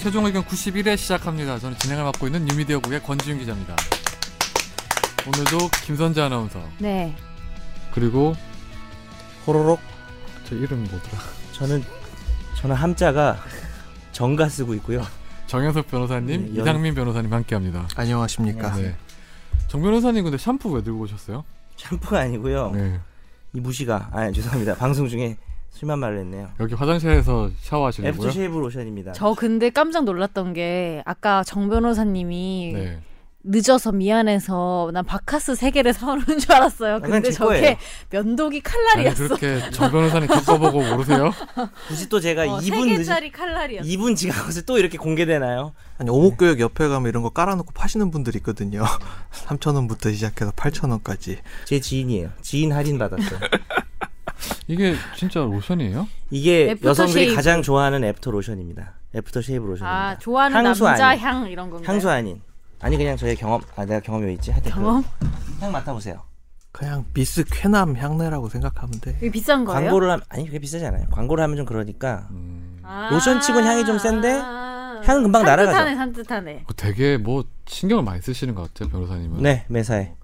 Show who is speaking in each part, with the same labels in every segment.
Speaker 1: 최종 의견 91회 시작합니다. 저는 진행을 맡고 있는 뉴미디어국의 권지윤 기자입니다. 오늘도 김선재 아나운서
Speaker 2: 네.
Speaker 1: 그리고
Speaker 3: 호로록
Speaker 1: 제 이름 뭐더라?
Speaker 3: 저는 저는 함자가 정가 쓰고 있고요.
Speaker 1: 정현석 변호사님,
Speaker 3: 네, 연-
Speaker 1: 이상민 변호사님 함께합니다.
Speaker 4: 안녕하십니까.
Speaker 1: 예, 네. 정 변호사님 근데 샴푸 왜 들고 오셨어요?
Speaker 3: 샴푸가 아니고요.
Speaker 1: 네.
Speaker 3: 이 무시가 아 죄송합니다. 방송 중에 술만 말을 했네요.
Speaker 1: 여기 화장실에서
Speaker 3: 애프터
Speaker 1: 샤워하시려고요?
Speaker 3: 쉐이브 로션입니다.
Speaker 2: 저 근데 깜짝 놀랐던 게 아까 정 변호사님이
Speaker 1: 네.
Speaker 2: 늦어서 미안해서 난 바카스 세 개를 사오는 줄 알았어요.
Speaker 3: 아, 그건
Speaker 2: 근데
Speaker 3: 제
Speaker 2: 저게
Speaker 3: 거예요.
Speaker 2: 면도기
Speaker 1: 아니,
Speaker 2: 칼날이었어.
Speaker 1: 그렇게 정 변호사님 겪어보고 모르세요?
Speaker 3: 굳이 또 제가
Speaker 2: 어, 세
Speaker 3: 2분 늦은
Speaker 2: 개짜리 칼날이었어.
Speaker 3: 2분 지각해서 또 이렇게 공개되나요?
Speaker 4: 아니 오목교역 옆에 가면 이런 거 깔아놓고 파시는 분들 있거든요. 3천 원부터 시작해서 8천 원까지.
Speaker 3: 제 지인이에요. 지인 할인 받았어요.
Speaker 1: 이게 진짜 로션이에요?
Speaker 3: 이게
Speaker 2: 애프터
Speaker 3: 여성들이
Speaker 2: 쉐이브.
Speaker 3: 가장 좋아하는 애프터 로션입니다. 애프터 쉐이브 로션입니다.
Speaker 2: 아 좋아하는
Speaker 3: 향수
Speaker 2: 남자
Speaker 3: 아닌.
Speaker 2: 향 이런 건가요?
Speaker 3: 향수 아닌. 아니 그냥 저의 경험. 아 내가 경험이 왜 있지? 하여튼
Speaker 2: 경험?
Speaker 3: 그, 향 맡아보세요.
Speaker 4: 그냥 미스 쾌남 향내라고 생각하면 돼.
Speaker 2: 이게 비싼 거예요?
Speaker 3: 광고를 하면 아니 그게 비싸지 않아요. 광고를 하면 좀 그러니까
Speaker 1: 음,
Speaker 2: 아~
Speaker 3: 로션치곤 향이 좀 센데
Speaker 2: 아~
Speaker 3: 향은 금방 날아가죠.
Speaker 2: 산뜻하네, 산뜻하네.
Speaker 1: 그 되게 뭐 신경을 많이 쓰시는 것 같아요, 변호사님은.
Speaker 3: 네 매사에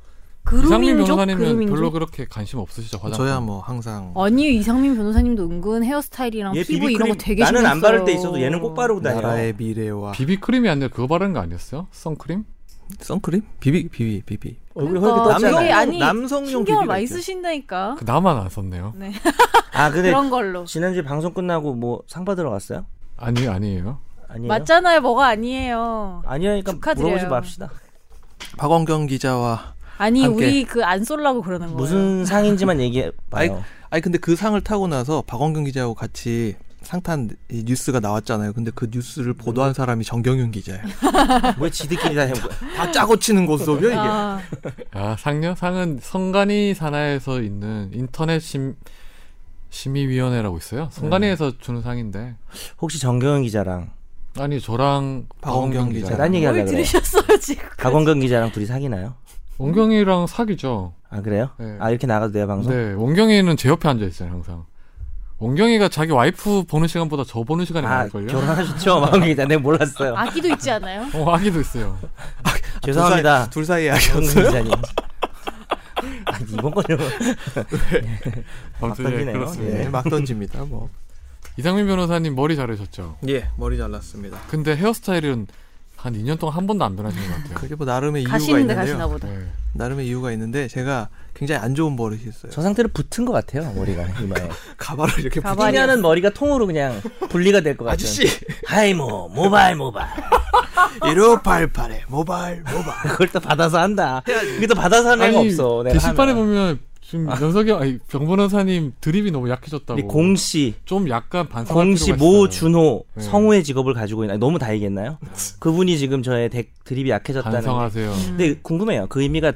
Speaker 1: 이상민
Speaker 2: 그루밍족,
Speaker 1: 변호사님은
Speaker 2: 그루밍족.
Speaker 1: 별로 그렇게 관심 없으시죠, 화장품?
Speaker 4: 저야 뭐 항상
Speaker 2: 아니 이상민 변호사님도 은근 헤어스타일이랑
Speaker 3: 얘
Speaker 2: 아, 피부 이런 거
Speaker 3: 비비크림
Speaker 2: 되게 그러니까.
Speaker 3: 나는 안
Speaker 2: 신경
Speaker 3: 바를
Speaker 2: 써요.
Speaker 3: 때 있어도 얘는 꼭 바르고 다녀.
Speaker 4: 나라의 미래와
Speaker 1: 비비크림이 아니라 그거 바르는 거 아니었어요? 선크림?
Speaker 4: 선크림? 비비 비비 비비.
Speaker 3: 얼굴이
Speaker 2: 그러니까
Speaker 3: 헐게
Speaker 2: 남성용-
Speaker 3: 떴잖아요.
Speaker 2: 아니,
Speaker 4: 남성용
Speaker 2: 신경을
Speaker 4: 비비가
Speaker 2: 많이
Speaker 4: 있죠.
Speaker 2: 쓰신다니까.
Speaker 1: 그 나만 안 썼네요.
Speaker 3: 아 근데
Speaker 2: 그런 걸로.
Speaker 3: 지난주에 방송 끝나고 뭐 상 받으러 갔어요?
Speaker 1: 아니 아니에요.
Speaker 3: 아니에요.
Speaker 2: 맞잖아요, 뭐가 아니에요.
Speaker 3: 아니니까
Speaker 2: 축하드려요.
Speaker 3: 물어보지 맙시다.
Speaker 4: 박원경 기자와
Speaker 2: 아니
Speaker 4: 함께.
Speaker 2: 우리 그 안 쏠라고 그러는 거예요.
Speaker 3: 무슨 상인지만 얘기해
Speaker 4: 아이,
Speaker 3: 봐요.
Speaker 4: 아니 근데 그 상을 타고 나서 박원경 기자하고 같이 상탄 이 뉴스가 나왔잖아요. 근데 그 뉴스를 보도한 사람이 정경윤 기자예요.
Speaker 3: 왜 지들끼리 다 해보고
Speaker 4: 다 짜고 치는 고스톱이요 이게.
Speaker 2: 아,
Speaker 1: 아 상요? 상은 성간이 산하에서 있는 인터넷 심 심의위원회라고 있어요. 성간이에서 주는 상인데
Speaker 3: 혹시 정경은 기자랑
Speaker 1: 아니 저랑 박원경
Speaker 4: 박원경
Speaker 1: 기자.
Speaker 4: 기자.
Speaker 3: 난 얘기하려
Speaker 2: 뭘
Speaker 3: 그래.
Speaker 2: 들으셨어요 지금?
Speaker 3: 박원경 기자랑 둘이 사귀나요?
Speaker 1: 원경이랑 사귀죠.
Speaker 3: 아 그래요?
Speaker 1: 네.
Speaker 3: 아 이렇게 나가도 돼요 방송?
Speaker 1: 네, 원경이는 제 옆에 앉아 있어요 항상. 원경이가 자기 와이프 보는 시간보다 저 보는 시간이
Speaker 3: 아
Speaker 1: 많을걸요.
Speaker 3: 결혼하셨죠 박원경 기자? 내가 몰랐어요.
Speaker 2: 아기도 있지 않아요?
Speaker 1: 어, 아기도 있어요.
Speaker 3: 죄송합니다.
Speaker 4: 둘 사이 아니었어요.
Speaker 3: 박원경 기자님. 아, 이번 거는
Speaker 1: 아무튼 예,
Speaker 3: 던지네요.
Speaker 1: 그렇습니다.
Speaker 3: 예.
Speaker 4: 네, 막 던집니다. 뭐.
Speaker 1: 이상민 변호사님 머리 자르셨죠?
Speaker 4: 예, 머리 잘랐습니다.
Speaker 1: 근데 헤어스타일은 한 2년 동안 한 번도 안 변하신 것 같아요.
Speaker 4: 그게 뭐 나름의 이유가
Speaker 2: 가시는데
Speaker 4: 있는데요.
Speaker 2: 가시나 보다.
Speaker 1: 네.
Speaker 4: 나름의 이유가 있는데 제가 굉장히 안 좋은 버릇이 있어요.
Speaker 3: 저 상태로 붙은 것 같아요 머리가 이마에.
Speaker 4: 그 가발을 이렇게
Speaker 2: 가발.
Speaker 4: 붙이면
Speaker 3: 뛰면은 머리가 통으로 그냥 분리가 될 것 같아요.
Speaker 4: 아저씨
Speaker 3: 하이 뭐, 모 모발 모발
Speaker 4: 1588에 모발 모발.
Speaker 3: 그걸 또 받아서 한다. 그게 또 받아서 하는 애가 없어. 내가
Speaker 1: 게시판에
Speaker 3: 하면.
Speaker 1: 보면 지금 연석이 형, 아니 병 변호사님 드립이 너무
Speaker 3: 우리
Speaker 1: 약해졌다고.
Speaker 3: 공씨
Speaker 1: 좀 약간 반성할
Speaker 3: 공씨
Speaker 1: 필요가
Speaker 3: 모
Speaker 1: 있어요.
Speaker 3: 준호
Speaker 1: 네.
Speaker 3: 성우의 직업을 가지고 있나 너무 다 얘기했나요? 그분이 지금 저의 대, 드립이 약해졌다는. 게.
Speaker 1: 반성하세요.
Speaker 3: 근데 궁금해요. 그 의미가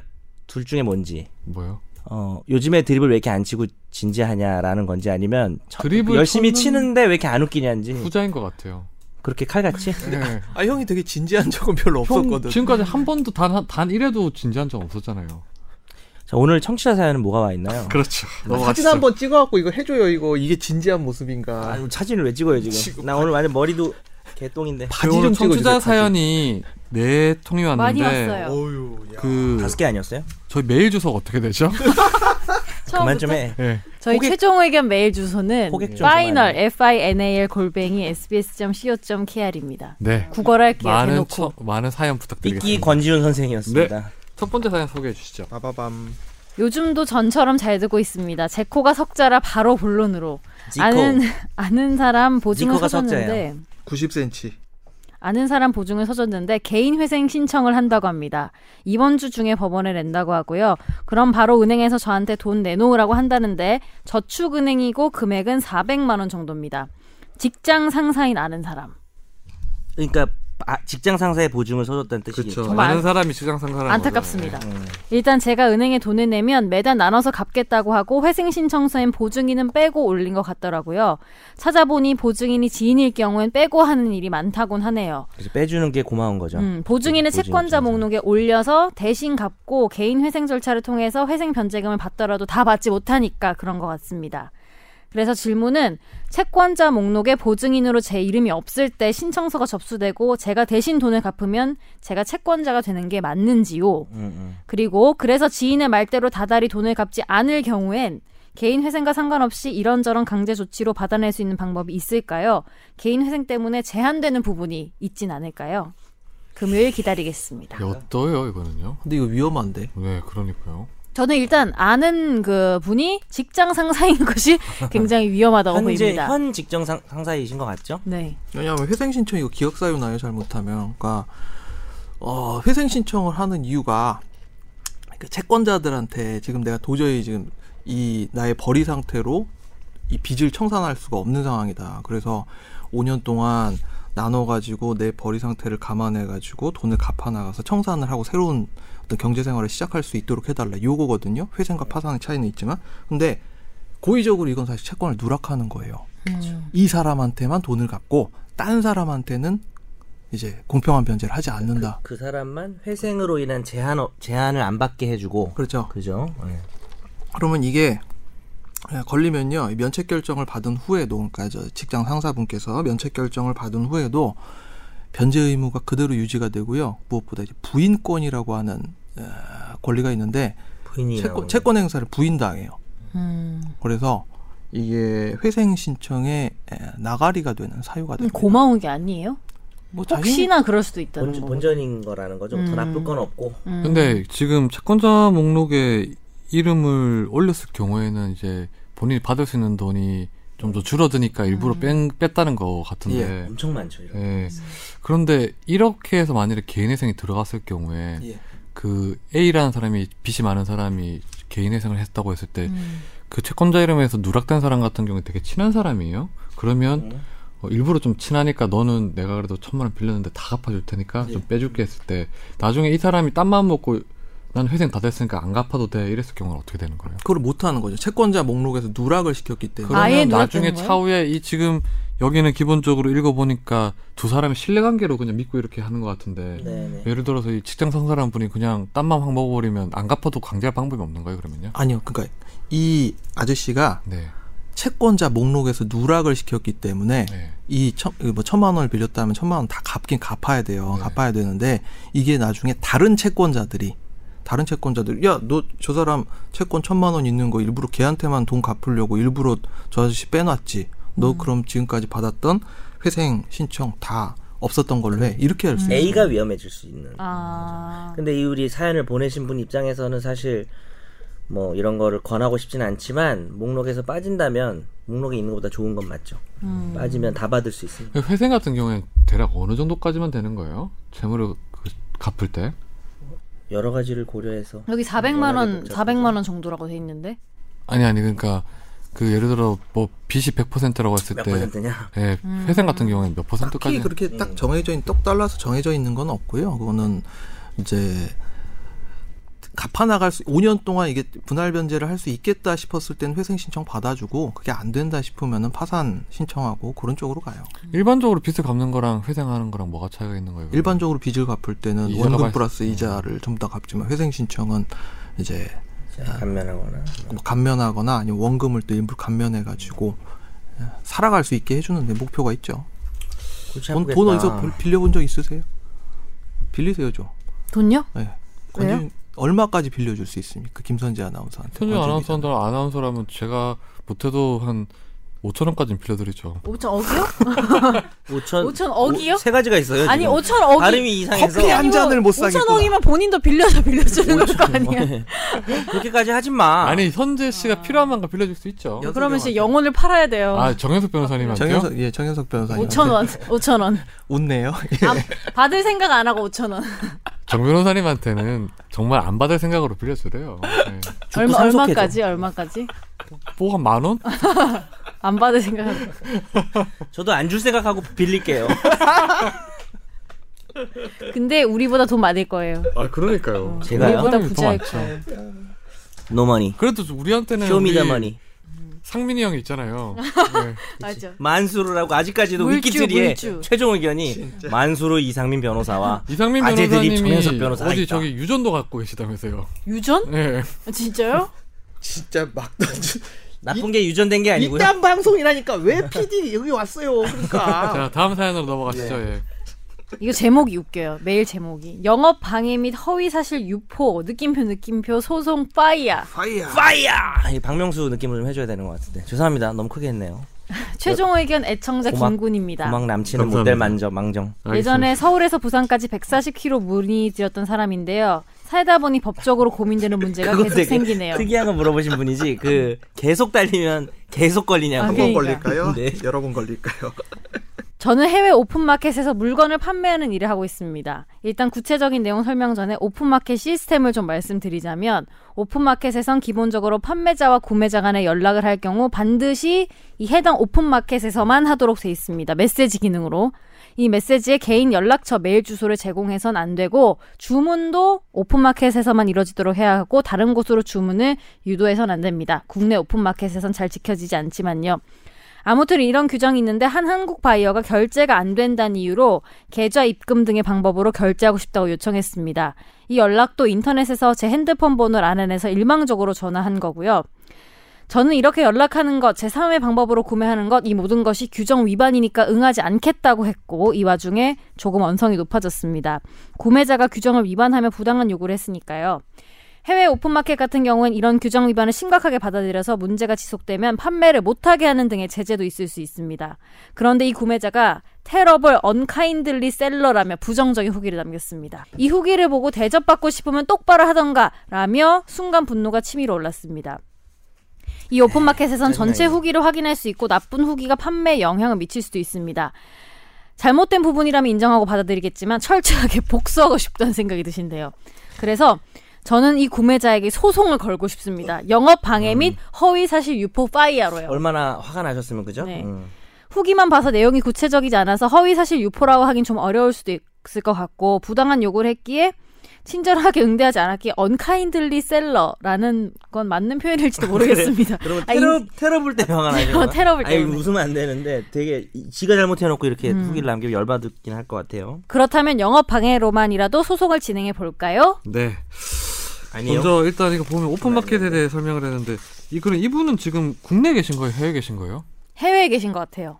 Speaker 3: 둘 중에 뭔지.
Speaker 1: 뭐요?
Speaker 3: 어 요즘에 드립을 왜 이렇게 안 치고 진지하냐라는 건지 아니면 저-
Speaker 1: 드립을
Speaker 3: 열심히
Speaker 1: 쳤는-
Speaker 3: 치는데 왜 이렇게 안 웃기냐인지
Speaker 1: 후자인 것 같아요.
Speaker 3: 그렇게 칼같이
Speaker 1: 네.
Speaker 4: 아 형이 되게 진지한 적은 별로
Speaker 1: 형
Speaker 4: 없었거든.
Speaker 1: 지금까지 한 번도 단단 이래도 진지한 적 없었잖아요.
Speaker 3: 자, 오늘 청취자 사연은 뭐가 와 있나요?
Speaker 1: 그렇죠.
Speaker 4: 네, 사진 한 번 찍어갖고 이거 해줘요 이거 이게 진지한 모습인가.
Speaker 3: 아유 사진을 왜 찍어요 지금? 나 오늘 완전 머리도 개똥인데.
Speaker 4: 바지
Speaker 1: 오늘
Speaker 4: 좀
Speaker 1: 청취자
Speaker 4: 찍어주세요.
Speaker 1: 사연이 네 통이 왔는데
Speaker 2: 많이 왔어요.
Speaker 4: 어유.
Speaker 1: 그
Speaker 3: 다섯 개 아니었어요?
Speaker 1: 저희 메일 주소가 어떻게 되죠?
Speaker 3: 그만
Speaker 2: 처음부터
Speaker 3: 좀 해.
Speaker 1: 예.
Speaker 2: 저희
Speaker 3: 호객-
Speaker 2: 최종 의견 메일 주소는
Speaker 3: 호객 좀
Speaker 2: final
Speaker 3: 그만해.
Speaker 2: f i n a l 골뱅이 s b s c o k r 입니다.
Speaker 1: 네.
Speaker 2: 구걸할게요.
Speaker 1: 많은
Speaker 2: 대놓고.
Speaker 1: 처, 많은 사연 부탁드리겠습니다.
Speaker 3: 미끼 권지훈 선생이었습니다.
Speaker 1: 첫 번째 사연 소개해 주시죠.
Speaker 4: 빠바밤.
Speaker 2: 요즘도 전처럼 잘 듣고 있습니다. 제 코가 석자라 바로 본론으로.
Speaker 3: 지코.
Speaker 2: 아는 아는 사람 보증을
Speaker 3: 지코가
Speaker 2: 서줬는데
Speaker 3: 석자예요.
Speaker 4: 90cm.
Speaker 2: 아는 사람 보증을 서줬는데 개인 회생 신청을 한다고 합니다. 이번 주 중에 법원에 낸다고 하고요. 그럼 바로 은행에서 저한테 돈 내놓으라고 한다는데 저축은행이고 금액은 400만 원 정도입니다. 직장 상사인 아는 사람.
Speaker 3: 그러니까 아, 직장 상사의 보증을 서줬다는 뜻이죠.
Speaker 1: 그렇죠.
Speaker 2: 정말
Speaker 1: 많은 사람이 시장 상사라는
Speaker 2: 안타깝습니다. 일단 제가 은행에 돈을 내면 매달 나눠서 갚겠다고 하고 회생 신청서엔 보증인은 빼고 올린 것 같더라고요. 찾아보니 보증인이 지인일 경우엔 빼고 하는 일이 많다곤 하네요.
Speaker 3: 그래서 빼주는 게 고마운 거죠.
Speaker 2: 음, 보증인은
Speaker 3: 보증인
Speaker 2: 채권자
Speaker 3: 입장에서.
Speaker 2: 목록에 올려서 대신 갚고 개인 회생 절차를 통해서 회생 변제금을 받더라도 다 받지 못하니까 그런 것 같습니다. 그래서 질문은 채권자 목록에 보증인으로 제 이름이 없을 때 신청서가 접수되고 제가 대신 돈을 갚으면 제가 채권자가 되는 게 맞는지요?
Speaker 3: 음, 음.
Speaker 2: 그리고 그래서 지인의 말대로 다달이 돈을 갚지 않을 경우엔 개인 회생과 상관없이 이런저런 강제 조치로 받아낼 수 있는 방법이 있을까요? 개인 회생 때문에 제한되는 부분이 있진 않을까요? 금요일 기다리겠습니다.
Speaker 1: 엿떠요 이거는요.
Speaker 4: 근데 이거 위험한데.
Speaker 1: 네, 그러니까요.
Speaker 2: 저는 일단 아는 그 분이 직장 상사인 것이 굉장히 위험하다고
Speaker 3: 현재
Speaker 2: 보입니다.
Speaker 3: 현 직정 상, 상사이신 것 같죠?
Speaker 2: 네.
Speaker 4: 왜냐하면 회생 신청 이거 기억 사유 나요 잘못하면. 그러니까 어, 회생 신청을 하는 이유가 그 채권자들한테 지금 내가 도저히 지금 이 나의 벌이 상태로 이 빚을 청산할 수가 없는 상황이다. 그래서 5년 동안 나눠가지고 내 벌이 상태를 감안해가지고 돈을 갚아나가서 청산을 하고 새로운 어떤 경제생활을 시작할 수 있도록 해달라. 요거거든요. 회생과 파산의 차이는 있지만. 근데 고의적으로 이건 사실 채권을 누락하는 거예요. 이 사람한테만 돈을 갚고 딴 사람한테는 이제 공평한 변제를 하지 않는다.
Speaker 3: 그 사람만 회생으로 인한 제한 어- 제한을 안 받게 해주고
Speaker 4: 그렇죠.
Speaker 3: 그죠? 예.
Speaker 4: 그러면 이게 예, 걸리면요 이 면책 결정을 받은 후에도 그러니까 저 직장 상사분께서 면책 결정을 받은 후에도 변제 의무가 그대로 유지가 되고요 무엇보다 이제 부인권이라고 하는 어, 권리가 있는데
Speaker 3: 부인이
Speaker 4: 채권,
Speaker 3: 나오는.
Speaker 4: 채권 행사를 부인당해요
Speaker 2: 음,
Speaker 4: 그래서 이게 회생 신청에 에, 나가리가 되는 사유가 됩니다
Speaker 2: 고마운 게 아니에요?
Speaker 4: 뭐 자신-
Speaker 2: 혹시나 그럴 수도 있다는
Speaker 3: 본,
Speaker 2: 거.
Speaker 3: 본전인 거라는 거죠. 더
Speaker 2: 음.
Speaker 3: 나쁠 건 없고.
Speaker 2: 음.
Speaker 1: 근데 지금 채권자 목록에 이름을 올렸을 경우에는 이제 본인이 받을 수 있는 돈이 좀 더 줄어드니까 일부러 뺀, 뺐다는 거 같은데.
Speaker 3: 엄청 많죠. 이런.
Speaker 1: 예. 그런데 이렇게 해서 만약에 개인회생이 들어갔을 경우에
Speaker 4: 예.
Speaker 1: 그 A라는 사람이 빚이 많은 사람이 개인회생을 했다고 했을 때 그
Speaker 2: 음.
Speaker 1: 채권자 이름에서 누락된 사람 같은 경우에 되게 친한 사람이에요. 그러면
Speaker 3: 음.
Speaker 1: 어, 일부러 좀 친하니까 너는 내가 그래도 천만 원 빌렸는데 다 갚아줄 테니까 좀 빼줄게 했을 때 나중에 이 사람이 딴 마음 먹고 난 회생 다 됐으니까 안 갚아도 돼 이랬을 경우는 어떻게 되는 거예요?
Speaker 4: 그걸 못하는 거죠 채권자 목록에서 누락을 시켰기 때문에
Speaker 1: 그러면
Speaker 2: 아예
Speaker 1: 나중에
Speaker 2: 누락되는 거예요?
Speaker 1: 차후에 이 지금 여기는 기본적으로 읽어보니까 두 사람의 신뢰관계로 그냥 믿고 이렇게 하는 것 같은데
Speaker 3: 네네.
Speaker 1: 예를 들어서 이 직장 상사라는 분이 그냥 딴 맘 확 먹어버리면 안 갚아도 강제할 방법이 없는 거예요 그러면요?
Speaker 4: 아니요 그러니까 이 아저씨가
Speaker 1: 네.
Speaker 4: 채권자 목록에서 누락을 시켰기 때문에
Speaker 1: 네.
Speaker 4: 이 천, 그뭐 천만 원을 빌렸다면 천만 원 다 갚긴 갚아야 돼요.
Speaker 1: 네.
Speaker 4: 갚아야 되는데 이게 나중에 다른 채권자들이 다른 채권자들 야 너 저 사람 채권 천만 원 있는 거 일부러 걔한테만 돈 갚으려고 일부러 저 아저씨 빼놨지. 너 그럼 지금까지 받았던 회생 신청 다 없었던 걸로 해. 이렇게 할 수 있어요.
Speaker 3: A가 위험해질 수 있는.
Speaker 2: 아,
Speaker 3: 근데 이 우리 사연을 보내신 분 입장에서는 사실 뭐 이런 거를 권하고 싶진 않지만 목록에서 빠진다면 목록에 있는 것보다 좋은 건 맞죠.
Speaker 2: 음.
Speaker 3: 빠지면 다 받을 수 있습니다.
Speaker 1: 회생 같은 경우엔 대략 어느 정도까지만 되는 거예요? 재물을 그 갚을 때?
Speaker 3: 여러 가지를 고려해서
Speaker 2: 여기 400만 원,
Speaker 3: 워낙에
Speaker 2: 400만 원 정도라고 돼 있는데.
Speaker 1: 아니 아니 그러니까 그 예를 들어 뭐 빚이 100%라고 했을
Speaker 3: 몇
Speaker 1: 때
Speaker 3: 퍼센트냐?
Speaker 1: 예,
Speaker 2: 음.
Speaker 1: 회생 같은 경우에는 몇 퍼센트까지
Speaker 4: 딱히 그렇게
Speaker 3: 음.
Speaker 4: 딱 정해져 있는 떡 달라서 정해져 있는 건 없고요. 그거는 이제 갚아 나갈 수 5년 동안 이게 분할 변제를 할 수 있겠다 싶었을 때는 회생 신청 받아주고 그게 안 된다 싶으면은 파산 신청하고 그런 쪽으로 가요.
Speaker 1: 음. 일반적으로 빚을 갚는 거랑 회생하는 거랑 뭐가 차이가 있는 거예요? 그러면?
Speaker 4: 일반적으로 빚을 갚을 때는
Speaker 1: 이자가 음.
Speaker 4: 원금
Speaker 1: 발생-
Speaker 4: 플러스 이자를 전부 다 갚지만 회생 신청은 이제
Speaker 3: 감면하거나
Speaker 4: 뭐 감면하거나 아니면 원금을 또 일부 감면해 가지고 살아갈 수 있게 해주는 데 목표가 있죠.
Speaker 3: 골치
Speaker 4: 돈,
Speaker 3: 아프겠다.
Speaker 4: 돈 어디서 빌- 빌려본 적 있으세요? 빌리세요, 좀.
Speaker 2: 돈요?
Speaker 4: 네.
Speaker 2: 왜요?
Speaker 4: 권진- 얼마까지 빌려줄 수 있습니까? 그 김선재 아나운서한테.
Speaker 1: 현재
Speaker 4: 권진
Speaker 1: 아나운서한테 아나운서라면 제가 못해도 한 5천 원까지는 빌려드리죠.
Speaker 2: 5천 억이요?
Speaker 3: 5천
Speaker 2: 5천 억이요?
Speaker 3: 세 가지가 있어요.
Speaker 2: 아니
Speaker 3: 지금.
Speaker 2: 5천 억이
Speaker 3: 발음이 이상해서 네.
Speaker 4: 커피 한 잔을 못
Speaker 2: 5천
Speaker 4: 사겠구나.
Speaker 2: 억이면 본인도 빌려서 빌려주는 거 아니야?
Speaker 3: 그렇게까지 하지 마.
Speaker 1: 아. 니 현재 씨가 필요한 만큼 빌려줄 수 있죠.
Speaker 4: 여-
Speaker 2: 그러면 이제 영혼을 팔아야 돼요.
Speaker 1: 아 정현석
Speaker 4: 기자.
Speaker 1: 변호사님한테요?
Speaker 4: 정현석 예 정현석 변호사님.
Speaker 2: 5천 원, 5천 원.
Speaker 4: 웃네요.
Speaker 2: 아, 받을 생각 안 하고 5천 원.
Speaker 1: 정 변호사님한테는 정말 안 받을 생각으로 빌려주래요. 네.
Speaker 3: 죽고
Speaker 2: 얼마
Speaker 3: 상속해줘.
Speaker 2: 얼마까지? 얼마까지?
Speaker 1: 뭐한 만 원?
Speaker 2: 안 받을 생각. 안 하고.
Speaker 3: 저도 안 줄 생각하고 빌릴게요.
Speaker 2: 근데 우리보다 돈 많을 거예요.
Speaker 1: 아 그러니까요.
Speaker 2: 어.
Speaker 3: 제가요?
Speaker 2: 우리보다
Speaker 1: 뭐 사람이 더
Speaker 2: 부자일
Speaker 1: 많죠.
Speaker 2: 거예요.
Speaker 3: 노머니.
Speaker 1: 그래도 좀
Speaker 2: 네.
Speaker 1: 우리한테는 우리
Speaker 3: 쇼미더머니.
Speaker 1: 상민이 형이 있잖아요. 네.
Speaker 2: 맞아.
Speaker 3: 만수르 라고 아직까지도
Speaker 2: 물주,
Speaker 3: 위키트리에
Speaker 2: 물주.
Speaker 3: 최종 의견이 만수르 이상민 변호사와
Speaker 1: 이상민
Speaker 3: 아재들이
Speaker 1: 변호사님이
Speaker 3: 정현석 변호사
Speaker 1: 어디
Speaker 3: 있다.
Speaker 1: 저기 유전도 갖고 계시다면서요.
Speaker 2: 유전?
Speaker 1: 네.
Speaker 2: 아, 진짜요?
Speaker 4: 진짜 막 던지
Speaker 3: 나쁜 게 유전된 게 아니고요.
Speaker 5: 이딴 방송이라니까 왜 PD 여기 왔어요? 그러니까
Speaker 1: 자 다음 사연으로 넘어가시죠.
Speaker 3: 네.
Speaker 1: 예.
Speaker 2: 이거 제목이 웃겨요. 메일 제목이 영업 방해 및 허위 사실 유포 느낌표 느낌표 소송 파이야.
Speaker 4: 파이야.
Speaker 3: 파이어! 이 박명수 느낌을 좀 해줘야 되는 것 같은데. 죄송합니다. 너무 크게 했네요.
Speaker 2: 최종 의견 애청자
Speaker 3: 고막-
Speaker 2: 김군입니다.
Speaker 3: 고막 남친은
Speaker 1: 감사합니다.
Speaker 3: 모델 만져 망정.
Speaker 2: 예전에 서울에서 부산까지 140km 문의드렸던 사람인데요. 살다 보니 법적으로 고민되는 문제가
Speaker 3: 그거
Speaker 2: 계속
Speaker 3: 되게
Speaker 2: 생기네요.
Speaker 3: 특이한 거 물어보신 분이지. 그 계속 달리면 계속 걸리냐고.
Speaker 2: 아,
Speaker 4: 한 번
Speaker 2: 그러니까.
Speaker 4: 걸릴까요?
Speaker 3: 네.
Speaker 4: 여러 번 걸릴까요?
Speaker 2: 저는 해외 오픈마켓에서 물건을 판매하는 일을 하고 있습니다. 일단 구체적인 내용 설명 전에 오픈마켓 시스템을 좀 말씀드리자면 오픈마켓에선 기본적으로 판매자와 구매자 간의 연락을 할 경우 반드시 이 해당 오픈마켓에서만 하도록 돼 있습니다. 메시지 기능으로. 이 메시지에 개인 연락처 메일 주소를 제공해선 안 되고 주문도 오픈마켓에서만 이루어지도록 해야 하고 다른 곳으로 주문을 유도해선 안 됩니다. 국내 오픈마켓에선 잘 지켜지지 않지만요. 아무튼 이런 규정이 있는데 한 한국 바이어가 결제가 안 된다는 이유로 계좌 입금 등의 방법으로 결제하고 싶다고 요청했습니다. 이 연락도 인터넷에서 제 핸드폰 번호를 안 해내서 일방적으로 전화한 거고요. 저는 이렇게 연락하는 것, 제3의 방법으로 구매하는 것, 이 모든 것이 규정 위반이니까 응하지 않겠다고 했고, 이 와중에 조금 언성이 높아졌습니다. 구매자가 규정을 위반하며 부당한 요구를 했으니까요. 해외 오픈마켓 같은 경우엔 이런 규정 위반을 심각하게 받아들여서 문제가 지속되면 판매를 못하게 하는 등의 제재도 있을 수 있습니다. 그런데 이 구매자가 테러블 언카인들리 셀러라며 부정적인 후기를 남겼습니다. 이 후기를 보고 대접받고 싶으면 똑바로 하던가 라며 순간 분노가 치밀어 올랐습니다. 이
Speaker 3: 네,
Speaker 2: 오픈마켓에선 전체 후기를 확인할 수 있고 나쁜 후기가 판매에 영향을 미칠 수도 있습니다. 잘못된 부분이라면 인정하고 받아들이겠지만 철저하게 복수하고 싶다는 생각이 드신대요. 그래서 저는 이 구매자에게 소송을 걸고 싶습니다. 영업 방해
Speaker 3: 음.
Speaker 2: 및 허위 사실 유포 파이어로요.
Speaker 3: 얼마나 화가 나셨으면 그죠?
Speaker 2: 네.
Speaker 3: 음.
Speaker 2: 후기만 봐서 내용이 구체적이지 않아서 허위 사실 유포라고 하긴 좀 어려울 수도 있을 것 같고 부당한 요구를 했기에 친절하게 응대하지 않았기에 언카인들리 셀러라는 건 맞는 표현일지도 모르겠습니다.
Speaker 3: 아, 그러면
Speaker 2: 아,
Speaker 3: 테러
Speaker 2: 인-
Speaker 3: 테러블 때 화가 나죠.
Speaker 2: 어, 테러블
Speaker 3: 아이
Speaker 2: 때문에.
Speaker 3: 웃으면 안 되는데 되게 이- 지가 잘못해놓고 이렇게
Speaker 2: 음.
Speaker 3: 후기를 남기면 열받긴 할 것 같아요.
Speaker 2: 그렇다면 영업 방해로만이라도 소송을 진행해 볼까요?
Speaker 1: 네.
Speaker 3: 아니요. 네.
Speaker 1: 먼저 일단 이거 보면 오픈마켓에 대해 설명을 했는데 이 그럼 이분은 지금 국내에 계신 거예요? 해외에 계신 거예요?
Speaker 2: 해외에 계신 것 같아요.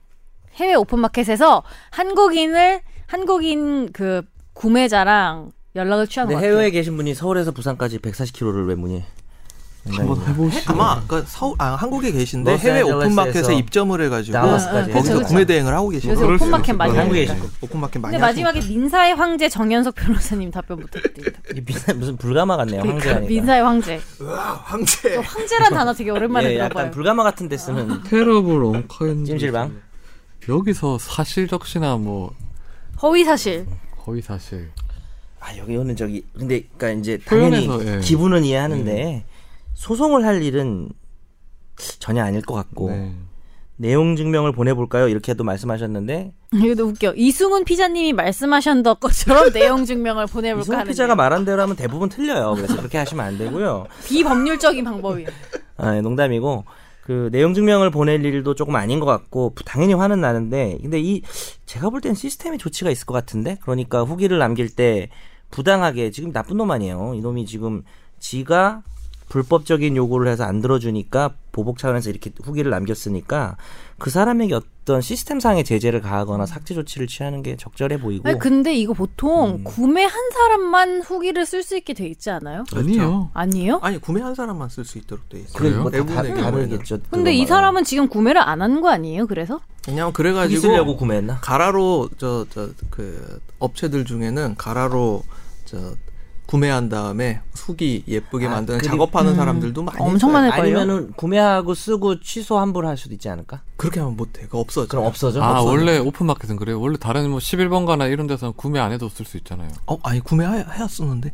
Speaker 2: 해외 오픈마켓에서 한국인을 한국인 그 구매자랑 연락을 취한
Speaker 3: 근데
Speaker 4: 네,
Speaker 2: 것 같아요.
Speaker 3: 해외에 계신 분이 서울에서 부산까지 140km를 왜 문의? 네.
Speaker 1: 한번 해보시죠.
Speaker 4: 아마 그 서울 아, 한국에 계신데 해외
Speaker 3: 로스앤젤레스에서
Speaker 4: 오픈마켓에 입점을 해가지고
Speaker 3: 다마스까지
Speaker 4: 거기서
Speaker 2: 그쵸, 그쵸.
Speaker 4: 구매 대행을 하고 계신
Speaker 2: 요새
Speaker 4: 거예요. 네.
Speaker 1: 그럴 수
Speaker 2: 오픈마켓
Speaker 1: 있을
Speaker 2: 많이
Speaker 1: 거예요.
Speaker 3: 한국에
Speaker 2: 하니까.
Speaker 3: 계신 거.
Speaker 4: 오픈마켓 많이
Speaker 2: 근데 마지막에 민사의 황제 정연석 변호사님 답변 부탁드립니다. 그
Speaker 3: 이게 민사- 무슨 불가마 같네요.
Speaker 2: 그러니까
Speaker 3: 황제 아니까.
Speaker 2: 민사의 황제.
Speaker 4: 하시니까. 황제.
Speaker 2: 저 황제란 단어 되게 오랜만에
Speaker 3: 예, 약간
Speaker 2: 들어봐요.
Speaker 3: 불가마 같은 데 쓰는
Speaker 1: 테러블 온카인
Speaker 3: 찜질방.
Speaker 1: 여기서 사실적시나 뭐
Speaker 2: 허위 사실.
Speaker 1: 거의 사실
Speaker 3: 아 여기는 저기 근데 그러니까 이제 당연히
Speaker 1: 표현에서, 예.
Speaker 3: 기분은 이해하는데 소송을 할 일은 전혀 아닐 것 같고
Speaker 1: 네.
Speaker 3: 내용 증명을 보내볼까요? 이렇게도 말씀하셨는데
Speaker 2: 이것도 웃겨. 이승훈 피자님이 말씀하셨던 것처럼 내용 증명을 보내볼까
Speaker 3: 이승훈
Speaker 2: 하는
Speaker 3: 피자가 말한 대로 하면 대부분 틀려요. 그래서 그렇게 하시면 안 되고요.
Speaker 2: 비법률적인 방법이에요.
Speaker 3: 아, 예, 농담이고 그 내용 증명을 보낼 일도 조금 아닌 것 같고 당연히 화는 나는데 근데 이 제가 볼 땐 시스템에 조치가 있을 것 같은데 그러니까 후기를 남길 때 부당하게 지금 나쁜 놈 아니에요 이놈이 지금 지가 불법적인 요구를 해서 안 들어주니까 보복 차원에서 이렇게 후기를 남겼으니까 그 사람에게 어떤 시스템상의 제재를 가하거나 삭제 조치를 취하는 게 적절해 보이고
Speaker 2: 아니, 그- 근데 이거 보통
Speaker 3: 음.
Speaker 2: 구매한 사람만 후기를 쓸 수 있게 돼 있지 않아요?
Speaker 3: 그렇죠.
Speaker 1: 아니요.
Speaker 2: 아니에요?
Speaker 4: 아니 구매한 사람만 쓸 수 있도록 돼 있어요.
Speaker 1: 그래요?
Speaker 3: 뭐 다- 다-
Speaker 4: 대부분의
Speaker 3: 다르겠죠
Speaker 2: 근데 이 사람은 지금 구매를 안 한 거 아니에요? 그래서?
Speaker 4: 왜냐면
Speaker 3: 후기
Speaker 4: 그래가지고
Speaker 3: 쓰려고 구매했나?
Speaker 4: 가라로 저 저 그 업체들 중에는 가라로 저 구매한 다음에 수기 예쁘게
Speaker 3: 아,
Speaker 4: 만드는
Speaker 3: 그리고-
Speaker 4: 작업하는 사람들도 많이
Speaker 2: 아, 엄청
Speaker 4: 있어요.
Speaker 2: 많을 거예요.
Speaker 3: 아니면은 구매하고 쓰고 취소 환불할 수도 있지 않을까?
Speaker 4: 그렇게 하면 못해. 그거 없어져.
Speaker 3: 그럼 없어져?
Speaker 1: 아
Speaker 3: 없어져.
Speaker 1: 원래 오픈마켓은 그래요. 원래 다른 뭐 11번가나 이런 데서는 구매 안 해도 쓸 수 있잖아요.
Speaker 4: 어 아니 구매해야 쓰는데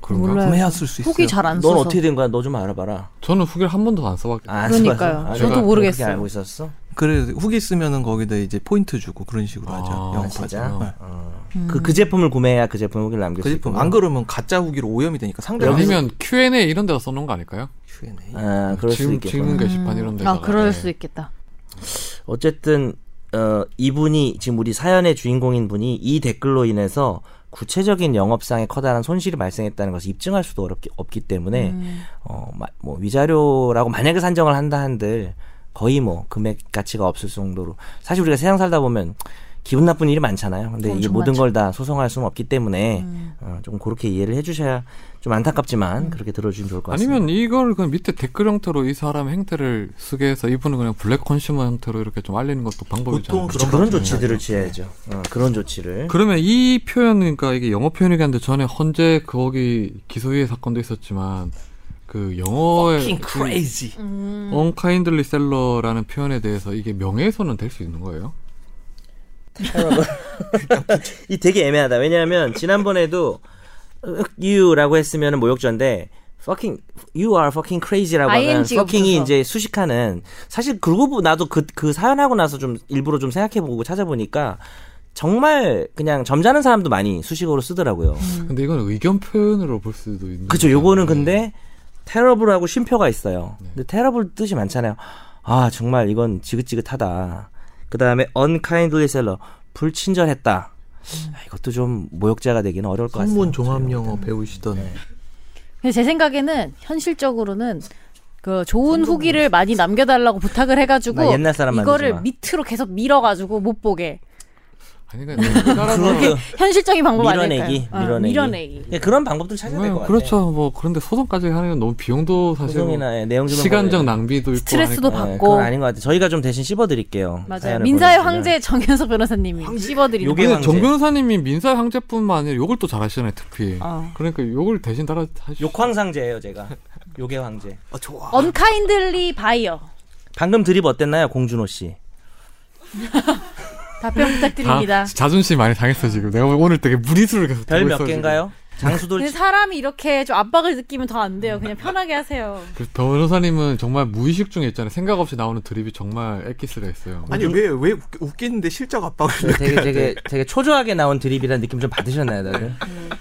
Speaker 1: 그런가?
Speaker 2: 몰라요.
Speaker 4: 구매해야 쓸 수 있어요.
Speaker 2: 후기 잘 안 써서.
Speaker 3: 넌 어떻게 된 거야? 너 좀 알아봐라.
Speaker 1: 저는 후기를 한 번도 안 써봤기
Speaker 3: 아,
Speaker 2: 그러니까요.
Speaker 3: 알았어. 아,
Speaker 1: 저도
Speaker 3: 내가
Speaker 2: 모르겠어요.
Speaker 3: 그렇게 알고 있었어.
Speaker 4: 그래 후기 쓰면은 거기다 이제 포인트 주고 그런 식으로 하죠.
Speaker 1: 아,
Speaker 3: 아,
Speaker 4: 영업하죠.
Speaker 3: 진짜.
Speaker 4: 네.
Speaker 3: 어. 그,
Speaker 2: 음.
Speaker 3: 그 제품을 구매해야 그 제품 후기를 남길
Speaker 4: 그
Speaker 3: 수
Speaker 4: 제품
Speaker 3: 있고.
Speaker 4: 안 그러면 가짜 후기로 오염이 되니까 상대가
Speaker 1: 아니면 Q&A 이런 데다 써놓은 거 아닐까요?
Speaker 4: Q&A.
Speaker 3: 아, 그럴 수
Speaker 1: 질문,
Speaker 3: 있겠구나.
Speaker 1: 질문 게시판 이런 데다가.
Speaker 2: 아, 그럴
Speaker 1: 네.
Speaker 2: 수 있겠다.
Speaker 3: 어쨌든 어, 이분이 지금 우리 사연의 주인공인 분이 이 댓글로 인해서 구체적인 영업상에 커다란 손실이 발생했다는 것을 입증할 수도 어렵기, 없기 때문에
Speaker 2: 음.
Speaker 3: 어, 마- 뭐 위자료라고 만약에 산정을 한다 한들 거의 뭐 금액 가치가 없을 정도로 사실 우리가 세상 살다 보면 기분 나쁜 일이 많잖아요. 근데 이
Speaker 2: 엄청
Speaker 3: 모든
Speaker 2: 많죠.
Speaker 3: 걸 다 소송할 수는 없기 때문에
Speaker 2: 음.
Speaker 3: 어, 좀 그렇게 이해를 해주셔야 좀 안타깝지만 그렇게 들어주시면 좋을 것 같습니다.
Speaker 1: 아니면 이걸 그 밑에 댓글 형태로 이 사람 행태를 쓰게 해서 이분은 그냥 블랙 컨슈머 형태로 이렇게 좀 알리는 것도 방법이잖아요.
Speaker 4: 보통
Speaker 3: 그렇죠.
Speaker 4: 그런
Speaker 3: 그런 조치들을 취해야죠. 어, 그런 조치를.
Speaker 1: 그러면 이 표현 그러니까 이게 영어 표현이긴 한데 전에 헌재 거기 기소유예 사건도 있었지만 그 영어의
Speaker 4: Fucking crazy.
Speaker 2: 음.
Speaker 1: 언카인들리 셀러라는 표현에 대해서 이게 명예훼손은 될 수 있는 거예요?
Speaker 3: 이 되게 애매하다. 왜냐하면 지난번에도 you라고 했으면 모욕죄인데 fucking you are fucking crazy라고 하면
Speaker 2: ing 가
Speaker 3: fucking이
Speaker 2: 붙어서.
Speaker 3: 이제 수식하는 사실 그러고 보- 나도 그 그 사연하고 나서 좀 일부러 좀 생각해보고 찾아보니까 정말 그냥 점잖은 사람도 많이 수식어로 쓰더라고요.
Speaker 2: 음.
Speaker 1: 근데 이건 의견 표현으로 볼 수도 있는
Speaker 3: 그죠. 요거는
Speaker 1: 거잖아요.
Speaker 3: 근데 테러블하고 쉼표가 있어요. 근데 테러블 뜻이 많잖아요. 아 정말 이건 지긋지긋하다. 그 다음에 unkindly seller 불친절했다. 아, 이것도 좀 모욕자가 되기는 어려울 것 같습니다.
Speaker 4: 한문 종합 영어 배우시던
Speaker 2: 근데 제 생각에는 현실적으로는 그 좋은 후기를 많이 남겨달라고 부탁을 해가지고
Speaker 3: 나 옛날 사람 만들지
Speaker 2: 이거를
Speaker 3: 마.
Speaker 2: 밑으로 계속 밀어가지고 못 보게
Speaker 1: 아니 그러니까 우리나라가
Speaker 3: 그렇게
Speaker 2: 현실적인 방법
Speaker 3: 밀어내기,
Speaker 2: 아닐까요? 어,
Speaker 3: 밀어내기.
Speaker 2: 밀어내기.
Speaker 3: 예, 그런 방법들 찾아야 될 것
Speaker 1: 네,
Speaker 3: 같아요.
Speaker 1: 그렇죠. 뭐 그런데 소송까지 하는 건 너무 비용도 사실
Speaker 3: 소송이나 예, 내용 좀
Speaker 1: 시간적 낭비도 있고
Speaker 2: 스트레스도
Speaker 1: 하니까.
Speaker 3: 예,
Speaker 2: 받고.
Speaker 3: 그건 아닌 것 같아요. 저희가 좀 대신 씹어드릴게요.
Speaker 2: 맞아요.
Speaker 3: 사연을
Speaker 2: 민사의
Speaker 3: 보내주시면.
Speaker 2: 황제 정현석 변호사님이 씹어드리는
Speaker 3: 요게
Speaker 2: 거.
Speaker 1: 근데
Speaker 3: 황제.
Speaker 1: 정 변호사님이 민사 황제뿐만 아니라 요걸 또 잘하시잖아요, 특히.
Speaker 2: 어.
Speaker 1: 그러니까 요걸 대신 따라 하시.
Speaker 3: 욕황상제예요, 제가. 요게 황제.
Speaker 4: 아 좋아.
Speaker 2: 언카인들리 바이어
Speaker 3: 방금 드립 어땠나요, 공준호 씨?
Speaker 2: 답변 부탁드립니다.
Speaker 1: 자존심 많이 상했어 지금. 내가 오늘 되게 무리수를 계속
Speaker 3: 별
Speaker 1: 들고
Speaker 3: 몇
Speaker 1: 있어,
Speaker 3: 개인가요? 장수돌
Speaker 2: 근데 사람이 이렇게 좀 압박을 느끼면 더 안 돼요.
Speaker 3: 음.
Speaker 2: 그냥 편하게 하세요.
Speaker 1: 지금. 그 변호사님은 정말 무의식 중에 있잖아요. 생각 없이 나오는 드립이 정말 엑기스가 있어요.
Speaker 4: 아니 왜 왜 웃기는데 실적 압박을
Speaker 3: 네, 되게 되게 되게 초조하게 나온 드립이라는 느낌 좀 받으셨나요, 다들?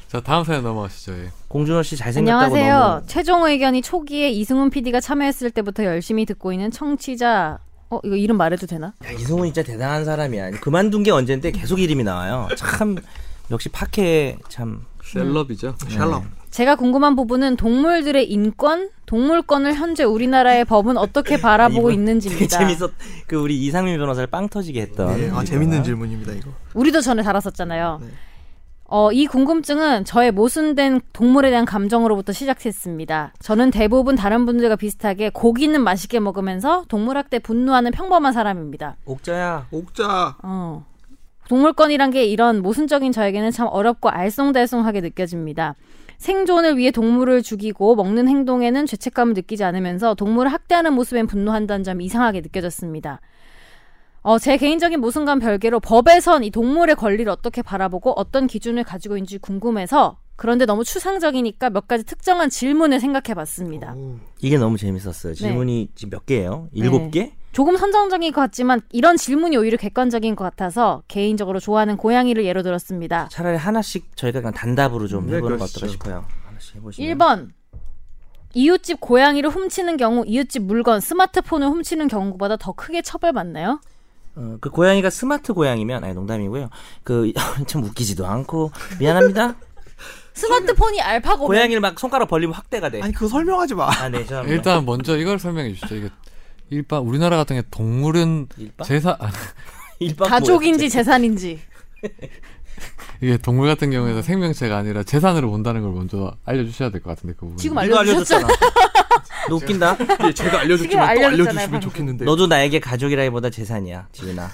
Speaker 1: 자 다음 사연 넘어가시죠. 예.
Speaker 3: 공준호 씨 잘생겼다고
Speaker 2: 안녕하세요.
Speaker 3: 너무
Speaker 2: 최종 의견이 초기에 이승훈 PD가 참여했을 때부터 열심히 듣고 있는 청취자. 어 이거 이름 말해도 되나?
Speaker 3: 야, 이승훈 진짜 대단한 사람이야. 그만둔 게 언젠데 계속 이름이 나와요. 참 역시 파케 참
Speaker 1: 셀럽이죠.
Speaker 4: 샬롬.
Speaker 2: 제가 궁금한 부분은 동물들의 인권, 동물권을 현재 우리나라의 법은 어떻게 바라보고
Speaker 3: 되게
Speaker 2: 있는지입니다.
Speaker 3: 재밌었. 그 우리 이상민 변호사를 빵 터지게 했던.
Speaker 4: 네, 아
Speaker 3: 우리가.
Speaker 4: 재밌는 질문입니다 이거.
Speaker 2: 우리도 전에 다뤘었잖아요.
Speaker 4: 네.
Speaker 2: 어, 이 궁금증은 저의 모순된 동물에 대한 감정으로부터 시작했습니다. 저는 대부분 다른 분들과 비슷하게 고기는 맛있게 먹으면서 동물학대 분노하는 평범한 사람입니다.
Speaker 3: 옥자야.
Speaker 4: 옥자
Speaker 2: 어. 동물권이란 게 이런 모순적인 저에게는 참 어렵고 알쏭달쏭하게 느껴집니다. 생존을 위해 동물을 죽이고 먹는 행동에는 죄책감을 느끼지 않으면서 동물을 학대하는 모습엔 분노한다는 점이 이상하게 느껴졌습니다. 어, 제 개인적인 모순감 별개로 법에선 이 동물의 권리를 어떻게 바라보고 어떤 기준을 가지고 있는지 궁금해서 그런데 너무 추상적이니까 몇 가지 특정한 질문을 생각해 봤습니다.
Speaker 3: 이게 너무 재밌었어요. 질문이 지금 몇 개예요?
Speaker 2: 네.
Speaker 3: 일곱 개?
Speaker 2: 조금 선정적인 것 같지만 이런 질문이 오히려 객관적인 것 같아서 개인적으로 좋아하는 고양이를 예로 들었습니다.
Speaker 3: 차라리 하나씩 저희가 그냥 단답으로 좀
Speaker 4: 네,
Speaker 3: 해보는 거
Speaker 4: 그러시죠.
Speaker 3: 어떨까 싶어요. 하나씩
Speaker 2: 네.
Speaker 3: 해보시면.
Speaker 2: 1번 이웃집 고양이를 훔치는 경우 이웃집 물건 스마트폰을 훔치는 경우보다 더 크게 처벌받나요?
Speaker 3: 어, 그 고양이가 스마트 고양이면 아니 농담이고요. 그 참 웃기지도 않고 미안합니다.
Speaker 2: 네. 스마트폰이 알파고
Speaker 3: 고양이를 막 손가락 벌리면 확대가
Speaker 2: 네.
Speaker 3: 돼.
Speaker 4: 아니 그거 설명하지 마.
Speaker 3: 아, 네, 죄송합니다.
Speaker 1: 일단 먼저 이걸 설명해 주시죠. 이게 일반 우리나라 같은 게 동물은
Speaker 3: 일반?
Speaker 1: 제사 아,
Speaker 3: 일반
Speaker 2: 가족인지 재산인지
Speaker 3: 음,
Speaker 1: 이게 동물 같은 경우에는 생명체가 아니라 재산으로 본다는 걸 먼저 알려주셔야 될 것 같은데 그 부분.
Speaker 2: 지금
Speaker 3: 뭐야? 이거
Speaker 2: 알려주셨잖아.
Speaker 3: 알려줬잖아. 너 웃긴다.
Speaker 4: 예, 제가
Speaker 2: 지금
Speaker 4: 알려줬지만 또
Speaker 2: 알려줬잖아요,
Speaker 4: 알려주시면
Speaker 2: 방금.
Speaker 1: 네.
Speaker 4: 좋겠는데.
Speaker 3: 너도 나에게 가족이라기보다 재산이야, 지윤아.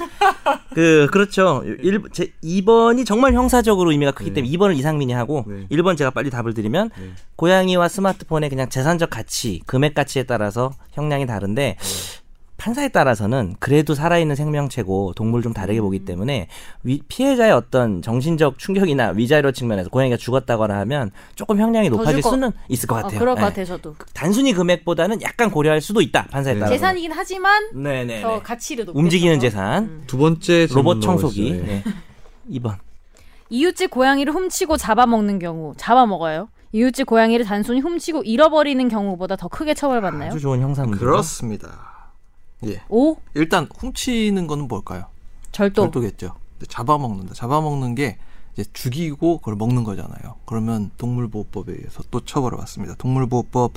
Speaker 3: 그 그렇죠.
Speaker 1: 네.
Speaker 3: 일 제, 2번이 정말 형사적으로 의미가 크기 때문에 2번을 이상민이 하고
Speaker 1: 네.
Speaker 3: 1번 제가 빨리 답을 드리면 고양이와 스마트폰의 그냥 재산적 가치, 금액 가치에 따라서 형량이 다른데
Speaker 1: 네.
Speaker 3: 판사에 따라서는 그래도 살아있는 생명체고 동물 좀 다르게 보기
Speaker 1: 음.
Speaker 3: 때문에 위- 피해자의 어떤 정신적 충격이나 위자료 측면에서 고양이가 죽었다거나 하면 조금 형량이
Speaker 2: 더
Speaker 3: 높아질
Speaker 2: 줄 거-
Speaker 3: 수는 있을 것
Speaker 2: 어,
Speaker 3: 같아요.
Speaker 2: 그럴 것
Speaker 3: 예.
Speaker 2: 같아요 저도
Speaker 3: 단순히 금액보다는 약간 고려할 수도 있다 판사에
Speaker 1: 네.
Speaker 3: 따라.
Speaker 2: 재산이긴 하지만
Speaker 3: 네네.
Speaker 2: 더 가치를 높게
Speaker 3: 움직이는
Speaker 2: 줘서. 음.
Speaker 3: 재산.
Speaker 1: 두 번째 질문
Speaker 3: 로봇 청소기.
Speaker 1: 넘어가시죠. 예.
Speaker 3: 네. 2번.
Speaker 2: 이웃집 고양이를 훔치고 잡아먹는 경우 잡아먹어요. 이웃집 고양이를 단순히 훔치고 잃어버리는 경우보다 더 크게 처벌받나요?
Speaker 3: 아주 좋은 형사문.
Speaker 4: 그렇습니다. 예.
Speaker 2: 오
Speaker 4: 일단 훔치는 거는 뭘까요?
Speaker 2: 절도.
Speaker 4: 절도겠죠. 근데 잡아먹는다. 잡아먹는 게 이제 죽이고 그걸 먹는 거잖아요. 그러면 동물보호법에 의해서 또 처벌을 받습니다. 동물보호법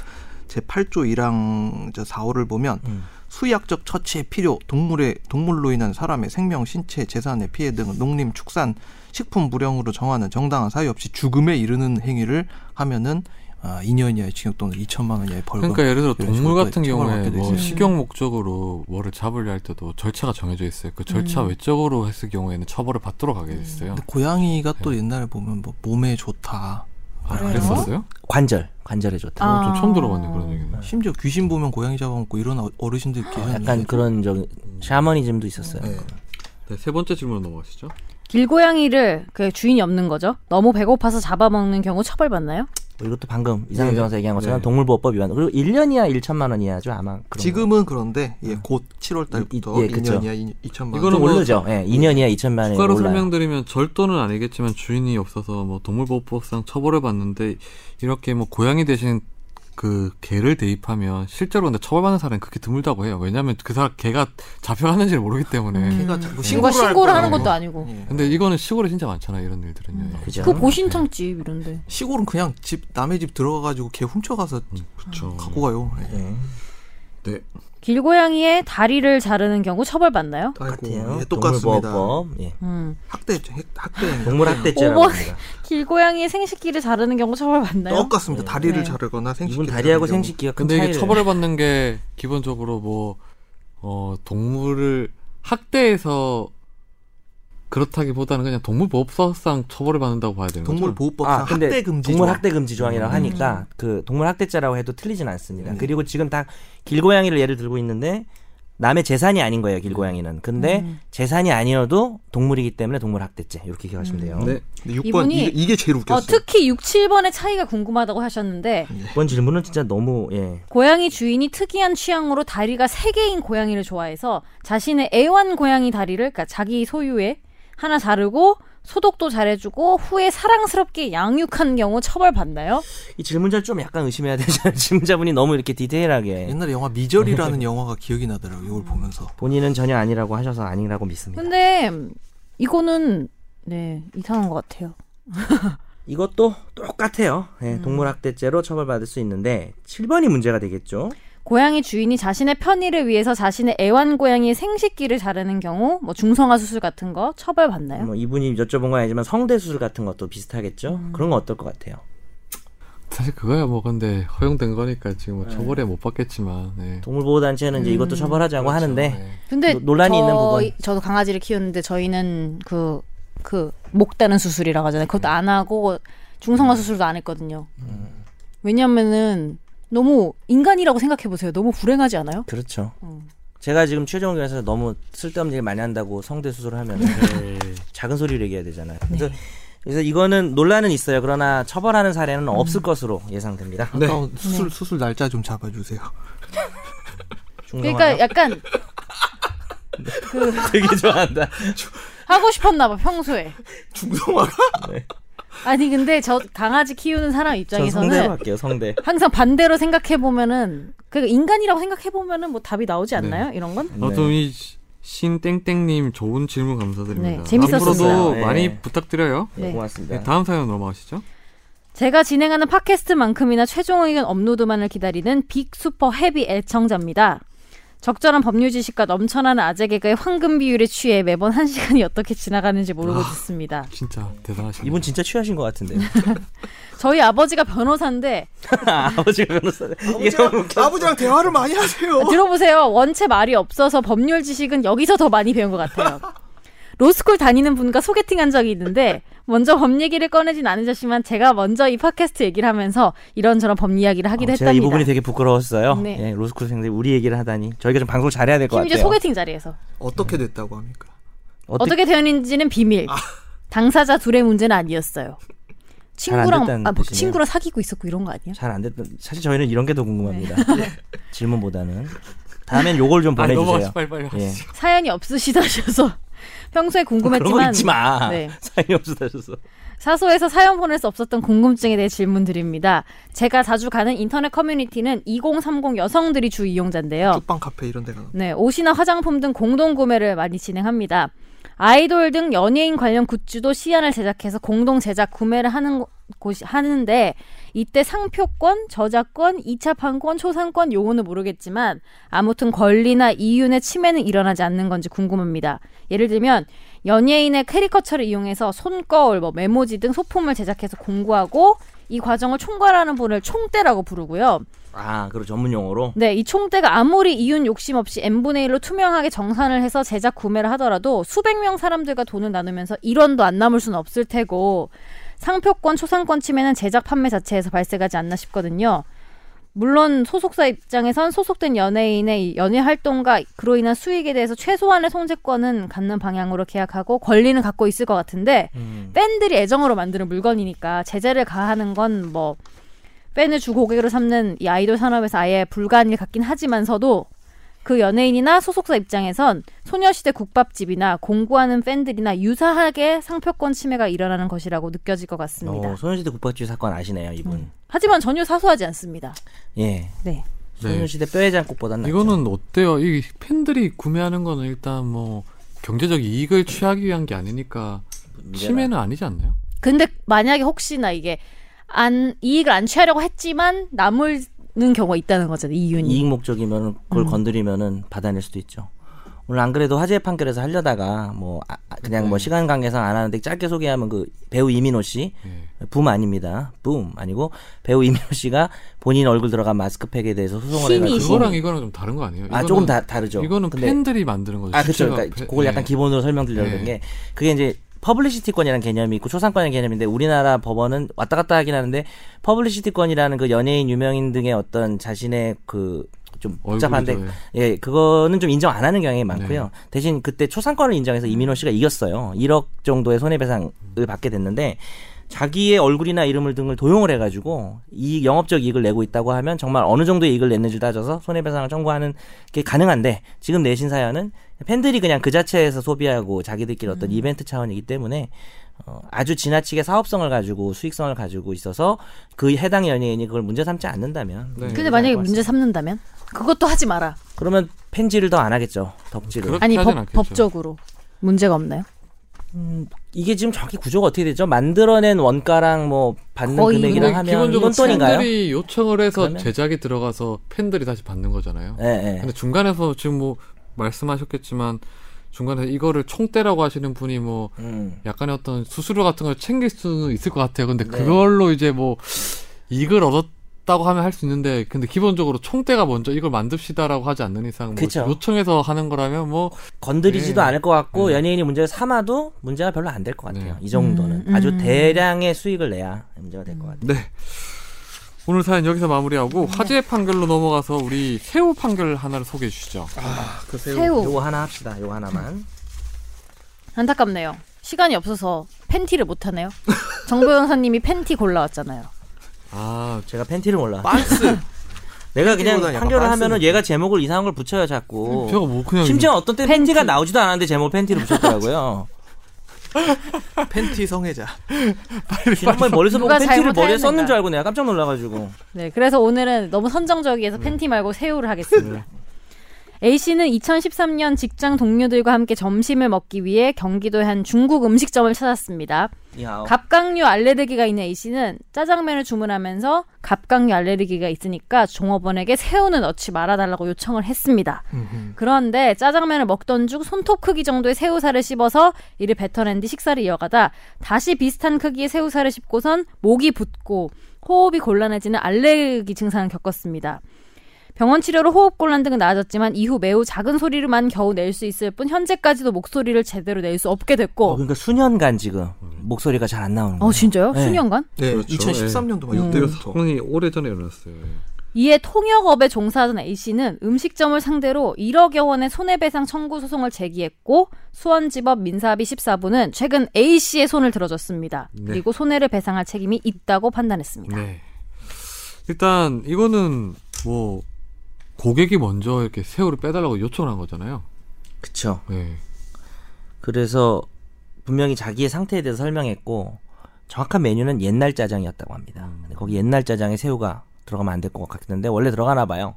Speaker 4: 제 8조 1항 저 4호를 보면
Speaker 1: 음.
Speaker 4: 수의학적 처치의 필요, 동물의 동물로 인한 사람의 생명, 신체, 재산의 피해 등 농림, 축산, 식품 불량으로 정하는 정당한 사유 없이 죽음에 이르는 행위를 하면은 아, 2년 이하의 징역 또는 2천만 원 이하의 벌금.
Speaker 1: 그러니까 예를 들어
Speaker 4: 이런
Speaker 1: 동물
Speaker 4: 식으로
Speaker 1: 같은 경우에
Speaker 4: 처벌받게
Speaker 1: 뭐
Speaker 4: 되죠.
Speaker 1: 식용 목적으로 뭐를 잡으려 할 때도 절차가 정해져 있어요. 그 절차
Speaker 4: 음.
Speaker 1: 외적으로 했을 경우에는 처벌을 받도록 하게 돼 있어요.
Speaker 4: 근데 고양이가 또 옛날에 보면 뭐 몸에 좋다.
Speaker 1: 아,
Speaker 4: 그래요?
Speaker 1: 그랬었어요?
Speaker 3: 관절 관절에 좋다.
Speaker 2: 아.
Speaker 1: 좀 처음 들어봤네 그런 얘기는.
Speaker 4: 심지어 귀신 보면 고양이 잡아먹고 이런 어- 어르신들 계셨는데
Speaker 3: 약간 그런 저 샤머니즘도 있었어요.
Speaker 1: 네, 세 번째 질문 넘어가시죠.
Speaker 2: 길고양이를 그 주인이 없는 거죠. 너무 배고파서 잡아먹는 경우 처벌받나요?
Speaker 3: 뭐 이것도 방금 이상현
Speaker 4: 네.
Speaker 3: 변호사 얘기한 것처럼
Speaker 4: 네.
Speaker 3: 동물보호법 위반. 그리고 1년 이하 1천만 원 이하죠 아마. 그런
Speaker 4: 지금은 그런데 예, 곧 7월
Speaker 3: 이-
Speaker 4: 달부터
Speaker 3: 이- 예,
Speaker 4: 이,
Speaker 3: 그쵸.
Speaker 4: 2년 이하 2천만 원.
Speaker 3: 거.
Speaker 1: 이거는
Speaker 3: 좀
Speaker 1: 뭐
Speaker 3: 오르죠. 예, 2년 이하 2천만 원이
Speaker 1: 추가로
Speaker 3: 올라요.
Speaker 1: 설명드리면 절도는 아니겠지만 주인이 없어서 뭐 동물보호법상 처벌을 받는데 이렇게 뭐 고양이 대신 그 개를 대입하면 실제로 근데 처벌받는 사람이 그렇게 드물다고 해요. 왜냐하면 그 사람 개가 잡혀갔는지를 모르기 때문에.
Speaker 4: 걔가
Speaker 3: 뭐
Speaker 4: 자꾸
Speaker 2: 누가 뭐
Speaker 4: 신고를,
Speaker 2: 신고를 하는
Speaker 4: 거라고.
Speaker 2: 것도 아니고.
Speaker 4: 예.
Speaker 1: 근데 이거는 시골에 진짜 많잖아 이런 일들은요. 예.
Speaker 3: 음, 그죠.
Speaker 2: 그 고신청집 이런데.
Speaker 4: 시골은 그냥 집 남의 집 들어가가지고 걔 훔쳐가서
Speaker 3: 음,
Speaker 1: 그렇죠.
Speaker 4: 갖고 가요. 예.
Speaker 3: 예.
Speaker 1: 네.
Speaker 2: 길고양이의 다리를 자르는 경우 처벌받나요?
Speaker 3: 똑같아요.
Speaker 4: 예, 똑같습니다.
Speaker 3: 동물보호법. 예.
Speaker 2: 음.
Speaker 4: 학대 핵- 학대
Speaker 3: 동물 학대죄라고
Speaker 2: 오버-
Speaker 3: 합니다.
Speaker 2: 길고양이의 생식기를 자르는 경우 처벌받나요?
Speaker 4: 똑같습니다. 다리를
Speaker 2: 네.
Speaker 4: 자르거나 생식
Speaker 3: 이분 다리하고 생식기가 큰
Speaker 1: 근데 이게
Speaker 3: 차이를-
Speaker 1: 처벌을 받는 게 기본적으로 뭐, 어, 동물을 학대해서 그렇다기보다는 그냥 동물보호법상 처벌을 받는다고 봐야 되는
Speaker 4: 동물
Speaker 1: 거죠.
Speaker 4: 보호법상
Speaker 3: 아, 근데
Speaker 4: 학대 금지
Speaker 3: 동물
Speaker 4: 조항. 음.
Speaker 3: 학대 금지 조항이라고 하니까 그 동물 학대죄라고 해도 틀리진 않습니다. 그리고 지금 다 길고양이를 예를 들고 있는데 남의 재산이 아닌 거예요, 길고양이는. 근데
Speaker 4: 음.
Speaker 3: 재산이 아니어도 동물이기 때문에 동물 학대죄. 이렇게
Speaker 4: 음.
Speaker 3: 기억하시면 돼요.
Speaker 1: 네.
Speaker 4: 근데 6번
Speaker 2: 이분이-
Speaker 4: 이게, 이게 제일
Speaker 2: 어,
Speaker 4: 웃겼어요. 음.
Speaker 2: 특히 6, 7번의 차이가 궁금하다고 하셨는데
Speaker 3: 이번 질문은 진짜 너무 예.
Speaker 2: 고양이 주인이 특이한 취향으로 다리가 세 개인 고양이를 좋아해서 자신의 애완 고양이 다리를 그러니까 자기 소유의 하나 자르고 소독도 잘해주고 후에 사랑스럽게 양육한 경우 처벌받나요?
Speaker 3: 이 질문자 좀 약간 의심해야 되잖아요. 질문자분이 너무 이렇게 디테일하게
Speaker 4: 옛날에 영화 미절이라는 영화가 기억이 나더라고요. 이걸 보면서.
Speaker 3: 본인은 전혀 아니라고 하셔서 아니라고 믿습니다.
Speaker 2: 근데 이거는 네 이상한 것 같아요.
Speaker 3: 이것도 똑같아요. 예,
Speaker 4: 음.
Speaker 3: 동물 학대죄로 처벌받을 수 있는데 7번이 문제가 되겠죠.
Speaker 2: 고양이 주인이 자신의 편의를 위해서 자신의 애완 고양이의 생식기를 자르는 경우 뭐 중성화 수술 같은 거 처벌받나요?
Speaker 3: 뭐 이분이 여쭤본 건 아니지만 성대 수술 같은 것도 비슷하겠죠. 그런 건 어떨 것 같아요.
Speaker 1: 사실 그거야 뭐 근데 허용된 거니까 지금 뭐 처벌에 못 받겠지만. 네.
Speaker 3: 동물보호단체는 이제 이것도 처벌하자고 하는데
Speaker 1: 네.
Speaker 2: 근데
Speaker 3: 노- 그 논란이
Speaker 2: 저희-
Speaker 3: 있는 부분.
Speaker 2: 저도 강아지를 키우는데 저희는 그, 그, 목다는 수술이라고 하잖아요. 그것도 안 하고 중성화 수술도 안 했거든요.
Speaker 3: 음.
Speaker 2: 왜냐면은 너무 인간이라고 생각해보세요. 너무 불행하지 않아요?
Speaker 3: 그렇죠. 제가 지금 최종 의견에서 너무 쓸데없는 얘기 많이 한다고 성대 수술을 하면 작은 소리로 얘기해야 되잖아요. 그래서, 그래서 이거는 논란은 있어요. 그러나 처벌하는 사례는 없을 것으로 예상됩니다.
Speaker 4: 아까 수술 수술 날짜 좀 잡아주세요.
Speaker 3: 중성화.
Speaker 2: 그러니까 약간
Speaker 3: 되게 좋아한다.
Speaker 2: 하고 싶었나봐, 평소에.
Speaker 4: 중성화가
Speaker 2: 아니, 근데 저 강아지 키우는 사람
Speaker 3: 전 성대로
Speaker 2: 입장에서는
Speaker 3: 할게요. 성대.
Speaker 2: 항상 반대로 생각해보면은 그러니까 인간이라고 생각해보면은 뭐 답이 나오지 않나요? 이런 건?
Speaker 1: 아무튼 이 시- 신땡땡님 좋은 질문 감사드립니다.
Speaker 2: 네, 재밌었습니다.
Speaker 1: 앞으로도
Speaker 3: 네.
Speaker 1: 많이 부탁드려요.
Speaker 3: 네,
Speaker 2: 네.
Speaker 1: 네,
Speaker 3: 고맙습니다.
Speaker 1: 다음 사연 넘어가시죠.
Speaker 2: 제가 진행하는 팟캐스트만큼이나 최종 의견 업로드만을 기다리는 빅슈퍼 헤비 애청자입니다. 적절한 법률 지식과 넘쳐나는 아재 개그의 황금 비율에 취해 매번 한 시간이 어떻게 지나가는지 모르고 듣습니다.
Speaker 1: 진짜 대단하시네요.
Speaker 3: 이분 진짜 취하신 것 같은데요.
Speaker 2: 저희 아버지가 변호사인데
Speaker 3: 아버지가 변호사. 이게 너무
Speaker 4: 아버지랑, 아버지랑 대화를 많이 하세요.
Speaker 2: 아, 들어보세요. 원체 말이 없어서 법률 지식은 여기서 더 많이 배운 것 같아요. 로스쿨 다니는 분과 소개팅한 적이 있는데 먼저 법 얘기를 꺼내진 않으셨지만 제가 먼저 이 팟캐스트 얘기를 하면서 이런저런 법 이야기를 하기도
Speaker 3: 어, 제가
Speaker 2: 했답니다.
Speaker 3: 이 부분이 되게 부끄러웠어요.
Speaker 2: 네.
Speaker 3: 예, 로스쿨 생생 우리 얘기를 하다니 저희가 좀 방송 잘해야 될 것 같아요.
Speaker 2: 심지어 소개팅 자리에서.
Speaker 4: 어떻게 됐다고 합니까?
Speaker 3: 어떻게 아.
Speaker 2: 어떻게 되었는지는 비밀. 당사자 둘의 문제는 아니었어요.
Speaker 3: 잘안
Speaker 2: 친구랑
Speaker 3: 됐다는
Speaker 2: 아, 뭐
Speaker 3: 뜻이네요.
Speaker 2: 친구랑 사귀고 있었고 이런 거 아니야?
Speaker 3: 잘안 됐던 사실 저희는 이런 게 더 궁금합니다.
Speaker 2: 네.
Speaker 3: 네. 질문보다는 다음엔 요걸 좀
Speaker 1: 아,
Speaker 3: 보내주세요.
Speaker 1: 넘어가시 빨리 빨리
Speaker 3: 예.
Speaker 1: 하시죠.
Speaker 2: 사연이 없으시다셔서 평소에
Speaker 3: 아, 그런 거
Speaker 2: 궁금했지만
Speaker 3: 잊지 마.
Speaker 2: 네.
Speaker 3: 사연이 다셨어.
Speaker 2: 사소해서 사연 보낼 수 없었던 궁금증에 대해 질문 드립니다. 제가 자주 가는 인터넷 커뮤니티는 2030 여성들이 주 이용자인데요.
Speaker 4: 쭉방 카페 이런 데가
Speaker 2: 네, 옷이나 화장품 등 공동 구매를 많이 진행합니다. 아이돌 등 연예인 관련 굿즈도 시안을 제작해서 공동 제작 구매를 하는 곳- 곳이 하는데 이때 상표권, 저작권, 2차 판권, 초상권 용어는 모르겠지만 아무튼 권리나 이윤의 침해는 일어나지 않는 건지 궁금합니다. 예를 들면 연예인의 캐리커처를 이용해서 손거울, 뭐 메모지 등 소품을 제작해서 공구하고 이 과정을 총괄하는 분을 총대라고 부르고요.
Speaker 3: 아, 그리고 전문 용어로.
Speaker 2: 네, 이 총대가 아무리 이윤 욕심 없이 n분의 1로 투명하게 정산을 해서 제작 구매를 하더라도 수백 명 사람들과 돈을 나누면서 1원도 안 남을 수는 없을 테고 상표권, 초상권 침해는 제작 판매 자체에서 발생하지 않나 싶거든요. 물론 소속사 입장에선 소속된 연예인의 이 연예 활동과 그로 인한 수익에 대해서 최소한의 손재권은 갖는 방향으로 계약하고 권리는 갖고 있을 것 같은데
Speaker 3: 음.
Speaker 2: 팬들이 애정으로 만드는 물건이니까 제재를 가하는 건 뭐 팬을 주 고객으로 삼는 이 아이돌 산업에서 아예 불가한 일 같긴 하지만서도 그 연예인이나 소속사 입장에선 소녀시대 국밥집이나 공구하는 팬들이나 유사하게 상표권 침해가 일어나는 것이라고 느껴질 것 같습니다. 음.
Speaker 3: 어, 소녀시대 국밥집 사건 아시네요, 이분.
Speaker 2: 하지만 전혀 사소하지 않습니다.
Speaker 3: 예.
Speaker 2: 네.
Speaker 1: 네.
Speaker 3: 소녀시대 뼈해장국보단 낫죠.
Speaker 1: 이거는 어때요? 이 팬들이 구매하는 거는 일단 뭐 경제적 이익을 취하기 위한 게 아니니까 침해는 아니지 않나요?
Speaker 2: 근데 만약에 혹시나 이게 안 이익을 안 취하려고 했지만 남을는 경우가 있다는
Speaker 1: 음.
Speaker 2: 거잖아요. 이윤이.
Speaker 3: 이익 목적이면 그걸 건드리면은 받아낼 수도 있죠. 오늘 안 그래도 화재 판결에서 하려다가 뭐 아, 아, 그냥
Speaker 1: 네.
Speaker 3: 뭐 시간 관계상 안 하는데 짧게 소개하면 그 배우 이민호 씨
Speaker 1: 예.
Speaker 3: 붐 아닙니다. 붐 아니고 배우 이민호 씨가 본인 얼굴 들어간 마스크팩에 대해서 소송을
Speaker 2: 신이
Speaker 3: 해가지고
Speaker 1: 그거랑 이거랑 좀 다른 거 아니에요?
Speaker 3: 그렇죠. 아
Speaker 1: 이거는-
Speaker 3: 조금 다 다르죠.
Speaker 1: 이거는
Speaker 3: 근데-
Speaker 1: 팬들이 만드는 거죠.
Speaker 3: 아 그렇죠.
Speaker 1: 실제로
Speaker 3: 그러니까
Speaker 1: 팬-
Speaker 3: 그걸 약간
Speaker 1: 예.
Speaker 3: 기본으로 설명드리려는
Speaker 1: 예.
Speaker 3: 게 그게 이제 퍼블리시티권이라는 개념이 있고 초상권이라는 개념인데 우리나라 법원은 왔다 갔다 하긴 하는데 퍼블리시티권이라는 그 연예인 유명인 등의 어떤 자신의 그 좀 복잡한데
Speaker 1: 얼굴이죠,
Speaker 3: 예 그거는 좀 인정 안 하는 경향이 많고요 대신 그때 초상권을 인정해서 이민호 씨가 이겼어요 1억 정도의 손해배상을 받게 됐는데 자기의 얼굴이나 이름을 등을 도용을 해가지고 이 영업적 이익을 내고 있다고 하면 정말 어느 정도의 이익을 냈는지 따져서 손해배상을 청구하는 게 가능한데 지금 내신 사연은 팬들이 그냥 그 자체에서 소비하고 자기들끼리 어떤 이벤트 차원이기 때문에 어, 아주 지나치게 사업성을 가지고 수익성을 가지고 있어서 그 해당 연예인이 그걸 문제 삼지 않는다면
Speaker 1: 네.
Speaker 2: 근데 만약에
Speaker 3: 괜찮을 것
Speaker 2: 문제 삼는다면 그것도 하지 마라.
Speaker 3: 같습니다. 그러면 팬질을 더 안 하겠죠 덕질을
Speaker 1: 그렇게
Speaker 2: 아니
Speaker 1: 하진
Speaker 2: 법,
Speaker 1: 않겠죠.
Speaker 2: 법적으로 문제가 없나요?
Speaker 3: 이게 지금 정확히 구조가 어떻게 되죠 만들어낸 원가랑 뭐 받는
Speaker 2: 거의 뭐
Speaker 3: 금액이랑
Speaker 1: 근데
Speaker 3: 하면
Speaker 1: 기본적으로
Speaker 3: 이건 돈인가요?
Speaker 1: 팬들이 요청을 해서
Speaker 3: 그러면?
Speaker 1: 제작이 들어가서 팬들이 다시 받는 거잖아요.
Speaker 3: 예, 예.
Speaker 1: 근데 중간에서 지금 뭐 말씀하셨겠지만 중간에 이거를 총대라고 하시는 분이 뭐
Speaker 3: 음.
Speaker 1: 약간의 어떤 수수료 같은 걸 챙길 수는 있을 것 같아요.
Speaker 3: 네.
Speaker 1: 근데 그걸로 이제 뭐 이익을 얻었다고 하면 할 수 있는데 근데 기본적으로 총대가 먼저 이걸 만듭시다라고 하지 않는 이상 뭐
Speaker 3: 그쵸.
Speaker 1: 요청해서 하는 거라면 뭐
Speaker 3: 건드리지도
Speaker 1: 예.
Speaker 3: 않을 것 같고
Speaker 1: 음.
Speaker 3: 연예인이 문제를 삼아도 문제가 별로 안 될 것 같아요.
Speaker 1: 네.
Speaker 3: 이 정도는
Speaker 2: 음,
Speaker 3: 아주
Speaker 2: 음.
Speaker 3: 대량의 수익을 내야 문제가 될 것 같아요.
Speaker 1: 네. 오늘 사연 여기서 마무리하고
Speaker 3: 네.
Speaker 1: 화재 판결로 넘어가서 우리 새우 판결 하나를 소개해 주시죠.
Speaker 4: 아그
Speaker 2: 새우
Speaker 3: 요거 하나 합시다. 요거 하나만.
Speaker 2: 안타깝네요. 시간이 없어서 팬티를 못 하네요. 정보영 사님이 팬티 골라왔잖아요.
Speaker 1: 아,
Speaker 3: 제가 팬티를 몰라.
Speaker 4: 빤스
Speaker 3: 내가 그냥
Speaker 4: 팬티보다는 약간
Speaker 3: 판결을 하면은
Speaker 4: 빤스.
Speaker 3: 얘가 제목을 이상한 걸 붙여요 자꾸.
Speaker 1: 제가 뭐 그냥
Speaker 3: 심지어 어떤 때
Speaker 2: 팬티.
Speaker 3: 팬티가 나오지도 않았는데 제목 팬티를 붙였더라고요.
Speaker 4: 팬티 성애자
Speaker 3: 정말 머리서 보고
Speaker 2: 누가
Speaker 3: 팬티를
Speaker 2: 잘못했는가.
Speaker 3: 머리에 썼는 줄 알고 내가 깜짝 놀라가지고.
Speaker 2: 네, 그래서 오늘은 너무 선정적이어서
Speaker 1: 네.
Speaker 2: 팬티 말고 새우를 하겠습니다. A 씨는 2013년 직장 동료들과 함께 점심을 먹기 위해 경기도의 한 중국 음식점을 찾았습니다.
Speaker 3: 야,
Speaker 2: 갑각류 알레르기가 있는 A 씨는 짜장면을 주문하면서 갑각류 알레르기가 있으니까 종업원에게 새우는 넣지 말아달라고 요청을 했습니다. 그런데 짜장면을 먹던 중 손톱 크기 정도의 새우살을 씹어서 이를 뱉어낸 뒤 식사를 이어가다 다시 비슷한 크기의 새우살을 씹고선 목이 붓고 호흡이 곤란해지는 알레르기 증상을 겪었습니다. 병원 치료로 호흡곤란 등은 나아졌지만 이후 매우 작은 소리로만 겨우 낼 수 있을 뿐 현재까지도 목소리를 제대로 낼 수 없게
Speaker 3: 어,
Speaker 2: 됐고
Speaker 3: 그러니까 수년간 지금 목소리가 잘 안 나오는 거예요.
Speaker 2: 어 진짜요?
Speaker 3: 네.
Speaker 2: 수년간?
Speaker 4: 네
Speaker 1: 그렇죠. 음.
Speaker 4: 2013년도 막
Speaker 1: 그때
Speaker 3: 음.
Speaker 4: 이때부터
Speaker 1: 사건이 오래전에 일어났어요. 예.
Speaker 2: 이에 통역업에 종사하던 A씨는 음식점을 상대로 1억여 원의 손해배상 청구 소송을 제기했고 수원지법 민사합의 14부는 최근 A씨의 손을 들어줬습니다.
Speaker 1: 네.
Speaker 2: 그리고 손해를 배상할 책임이 있다고 판단했습니다.
Speaker 1: 네. 일단 이거는 뭐 고객이 먼저 이렇게 새우를 빼달라고 요청을 한 거잖아요.
Speaker 3: 그쵸.
Speaker 1: 예.
Speaker 3: 그래서 분명히 자기의 상태에 대해서 설명했고 정확한 메뉴는 옛날 짜장이었다고 합니다. 근데 거기 옛날 짜장에 새우가 들어가면 안 될 것 같았는데 원래 들어가나 봐요.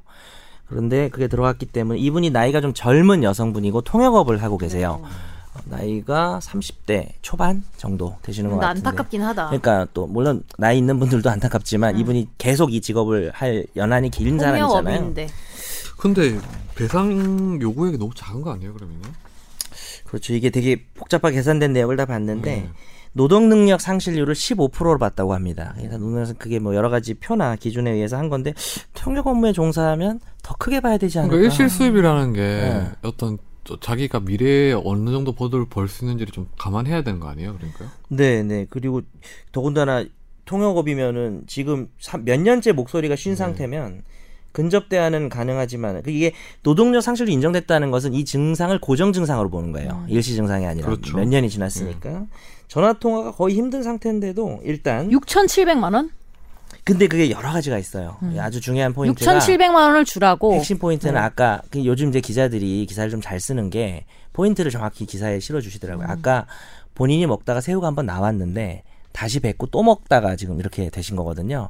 Speaker 3: 그런데 그게 들어갔기 때문에 이분이 나이가 좀 젊은 여성분이고 통역업을 하고 계세요.
Speaker 2: 네.
Speaker 3: 어, 나이가 30대 초반 정도 되시는 것
Speaker 2: 근데
Speaker 3: 같은데.
Speaker 2: 안타깝긴 하다. 네.
Speaker 3: 그러니까 또 물론 나이 있는 분들도 안타깝지만 이분이 계속 이 직업을 할 연한이 긴 사람이잖아요.
Speaker 2: 통역업인데.
Speaker 1: 근데 배상 요구액이 너무 작은 거 아니에요, 그러면요?
Speaker 3: 그렇죠. 이게 되게 복잡하게 계산된 내역을 다 봤는데
Speaker 1: 음.
Speaker 3: 노동 능력 상실률을 15%로 봤다고 합니다. 그래서 노동에서 그게 뭐 여러 가지 표나 기준에 의해서 한 건데 통역 업무에 종사하면 더 크게 봐야 되지 않을까?
Speaker 1: 그러니까 일실 수입이라는 게
Speaker 3: 네.
Speaker 1: 어떤 저- 자기가 미래에 어느 정도 버드를 벌 수 있는지를 좀 감안해야 되는 거 아니에요, 그러니까요?
Speaker 3: 네, 네. 그리고 더군다나 통역업이면은 지금 삼- 몇 년째 목소리가
Speaker 1: 네.
Speaker 3: 쉰 상태면 근접 대안은 가능하지만 그 이게 노동력 상실로 인정됐다는 것은 이 증상을 고정 증상으로 보는 거예요. 일시 증상이
Speaker 1: 음.
Speaker 3: 아니라
Speaker 1: 그렇죠. 음.
Speaker 3: 몇 년이 지났으니까 전화 통화가 거의 힘든 상태인데도 일단
Speaker 2: 6,700만 원?
Speaker 3: 근데 그게 여러 가지가 있어요. 예, 아주 중요한 포인트가
Speaker 2: 6,700만 원을 주라고.
Speaker 3: 핵심 포인트는 아까 그 요즘 이제 기자들이 기사를 좀 잘 쓰는 게 포인트를 정확히 기사에 실어 주시더라고요. 아까 본인이 먹다가 새우가 한번 나왔는데 다시 뱉고 또 먹다가 지금 이렇게 되신 거거든요.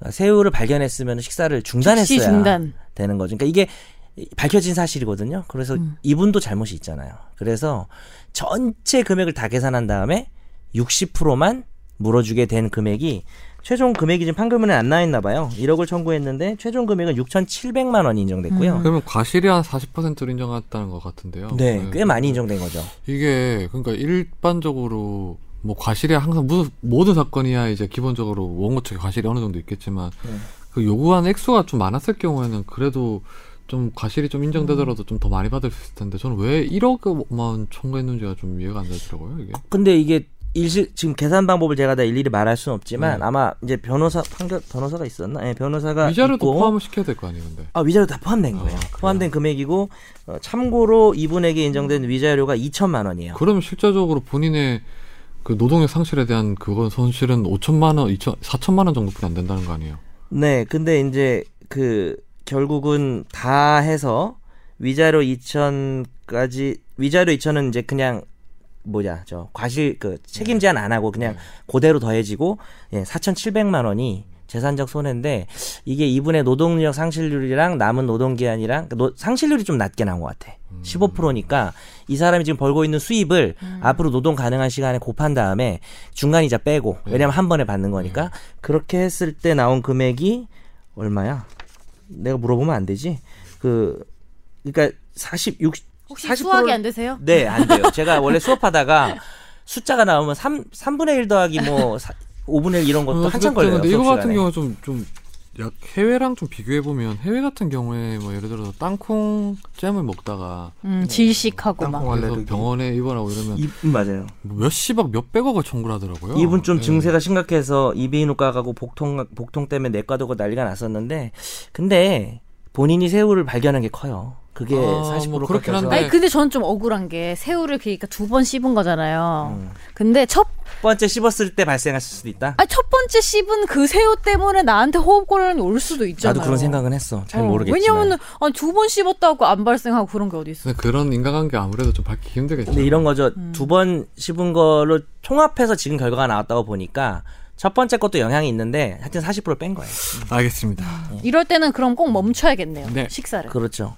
Speaker 3: 그러니까 새우를 발견했으면 식사를
Speaker 2: 즉시
Speaker 3: 중단했어야
Speaker 2: 중단.
Speaker 3: 되는 거죠. 그러니까 이게 밝혀진 사실이거든요. 그래서 이분도 잘못이 있잖아요. 그래서 전체 금액을 다 계산한 다음에 60%만 물어주게 된 금액이 최종 금액이 지금 판결문에 안 나와 있나 봐요. 1억을 청구했는데 최종 금액은 6,700만 원이 인정됐고요.
Speaker 1: 그러면 과실이 한 40%를 인정했다는 것 같은데요.
Speaker 3: 네, 꽤 많이 인정된 거죠.
Speaker 1: 이게 그러니까 일반적으로 뭐 과실이 항상 무슨 모든 사건이야 이제 기본적으로 원고 측에 과실이 어느 정도 있겠지만
Speaker 3: 네.
Speaker 1: 그 요구한 액수가 좀 많았을 경우에는 그래도 좀 과실이 좀 인정되더라도 좀 더 많이 받을 수 있을 텐데 저는 왜 1억만 청구했는지가 좀 이해가 안 되더라고요 이게.
Speaker 3: 근데 이게 일시 지금 계산 방법을 제가 다 일일이 말할 수는 없지만 아마 이제 변호사 판결 변호사가 있었나? 예, 변호사가
Speaker 1: 네. 위자료도
Speaker 3: 있고
Speaker 1: 포함을 시켜야 될 거 아니에요, 근데.
Speaker 3: 아 위자료 다 포함된 거예요. 포함된 금액이고 어, 참고로 이분에게 인정된 위자료가 2천만 원이에요.
Speaker 1: 그럼 실제적으로 본인의 그 노동력 상실에 대한 그건 손실은 5천만 원, 2천, 4천만 원 정도뿐이 안 된다는 거 아니에요?
Speaker 3: 네, 근데 이제 그 결국은 다 해서 위자료 2천까지 위자료 2천은 이제 그냥 뭐냐 저 과실
Speaker 2: 네.
Speaker 3: 그 책임 제한 안 하고 그냥 그대로 더해지고 예, 4,700만 원이 재산적 손해인데 이게 이분의 노동력 상실률이랑 남은 노동 기한이랑 그러니까 노- 상실률이 좀 낮게 나온 것 같아.
Speaker 2: 음.
Speaker 3: 15%니까 이 사람이 지금 벌고 있는 수입을 앞으로 노동 가능한 시간에 곱한 다음에 중간 이자 빼고
Speaker 2: 네.
Speaker 3: 왜냐면 한 번에 받는 거니까 그렇게 했을 때 나온 금액이 얼마야? 내가 물어보면 안 되지. 그 그러니까 46
Speaker 2: 혹시
Speaker 3: 40%
Speaker 2: 수학이 안 되세요?
Speaker 3: 네, 안 돼요. 제가 원래 수업하다가 숫자가 나오면 3, 삼분의일 더하기 뭐 사, 5분의 1 이런 것도
Speaker 1: 어, 근데
Speaker 3: 한참 걸려요.
Speaker 1: 근데 이거
Speaker 3: 수업
Speaker 1: 같은
Speaker 3: 시간에.
Speaker 1: 경우 좀, 좀, 약 해외랑 좀 비교해보면 해외 같은 경우에 뭐 예를 들어서 땅콩 잼을 먹다가
Speaker 3: 네.
Speaker 2: 음, 질식하고 막.
Speaker 3: 뭐
Speaker 4: 땅콩
Speaker 1: 그래서
Speaker 4: 알레르기.
Speaker 1: 병원에 입원하고 이러면
Speaker 3: 이, 음, 맞아요.
Speaker 1: 뭐 몇십억, 몇백억을 청구를 하더라고요.
Speaker 3: 이분 좀
Speaker 1: 예.
Speaker 3: 증세가 심각해서 이비인후과 가고 복통 복통 때문에 내과도 고 난리가 났었는데 근데 본인이 새우를 발견한 게 커요. 그게
Speaker 1: 아, 뭐
Speaker 3: 40%로
Speaker 1: 그렇긴
Speaker 3: 깎여서
Speaker 1: 한데.
Speaker 2: 아니 근데 저는 좀 억울한 게 새우를 그러니까 두 번 씹은 거잖아요.
Speaker 3: 음.
Speaker 2: 근데 첫
Speaker 3: 첫 번째 씹었을 때 발생했을 수도 있다.
Speaker 2: 아니, 첫 번째 씹은 그 새우 때문에 나한테 호흡곤란이 올 수도 있잖아요.
Speaker 3: 나도 그런 생각은 했어. 잘
Speaker 2: 어,
Speaker 3: 모르겠지만.
Speaker 2: 왜냐면은 아니, 두 번 씹었다고 안 발생하고 그런 게 어디 있어?
Speaker 1: 근데 그런 인간관계 아무래도 좀 밝히기 힘들겠죠.
Speaker 3: 근데 이런 거죠.
Speaker 1: 음.
Speaker 3: 두 번 씹은 거를 통합해서 지금 결과가 나왔다고 보니까 첫 번째 것도 영향이 있는데 하여튼 40%뺀 거예요.
Speaker 1: 알겠습니다.
Speaker 2: 이럴 때는 그럼 꼭 멈춰야겠네요.
Speaker 1: 네.
Speaker 2: 식사를.
Speaker 3: 그렇죠.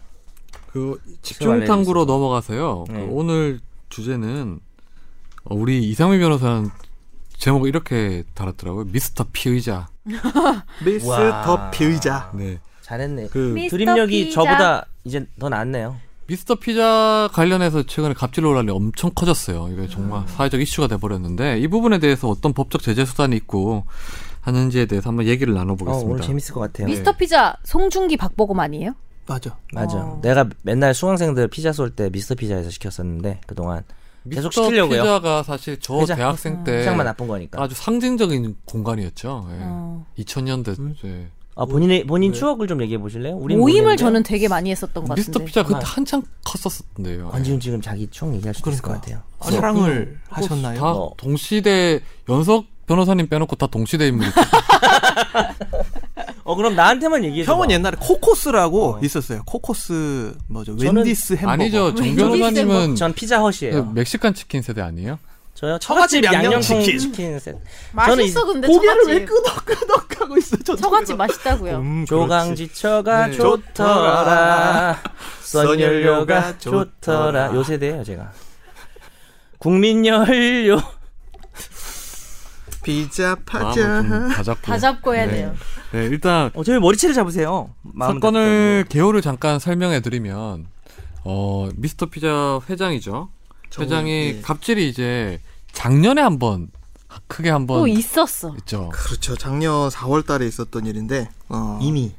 Speaker 1: 그 집중탐구로 넘어가서요.
Speaker 3: 네.
Speaker 1: 그 오늘 주제는 어, 우리 이상민 변호사는 제목을 이렇게 달았더라고요. 미스터 피의자.
Speaker 4: 미스터
Speaker 3: 와.
Speaker 4: 피의자.
Speaker 1: 네.
Speaker 3: 잘했네.
Speaker 1: 그
Speaker 2: 미스터
Speaker 3: 드립력이
Speaker 2: 피자.
Speaker 3: 저보다 이제 더 낫네요.
Speaker 1: 미스터 피자 관련해서 최근에 갑질 논란이 엄청 커졌어요. 이게 정말 사회적 이슈가 돼버렸는데 이 부분에 대해서 어떤 법적 제재 수단이 있고 하는지에 대해서 한번 얘기를
Speaker 3: 어, 오늘
Speaker 1: 나눠보겠습니다.
Speaker 3: 재밌을 것 같아요.
Speaker 2: 미스터 피자 송중기 박보검 아니에요?
Speaker 4: 맞아.
Speaker 3: 맞아.
Speaker 2: 어.
Speaker 3: 내가 맨날 수강생들 피자 쏠 때 미스터 피자에서 시켰었는데 그동안 계속 시키려고요.
Speaker 1: 피자가 사실 저
Speaker 3: 피자.
Speaker 1: 대학생 때
Speaker 3: 시장만 나쁜 거니까.
Speaker 1: 아주 상징적인 공간이었죠. 예.
Speaker 2: 어.
Speaker 1: 2000년대 예. 때.
Speaker 3: 아, 본인의 본인 추억을 좀 얘기해 보실래요? 우린
Speaker 2: 모임을
Speaker 3: 모르겠는데.
Speaker 2: 저는 되게 많이 했었던 것
Speaker 1: 미스터
Speaker 2: 같은데.
Speaker 1: 피자 그때
Speaker 3: 아.
Speaker 1: 한창 컸었는데요. 예.
Speaker 3: 권지훈 지금 자기 추억 얘기할 수 있을
Speaker 1: 그러니까.
Speaker 3: 것 같아요.
Speaker 1: 어.
Speaker 4: 사랑을 하셨나요?
Speaker 1: 다
Speaker 3: 어.
Speaker 1: 동시대 연석 변호사님 빼놓고 다 동시대 인물이죠.
Speaker 3: 어 어 그럼 나한테만 얘기해.
Speaker 1: 어.
Speaker 4: 형은 옛날에 코코스라고
Speaker 3: 어.
Speaker 4: 있었어요. 코코스 뭐죠?
Speaker 3: 저는-
Speaker 4: 웬디스 햄버거.
Speaker 1: 아니죠. 정
Speaker 2: 웬디스
Speaker 1: 변호사님은 그
Speaker 3: 전 피자 헛이에요.
Speaker 1: 멕시칸 치킨 세대 아니에요?
Speaker 3: 저요 처갓집
Speaker 4: 양념
Speaker 3: 양념
Speaker 4: 치킨.
Speaker 3: 치킨 세트.
Speaker 2: 맛있어 근데
Speaker 4: 고개를 왜
Speaker 2: 처갓집.
Speaker 4: 끄덕끄덕 하고 있어? 저
Speaker 2: 처갓집 맛있다고요.
Speaker 4: 음, 그렇지.
Speaker 3: 조강지처가
Speaker 4: 네.
Speaker 3: 좋더라. 선연료가
Speaker 4: 선연료가
Speaker 3: 좋더라.
Speaker 4: 좋더라.
Speaker 3: 요 세대예요, 제가. 국민연료.
Speaker 4: 피자
Speaker 1: 마음을
Speaker 4: 파자.
Speaker 1: 좀 다잡고.
Speaker 2: 다 잡고 해야
Speaker 1: 네.
Speaker 2: 돼요.
Speaker 1: 네, 일단
Speaker 3: 어차피 머리채를 잡으세요. 마음
Speaker 1: 사건을 개요를 잠깐 설명해 드리면 어 미스터 피자 회장이죠. 회장이
Speaker 4: 예.
Speaker 1: 갑질이 이제 작년에 한번 크게
Speaker 2: 또
Speaker 1: 한번
Speaker 2: 있었어.
Speaker 1: 있죠.
Speaker 4: 그렇죠. 작년 4월달에 있었던 일인데 어,
Speaker 3: 이미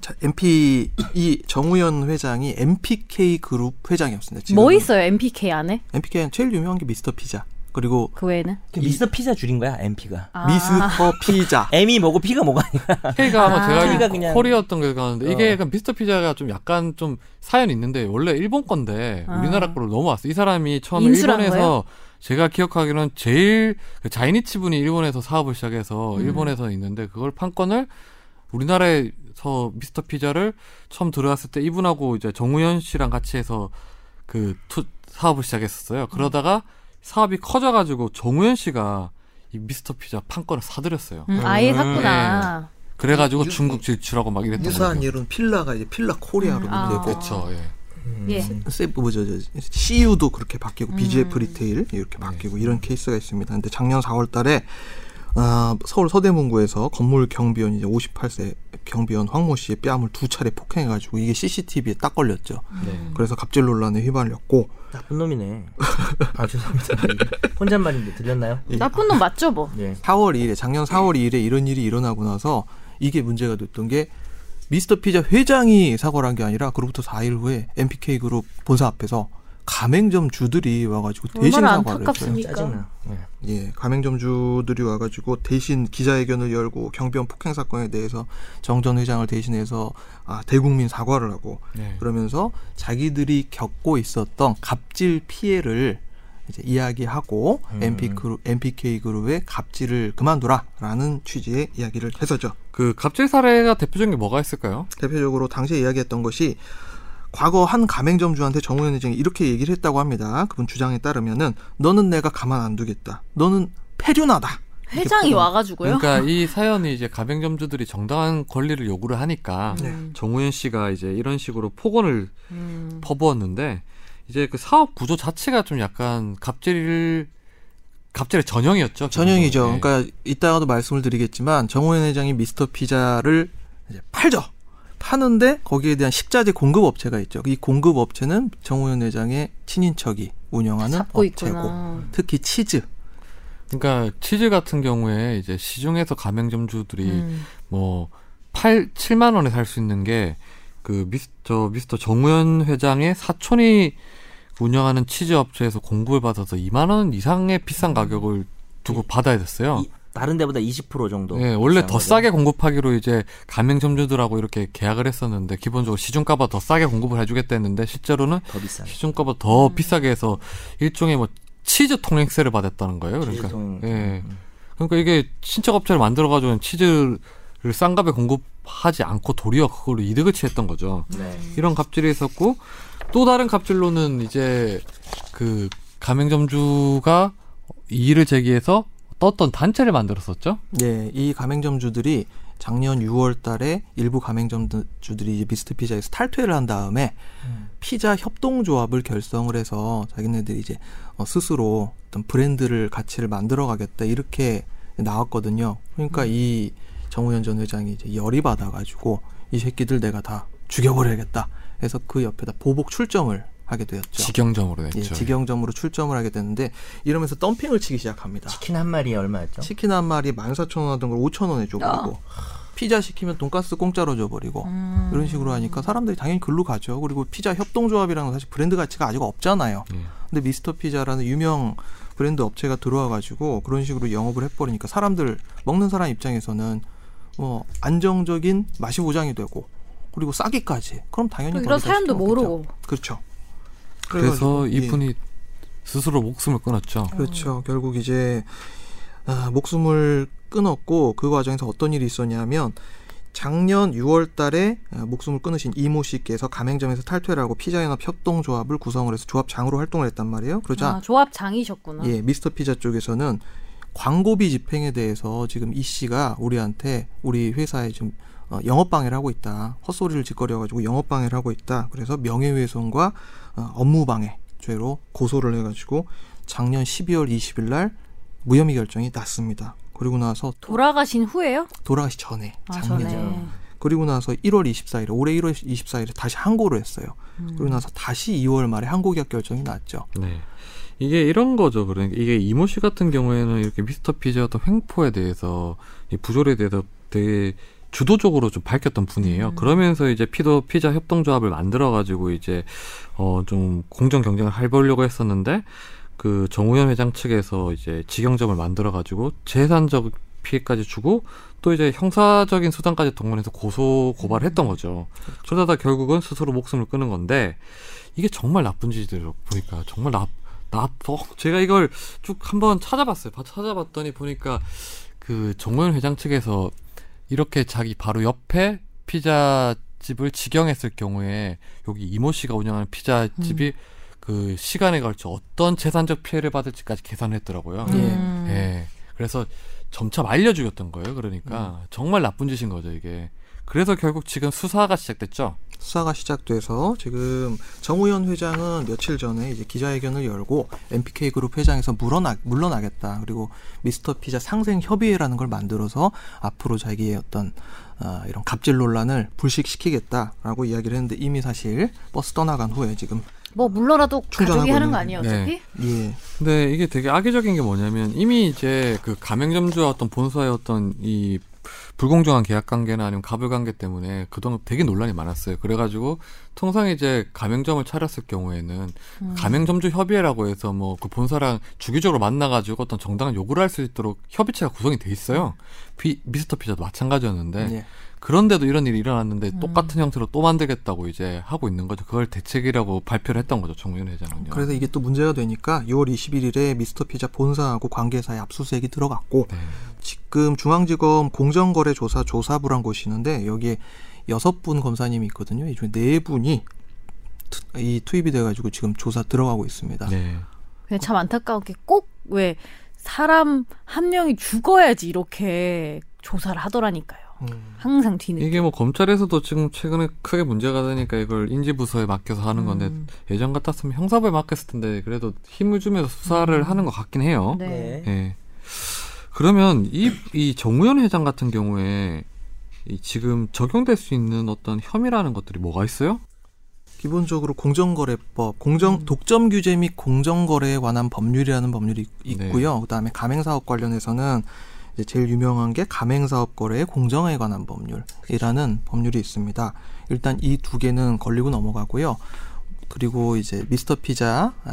Speaker 4: 자, MP 이 정우현 회장이 MPK 그룹 회장이었습니다. 지금은
Speaker 2: 뭐 있어요 MPK 안에?
Speaker 4: MPK는 제일 유명한 게 미스터 피자 그리고
Speaker 2: 그 외에는?
Speaker 3: 그 미스터 피자 줄인 거야, MP가.
Speaker 2: 아.
Speaker 4: 미스터 피자.
Speaker 3: M이 뭐고 P가 뭐가 아니야.
Speaker 1: K가 아마 제가
Speaker 2: K가
Speaker 1: 알기로
Speaker 3: 그냥-
Speaker 1: 코리아였던 게 가는데
Speaker 3: 어.
Speaker 1: 이게 약간 미스터 피자가 좀 약간 좀 사연이 있는데 원래 일본 건데
Speaker 2: 아.
Speaker 1: 우리나라 거로 넘어왔어. 이 사람이 처음에
Speaker 2: 인수를 한
Speaker 1: 일본에서 제가 기억하기로는 제일 그 자이니치 분이 일본에서 사업을 시작해서
Speaker 2: 음.
Speaker 1: 일본에서 있는데 그걸 판권을 우리나라에서 미스터 피자를 처음 들어왔을 때 이분하고 이제 정우현 씨랑 같이 해서 그 투- 사업을
Speaker 2: 음.
Speaker 1: 시작했었어요. 그러다가 사업이 커져가지고 정우현 씨가 이 미스터 피자 판권을 사들였어요.
Speaker 2: 음, 아예
Speaker 3: 음,
Speaker 2: 샀구나.
Speaker 1: 그래가지고
Speaker 4: 유-
Speaker 1: 중국 질출하고 막 이랬던
Speaker 4: 유사한
Speaker 1: 거죠.
Speaker 4: 일은 필라가 이제 필라 코리아로
Speaker 2: 음, 아.
Speaker 4: 되고
Speaker 1: 그렇죠. 예.
Speaker 2: 예.
Speaker 4: 세 뭐죠 저, CU도 그렇게 바뀌고
Speaker 2: 음.
Speaker 4: BGF 리테일 이렇게 바뀌고 이런 케이스가 있습니다. 근데 작년 4월달에 아, 서울 서대문구에서 건물 경비원 이제 58세 경비원 황모 씨의 뺨을 두 차례 폭행해가지고 이게 CCTV에 딱 걸렸죠.
Speaker 2: 음. 네.
Speaker 4: 그래서 갑질 논란에 휘말렸고
Speaker 3: 나쁜 놈이네. 아, 죄송합니다. 혼잣말인데 들렸나요?
Speaker 4: 예.
Speaker 2: 나쁜 놈 맞죠 뭐?
Speaker 3: 예.
Speaker 4: 4월 2일에 작년 4월 2일에 이런 일이 일어나고 나서 이게 문제가 됐던 게 미스터 피자 회장이 사과를 한 게 아니라 그로부터 4일 후에 MPK 그룹 본사 앞에서 가맹점 주들이 와가지고 대신
Speaker 2: 얼마나
Speaker 4: 사과를 했어요.
Speaker 2: 안타깝습니까?
Speaker 3: 짜증나. 예.
Speaker 4: 예, 가맹점주들이 와가지고 대신 기자회견을 열고 경비원 폭행 사건에 대해서 정 전 회장을 대신해서 아, 대국민 사과를 하고
Speaker 1: 네.
Speaker 4: 그러면서 자기들이 겪고 있었던 갑질 피해를 이제 이야기하고 MP 그룹, MPK 그룹의 갑질을 그만두라라는 취지의 이야기를 했었죠.
Speaker 1: 그 갑질 사례가 대표적인 게 뭐가 있을까요?
Speaker 4: 대표적으로 당시에 이야기했던 것이 과거 한 가맹점주한테 정우현 회장이 이렇게 얘기를 했다고 합니다. 그분 주장에 따르면은 너는 내가 가만 안 두겠다. 너는 폐륜하다. 이렇게
Speaker 2: 회장이
Speaker 4: 표현을
Speaker 2: 와가지고요.
Speaker 1: 그러니까 이 사연이 이제 가맹점주들이 정당한 권리를 요구를 하니까
Speaker 4: 네.
Speaker 1: 정우현 씨가 이제 이런 식으로 폭언을
Speaker 2: 음.
Speaker 1: 퍼부었는데 이제 그 사업 구조 자체가 좀 약간 갑질 갑질의 전형이었죠.
Speaker 4: 전형이죠.
Speaker 1: 예.
Speaker 4: 그러니까 이따가도 말씀을 드리겠지만 정호연 회장이 미스터 피자를 이제 팔죠. 파는데 거기에 대한 식자재 공급 업체가 있죠. 이 공급 업체는 정호연 회장의 친인척이 운영하는 어,
Speaker 2: 잡고
Speaker 4: 업체고
Speaker 2: 있구나.
Speaker 4: 특히 치즈.
Speaker 1: 그러니까 치즈 같은 경우에 이제 시중에서 가맹점주들이
Speaker 2: 음.
Speaker 1: 뭐 8, 7만 원에 살 수 있는 게 그 미스터 미스터 정우현 회장의 사촌이 운영하는 치즈 업체에서 공급을 받아서 2만 원 이상의 비싼 가격을 두고 받아야 됐어요.
Speaker 3: 음. 이- 다른 데보다 20% 정도.
Speaker 1: 예, 원래
Speaker 3: 비싼
Speaker 1: 더
Speaker 3: 거죠.
Speaker 1: 싸게 공급하기로 이제 가맹점주들하고 이렇게 계약을 했었는데 기본적으로 시중가보다 더 싸게 공급을 해주겠다 했는데 실제로는
Speaker 3: 더 비싼.
Speaker 1: 시중가보다 더
Speaker 4: 음.
Speaker 1: 비싸게 해서 일종의 뭐 치즈 통행세를 받았다는 거예요.
Speaker 3: 치즈
Speaker 1: 그러니까
Speaker 3: 통행.
Speaker 1: 예.
Speaker 4: 음.
Speaker 1: 그러니까 이게 친척 업체를 만들어 가지고 치즈를 싼 값에 공급하지 않고 도리어 그걸로 이득을 취했던 거죠.
Speaker 3: 네.
Speaker 1: 이런 갑질이 있었고 또 다른 갑질로는 이제 그 가맹점주가 이의를 제기해서 떴던 단체를 만들었었죠.
Speaker 4: 네, 이 가맹점주들이 작년 6월달에 일부 가맹점주들이 이제 미스터 피자에서 탈퇴를 한 다음에 피자 협동조합을 결성을 해서 자기네들이 이제 어, 스스로 어떤 브랜드를 가치를 만들어가겠다 이렇게 나왔거든요. 그러니까
Speaker 1: 음.
Speaker 4: 이 정우현 전 회장이 이제 열이 받아가지고 이 새끼들 내가 다 죽여버려야겠다 해서 그 옆에다 보복 출점을 하게 되었죠.
Speaker 1: 직영점으로
Speaker 4: 예,
Speaker 1: 냈죠.
Speaker 4: 직영점으로 출점을 하게 됐는데 이러면서 덤핑을 치기 시작합니다.
Speaker 3: 치킨 한 마리 얼마였죠?
Speaker 4: 치킨 한 마리 14,000원 하던 걸 5,000원에 줘버리고
Speaker 2: 아.
Speaker 4: 피자 시키면 돈가스 공짜로 줘버리고
Speaker 2: 음.
Speaker 4: 이런 식으로 하니까 사람들이 당연히 글로 가죠. 그리고 피자 협동조합이라는 건 사실 브랜드 가치가 아직 없잖아요.
Speaker 1: 예.
Speaker 4: 근데 미스터 피자라는 유명 브랜드 업체가 들어와가지고 그런 식으로 영업을 해버리니까 사람들 먹는 사람 입장에서는 뭐 안정적인 맛이 보장이 되고 그리고 싸기까지 그럼 당연히
Speaker 2: 또 이런
Speaker 4: 거기다
Speaker 2: 사람도
Speaker 4: 시켜 먹겠죠.
Speaker 2: 모르고.
Speaker 4: 그렇죠.
Speaker 1: 그래서
Speaker 4: 그래가지고, 예.
Speaker 1: 이분이 스스로 목숨을 끊었죠.
Speaker 4: 그렇죠. 결국 이제 아, 목숨을 끊었고 그 과정에서 어떤 일이 있었냐면 작년 6월 달에 어, 목숨을 끊으신 이모 씨께서 가맹점에서 탈퇴를 하고 피자연합 협동조합을 구성을 해서 조합장으로 활동을 했단 말이에요. 그러자
Speaker 2: 아, 조합장이셨구나.
Speaker 4: 예, 미스터 피자 쪽에서는 광고비 집행에 대해서 지금 이 씨가 우리한테 우리 회사에 지금 어, 영업 방해를 하고 있다. 헛소리를 짓거려가지고 영업 방해를 하고 있다. 그래서 명예훼손과 어, 업무 방해 죄로 고소를 해가지고 작년 12월 20일 날 무혐의 결정이 났습니다. 그리고 나서
Speaker 2: 돌아가신 후에요?
Speaker 4: 돌아가시 전에
Speaker 2: 아,
Speaker 4: 작년에
Speaker 2: 전에.
Speaker 4: 그리고 나서 1월 24일에 올해 1월 24일에 다시 항고를 했어요. 그리고 나서 다시 2월 말에 항고 기각 결정이 났죠.
Speaker 1: 네. 이게 이런 거죠. 그러니까 이게 이모 씨 같은 경우에는 이렇게 미스터 피지의 어떤 횡포에 대해서 이 부조리에 대해서 되게 주도적으로 좀 밝혔던 분이에요. 그러면서 이제 피도 피자 협동조합을 만들어 가지고 이제 어 좀 공정 경쟁을 해보려고 했었는데 그 정우현 회장 측에서 이제 직영점을 만들어 가지고 재산적 피해까지 주고 또 이제 형사적인 수단까지 동원해서 고소 고발했던 거죠. 음. 그러다 결국은 스스로 목숨을 끊은 건데 이게 정말 나쁜 짓이더라고 보니까 정말 나, 나, 어, 제가 이걸 쭉 한번 찾아봤어요. 바- 찾아봤더니 보니까 그 정호연 회장 측에서 이렇게 자기 바로 옆에 피자 집을 직영했을 경우에 여기 이모 씨가 운영하는 피자 집이 그 시간에 걸쳐 어떤 재산적 피해를 받을지까지 계산했더라고요.
Speaker 4: 예.
Speaker 2: 음.
Speaker 1: 예. 그래서 점차 말려주겠던 거예요. 그러니까 정말 나쁜 짓인 거죠 이게. 그래서 결국 지금 수사가 시작됐죠.
Speaker 4: 수사가 시작돼서 지금 정우현 회장은 며칠 전에 이제 기자회견을 열고 MPK 그룹 회장에서 물러나 물러나겠다 그리고 미스터 피자 상생 협의회라는 걸 만들어서 앞으로 자기의 어떤 아, 이런 갑질 논란을 불식시키겠다라고 이야기를 했는데 이미 사실 버스 떠나간 후에 지금
Speaker 2: 뭐 물러라도
Speaker 4: 충전하고
Speaker 2: 가족이 하는
Speaker 4: 있는-
Speaker 2: 거 아니에요, 어차피?
Speaker 1: 네.
Speaker 4: 예
Speaker 1: 근데 이게 되게 악의적인 게 뭐냐면 이미 이제 그 가맹점주와 어떤 본사의 어떤 이 불공정한 계약 관계나 아니면 갑을 관계 때문에 그동안 되게 논란이 많았어요. 그래가지고 통상 이제 가맹점을 차렸을 경우에는 음. 가맹점주 협의회라고 해서 뭐 그 본사랑 주기적으로 만나가지고 어떤 정당한 요구를 할 수 있도록 협의체가 구성이 돼 있어요. 비, 미스터 피자도 마찬가지였는데
Speaker 4: 예.
Speaker 1: 그런데도 이런 일이 일어났는데 똑같은 형태로 또 만들겠다고 이제 하고 있는 거죠. 그걸 대책이라고 발표를 했던 거죠. 정윤 회장은요.
Speaker 4: 그래서 이게 또 문제가 되니까 6월 21일에 미스터 피자 본사하고 관계사의 압수수색이 들어갔고
Speaker 1: 네.
Speaker 4: 지금 중앙지검 공정거래조사 조사부란 곳이 있는데 여기에 여섯 분 검사님이 있거든요. 이 중에 네 분이 투- 이 투입이 돼가지고 지금 조사 들어가고 있습니다.
Speaker 1: 네.
Speaker 2: 근데 참 안타까운 게 꼭 왜 사람 한 명이 죽어야지 이렇게 조사를 하더라니까요.
Speaker 4: 음.
Speaker 2: 항상 뒤늦게.
Speaker 1: 이게 뭐 검찰에서도 지금 최근에 크게 문제가 되니까 이걸 인지부서에 맡겨서 하는 건데
Speaker 2: 음.
Speaker 1: 예전 같았으면 형사부에 맡겼을 텐데 그래도 힘을 주면서 수사를 하는 것 같긴 해요.
Speaker 2: 네.
Speaker 3: 네.
Speaker 1: 예. 그러면 이, 이 정우현 회장 같은 경우에 이 지금 적용될 수 있는 어떤 혐의라는 것들이 뭐가 있어요?
Speaker 4: 기본적으로 공정거래법, 공정
Speaker 1: 음.
Speaker 4: 독점 규제 및 공정거래에 관한 법률이라는 법률이 있-
Speaker 1: 네.
Speaker 4: 있고요. 그다음에 가맹사업 관련해서는 이제 제일 유명한 게 가맹사업 거래의 공정에 관한
Speaker 1: 그렇죠.
Speaker 4: 법률이라는 법률이 있습니다. 일단 이 두 개는 걸리고 넘어가고요. 그리고 이제 미스터 피자 아,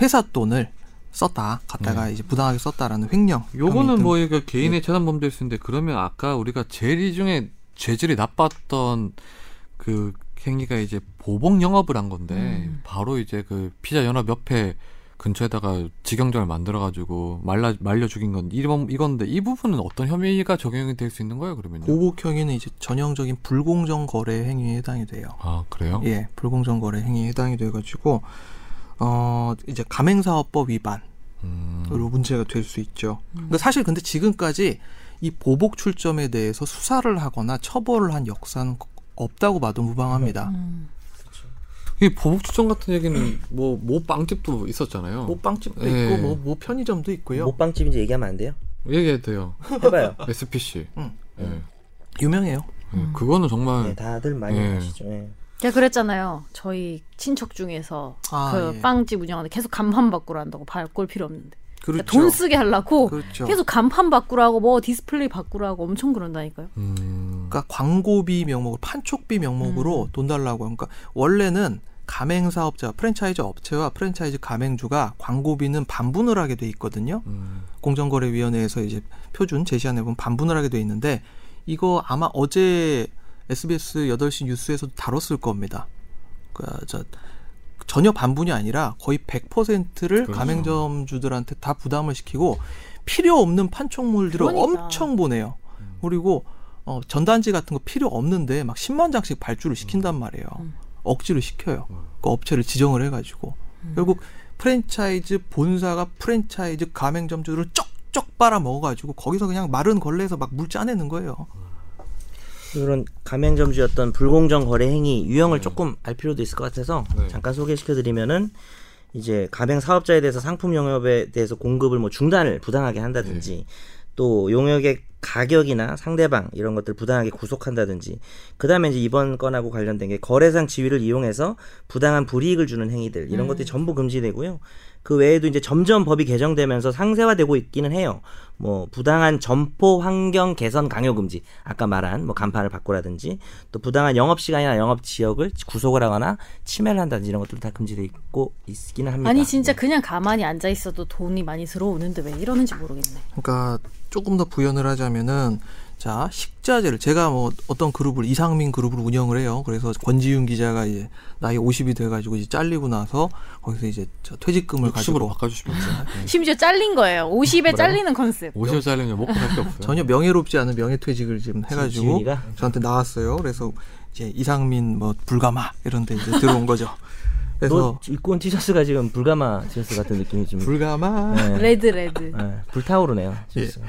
Speaker 4: 회사 돈을 썼다 갔다가 이제 부당하게 썼다라는 횡령.
Speaker 1: 네. 요거는 뭐 이거
Speaker 4: 예.
Speaker 1: 개인의 재산 범죄일 수 있는데 그러면 아까 우리가 제일 이 중에 죄질이 나빴던 그 행위가 이제 보복 영업을 한 건데
Speaker 4: 음.
Speaker 1: 바로 이제 그 피자 연합 옆에 근처에다가 직영점을 만들어 가지고 말라 말려 죽인 건 이런 이건데 이 부분은 어떤 혐의가 적용이 될 수 있는 거예요 그러면?
Speaker 4: 보복형에는 이제 전형적인 불공정 거래 행위에 해당이 돼요.
Speaker 1: 아 그래요?
Speaker 4: 예, 불공정 거래 행위에 해당이 돼가지고 어 이제 가맹사업법 위반으로
Speaker 1: 음,
Speaker 4: 문제가 될 수 있죠. 그러니까 사실 근데 지금까지 이 보복 출점에 대해서 수사를 하거나 처벌을 한 역사는 없다고 봐도 무방합니다.
Speaker 2: 음.
Speaker 1: 이 보복 추정 같은 얘기는 뭐 모 빵집도
Speaker 2: 음.
Speaker 1: 있었잖아요.
Speaker 4: 뭐 빵집도
Speaker 1: 예.
Speaker 4: 있고 뭐, 뭐 편의점도 있고요.
Speaker 3: 못빵집인지 얘기하면 안 돼요?
Speaker 1: 얘기해도 돼요.
Speaker 3: 해봐요.
Speaker 1: SPC.
Speaker 4: 응.
Speaker 1: 예.
Speaker 4: 유명해요.
Speaker 1: 예, 그거는 정말
Speaker 3: 네, 다들 많이
Speaker 1: 예.
Speaker 3: 아시죠. 예.
Speaker 2: 제가 그랬잖아요. 저희 친척 중에서
Speaker 4: 아,
Speaker 2: 그
Speaker 4: 예.
Speaker 2: 빵집 운영하는데 계속 간판 바꾸라 한다고 바꿀 필요 없는데. 그러니까
Speaker 4: 그렇죠.
Speaker 2: 돈 쓰게 하려고
Speaker 4: 그렇죠.
Speaker 2: 계속 간판 바꾸라고 뭐 디스플레이 바꾸라고 엄청 그런다니까요.
Speaker 1: 음,
Speaker 4: 그러니까 광고비 명목으로 판촉비 명목으로 돈 달라고 하니까 원래는 가맹 사업자 프랜차이즈 업체와 프랜차이즈 가맹주가 광고비는 반분을 하게 돼 있거든요.
Speaker 1: 음.
Speaker 4: 공정거래위원회에서 이제 표준 제시안에 보면 반분을 하게 돼 있는데 이거 아마 어제 SBS 8시 뉴스에서 다뤘을 겁니다. 그러니까 저 전혀 반분이 아니라 거의 100%를
Speaker 1: 그렇죠.
Speaker 4: 가맹점주들한테 다 부담을 시키고 필요 없는 판촉물들을
Speaker 2: 그러니까.
Speaker 4: 음. 엄청 보내요. 그리고 어, 전단지 같은 거 필요 없는데 막 10만 장씩 발주를 시킨단 말이에요.
Speaker 2: 음.
Speaker 4: 억지로 시켜요.
Speaker 1: 음.
Speaker 4: 그 업체를 지정을 해가지고
Speaker 2: 음.
Speaker 4: 결국 프랜차이즈 본사가 프랜차이즈 가맹점주를 쩍쩍 빨아 먹어가지고 거기서 그냥 마른 걸레에서 막 물 짜내는 거예요.
Speaker 3: 이런 가맹점주였던 불공정 거래 행위 유형을 조금 알 필요도 있을 것 같아서
Speaker 1: 네.
Speaker 3: 잠깐 소개시켜드리면은 이제 가맹 사업자에 대해서 상품 영업에 대해서 공급을 뭐 중단을 부당하게 한다든지 또 용역의 가격이나 상대방 이런 것들 부당하게 구속한다든지 그다음에 이제 이번 건하고 관련된 게 거래상 지위를 이용해서 부당한 불이익을 주는 행위들 이런 것들이 전부 금지되고요. 그 외에도 이제 점점 법이 개정되면서 상세화되고 있기는 해요. 뭐 부당한 점포 환경 개선 강요 금지 아까 말한 뭐 간판을 바꾸라든지 또 부당한 영업 시간이나 영업 지역을 구속을 하거나 침해를 한다든지 이런 것들도 다 금지돼 있고 있기는 합니다. 네.
Speaker 2: 아니 진짜 그냥 가만히 앉아 있어도 돈이 많이 들어오는데 왜 이러는지 모르겠네.
Speaker 4: 그러니까 조금 더 부연을 하자면은 자 식자재를 제가 뭐 어떤 그룹을 이상민 그룹을 운영을 해요. 그래서 권지윤 기자가 이제 나이 50이 돼가지고 이제 잘리고 나서 거기서 이제 저 퇴직금을
Speaker 1: 욕심으로
Speaker 4: 가지고
Speaker 1: 바꿔주시면 돼요.
Speaker 2: 심지어 잘린 거예요. 50에 잘리는 컨셉.
Speaker 1: 50을 잘리면 먹고 살 게 없어요.
Speaker 4: 전혀 명예롭지 않은 명예퇴직을 지금 해가지고
Speaker 3: 지윤이가?
Speaker 4: 저한테 나왔어요. 그래서 이제 이상민 뭐 불가마 이런데 이제 들어온 거죠.
Speaker 3: 너
Speaker 4: 그래서
Speaker 3: 입고 온 티셔츠가 지금 불가마 티셔츠 같은 느낌이 좀
Speaker 4: 불가마
Speaker 3: 네.
Speaker 2: 레드 레드.
Speaker 3: 네, 불타오르네요. 티셔츠가.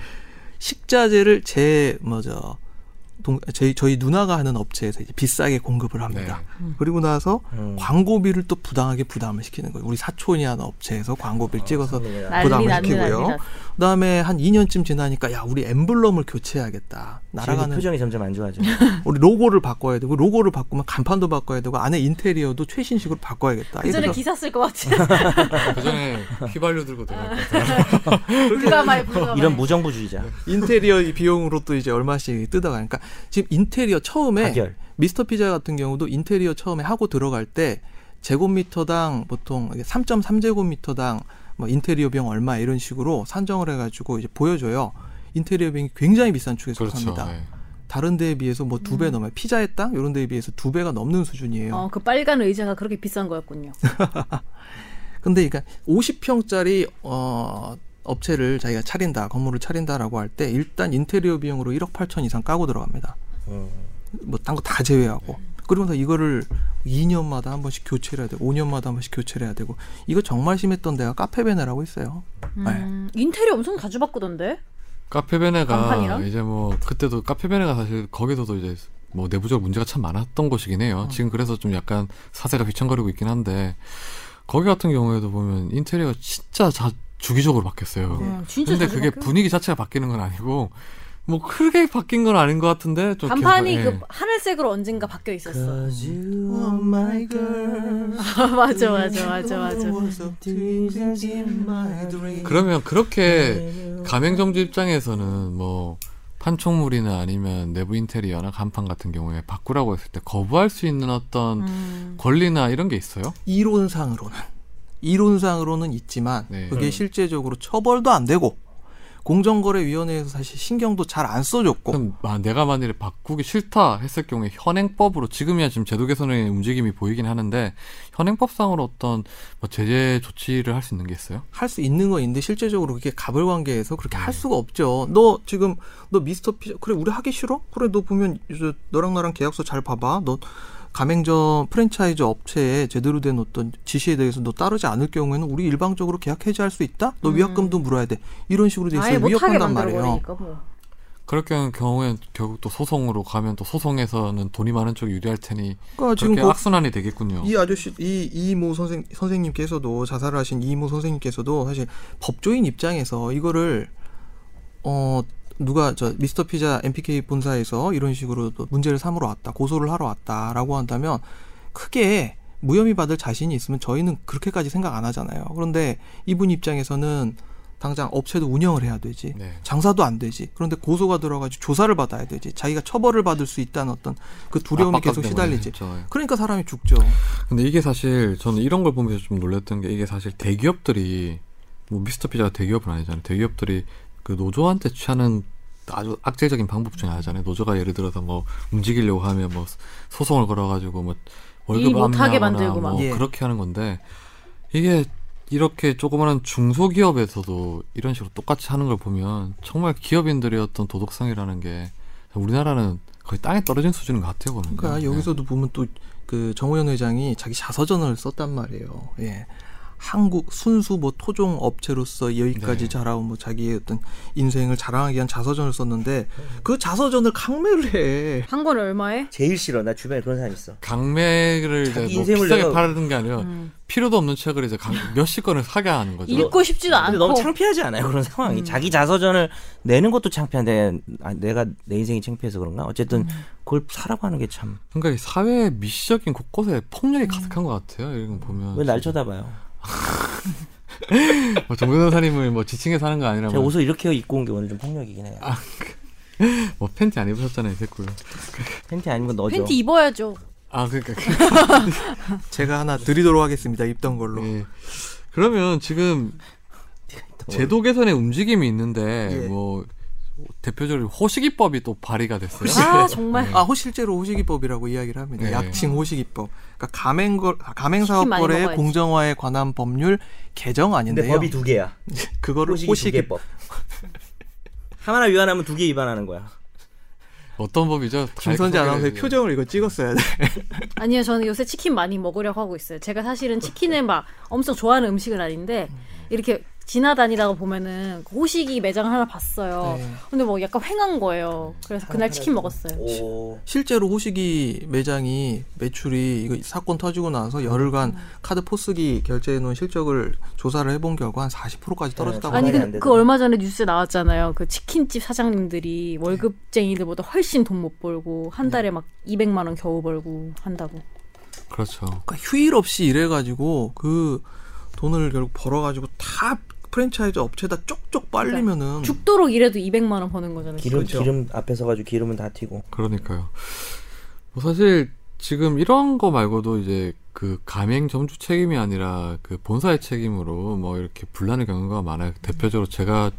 Speaker 4: 식자재를 제 뭐죠 동 저희 저희 누나가 하는 업체에서 이제 비싸게 공급을 합니다. 그리고 나서
Speaker 3: 네. 음.
Speaker 4: 광고비를 또 부당하게 부담을 시키는 거예요. 우리 사촌이 하는 업체에서 광고비를 찍어서
Speaker 3: 상당히
Speaker 2: 난리
Speaker 4: 부담을
Speaker 2: 난리
Speaker 4: 시키고요.
Speaker 2: 난리.
Speaker 4: 그다음에 한 2년쯤 지나니까 야 우리 엠블럼을 교체해야겠다.
Speaker 3: 지윤이
Speaker 4: 날아가는
Speaker 3: 표정이 점점 안 좋아져.
Speaker 4: 우리 로고를 바꿔야 되고 로고를 바꾸면 간판도 바꿔야 되고 안에 인테리어도 최신식으로 바꿔야겠다.
Speaker 2: 그 전에
Speaker 4: 아, 이래서
Speaker 2: 기사 쓸 것 같아.
Speaker 1: 그 전에 휘발유 들고 들어갈 것 같아요.
Speaker 2: 불가마에 불가마.
Speaker 3: 이런 뭐- 무정부주의자.
Speaker 4: 인테리어 이 비용으로 또 이제 얼마씩 뜯어가니까 지금 인테리어 처음에
Speaker 3: 가결.
Speaker 4: 미스터 피자 같은 경우도 인테리어 처음에 하고 들어갈 때 제곱미터당 보통 3.3제곱미터당 뭐 인테리어 비용 얼마 이런 식으로 산정을 해가지고 이제 보여줘요. 인테리어 비용이 굉장히 비싼 축에
Speaker 1: 그렇죠.
Speaker 4: 속합니다.
Speaker 1: 예.
Speaker 4: 다른 데에 비해서 뭐 두 배
Speaker 2: 음.
Speaker 4: 넘어요. 피자의 땅 이런 데에 비해서 두 배가 넘는 수준이에요.
Speaker 2: 어, 그 빨간 의자가 그렇게 비싼 거였군요.
Speaker 4: 근데 그러니까 50평짜리 어 업체를 자기가 차린다, 건물을 차린다라고 할 때 일단 인테리어 비용으로 1억 8천 이상 까고 들어갑니다.
Speaker 3: 음.
Speaker 4: 뭐 딴 거 다 제외하고. 그러면서 이거를 2년마다 한 번씩 교체를 해야 되고 5년마다 한 번씩 교체를 해야 되고 이거 정말 심했던 데가 카페베네라고 있어요.
Speaker 2: 음, 인테리어 엄청 자주 바꾸던데.
Speaker 1: 카페베네가
Speaker 2: 간판이랑?
Speaker 1: 이제 뭐 그때도 카페베네가 사실 거기서도 이제 뭐 내부적 문제가 참 많았던 곳이긴
Speaker 2: 어.
Speaker 1: 해요. 지금 그래서 좀 약간 사세가 휘청거리고 있긴 한데 거기 같은 경우에도 보면 인테리어가 진짜 자, 주기적으로 바뀌었어요.
Speaker 2: 음, 진짜
Speaker 1: 근데
Speaker 2: 자주
Speaker 1: 그게
Speaker 2: 바뀌어요.
Speaker 1: 분위기 자체가 바뀌는 건 아니고 뭐 크게 바뀐 건 아닌 것 같은데 좀
Speaker 2: 간판이
Speaker 1: 계속- 예.
Speaker 2: 그 하늘색으로 언젠가 바뀌어 있었어.
Speaker 3: Cause you are my girl.
Speaker 2: 맞아 맞아 맞아 맞아.
Speaker 1: 그러면 그렇게 가맹점주 입장에서는 뭐 판촉물이나 아니면 내부 인테리어나 간판 같은 경우에 바꾸라고 했을 때 거부할 수 있는 어떤
Speaker 2: 음.
Speaker 1: 권리나 이런 게 있어요?
Speaker 4: 이론상으로는 이론상으로는 있지만
Speaker 1: 네.
Speaker 4: 그게
Speaker 3: 음.
Speaker 4: 실제적으로 처벌도 안 되고 공정거래위원회에서 사실 신경도 잘 안 써줬고
Speaker 1: 그럼 아, 내가 만일에 바꾸기 싫다 했을 경우에 현행법으로 지금이야 지금 제도 개선의 움직임이 보이긴 하는데 현행법상으로 어떤 뭐 제재 조치를 할 수 있는 게 있어요?
Speaker 4: 할 수 있는 건 있는데 실제적으로 그게 갑을 관계에서 그렇게
Speaker 1: 음.
Speaker 4: 할 수가 없죠. 너 지금 너 미스터 피자 그래 우리 하기 싫어? 그래 너 보면 이제 너랑 나랑 계약서 잘 봐봐. 너 가맹점 프랜차이즈 업체에 제대로 된 어떤 지시에 대해서 너 따르지 않을 경우에는 우리 일방적으로 계약 해지할 수 있다. 너 위약금도
Speaker 1: 음.
Speaker 4: 물어야 돼. 이런 식으로 돼
Speaker 2: 아예
Speaker 4: 있어요.
Speaker 2: 못하게
Speaker 4: 위협한단 말이에요.
Speaker 2: 만들어버리니까 뭐.
Speaker 1: 그럴 경우- 경우엔 결국 또 소송으로 가면 또 소송에서는 돈이 많은 쪽이 유리할 테니
Speaker 4: 그러니까 지금
Speaker 1: 그렇게
Speaker 4: 그
Speaker 1: 악순환이 되겠군요.
Speaker 4: 이 아저씨 이 이모 선생 선생님께서도 자살을 하신 이모 선생님께서도 사실 법조인 입장에서 이거를 어 누가 저 미스터 피자 MPK 본사에서 이런 식으로 또 문제를 삼으러 왔다 고소를 하러 왔다라고 한다면 크게 무혐의 받을 자신이 있으면 저희는 그렇게까지 생각 안 하잖아요. 그런데 이분 입장에서는 당장 업체도 운영을 해야 되지.
Speaker 1: 네.
Speaker 4: 장사도 안 되지. 그런데 고소가 들어가지고 조사를 받아야 되지. 자기가 처벌을 받을 수 있다는 어떤 그 두려움이
Speaker 1: 압박감
Speaker 4: 계속
Speaker 1: 때문에
Speaker 4: 시달리지.
Speaker 1: 그렇죠. 예.
Speaker 4: 그러니까 사람이 죽죠.
Speaker 1: 근데 이게 사실 저는 이런 걸 보면서 좀 놀랐던 게 이게 사실 대기업들이 뭐 미스터 피자가 대기업은 아니잖아요. 대기업들이 그 노조한테 취하는 아주 악질적인 방법 중에 하나잖아요. 노조가 예를 들어서 뭐 움직이려고 하면 뭐 소송을 걸어가지고 뭐 월급
Speaker 2: 일 못하게
Speaker 1: 압류하거나
Speaker 2: 만들고 막.
Speaker 1: 뭐
Speaker 4: 예.
Speaker 1: 그렇게 하는 건데 이게 이렇게 조그마한 중소기업에서도 이런 식으로 똑같이 하는 걸 보면 정말 기업인들의 어떤 도덕성이라는 게 우리나라는 거의 땅에 떨어진 수준인 것 같아요, 그러면. 네.
Speaker 4: 그러니까 여기서도 보면 또 그 정호연 회장이 자기 자서전을 썼단 말이에요. 예. 한국 순수 뭐 토종 업체로서 여기까지
Speaker 1: 네.
Speaker 4: 자라온 뭐 자기의 어떤 인생을 자랑하기 위한 자서전을 썼는데 그 자서전을 강매를 해.
Speaker 2: 한 권에 얼마에?
Speaker 3: 제일 싫어. 나 주변에 그런 사람 있어.
Speaker 1: 강매를 이제
Speaker 3: 자기
Speaker 1: 뭐
Speaker 3: 인생을
Speaker 1: 비싸게
Speaker 3: 내가-
Speaker 1: 파는 게 아니라 필요도 없는 책을 이제 강- 몇십 권을 사게 하는 거죠.
Speaker 2: 읽고 싶지도
Speaker 3: 근데
Speaker 2: 않고 음.
Speaker 3: 너무 창피하지 않아요 그런 상황이 자기 자서전을 내는 것도 창피한데 아, 내가 내 인생이 창피해서 그런가
Speaker 2: 음.
Speaker 3: 어쨌든 그걸 사라고 하는 게 참 왜
Speaker 1: 그러니까 이 사회의 미시적인 곳곳에 폭력이 가득한 것 같아요. 이런 거 보면.
Speaker 3: 날 쳐다봐요
Speaker 1: 뭐 정근 선사님을 뭐 지칭해 사는 거 아니라
Speaker 3: 제가
Speaker 1: 뭐,
Speaker 3: 옷을 이렇게 입고 온 게 오늘 좀 폭력이긴 해요
Speaker 1: 뭐 팬티 안 입으셨잖아요, 됐고요.
Speaker 3: 팬티 아니면 너죠
Speaker 2: 팬티 입어야죠.
Speaker 1: 아 그러니까
Speaker 4: 제가 하나 드리도록 하겠습니다. 입던 걸로.
Speaker 1: 예. 그러면 지금 제도 개선의 움직임이 있는데
Speaker 4: 예.
Speaker 1: 뭐 대표적으로 호식이법이 또 발의가 됐어요.
Speaker 2: 아 정말
Speaker 4: 아, 호 실제로 호식이법이라고 이야기를 합니다.
Speaker 1: 네.
Speaker 4: 약칭 호식이법. 그러니까 가맹 거 가맹
Speaker 2: 치킨
Speaker 4: 사업
Speaker 2: 많이
Speaker 4: 거래
Speaker 2: 먹어야지.
Speaker 4: 공정화에 관한 법률
Speaker 3: 근데
Speaker 4: 개정안인데요.
Speaker 3: 법이 두 개야
Speaker 4: 그거를
Speaker 3: 호식이 두
Speaker 4: 호식이
Speaker 3: 개법 하나 위반하면 두 개 위반하는 거야
Speaker 1: 어떤 법이죠? 다
Speaker 4: 김선재
Speaker 1: 소개를
Speaker 4: 아나운서의
Speaker 1: 해주세요.
Speaker 4: 표정을 이거 찍었어야 돼.
Speaker 2: 아니요 저는 요새 치킨 많이 먹으려고 하고 있어요. 제가 사실은 치킨을 막 엄청 좋아하는 음식은 아닌데 이렇게 지나다니다가 보면은 그 호식이 매장 을 하나 봤어요.
Speaker 4: 네.
Speaker 2: 근데 뭐 약간 횡한 거예요. 그래서 그날 치킨 먹었어요.
Speaker 3: 오
Speaker 4: 실제로 호식이 매장이 매출이 이거 사건 터지고 나서
Speaker 2: 음.
Speaker 4: 열흘간 카드 포스기 결제해 놓은 실적을 조사를 해본 결과 한 40%까지 떨어졌다고
Speaker 2: 아니
Speaker 3: 말이 안
Speaker 2: 근데 그
Speaker 3: 되더라고요.
Speaker 2: 얼마 전에 뉴스 나왔잖아요. 그 치킨집 사장님들이 월급쟁이들보다 훨씬 돈 못 벌고 한 달에 막 200만 원 겨우 벌고 한다고.
Speaker 1: 그렇죠.
Speaker 4: 그러니까 휴일 없이 일해가지고 그 돈을 결국 벌어가지고 다 프랜차이즈 업체에다 쪽쪽 빨리면은
Speaker 2: 죽도록 일해도 200만 원 버는 거잖아요.
Speaker 3: 기름
Speaker 4: 그렇죠.
Speaker 3: 기름 앞에 서가지고 기름은 다 튀고
Speaker 1: 그러니까요. 뭐 사실 지금 이런 거 말고도 이제 그 가맹 점주 책임이 아니라 그 본사의 책임으로 뭐 이렇게 분란의 경우가 많아요. 대표적으로 제가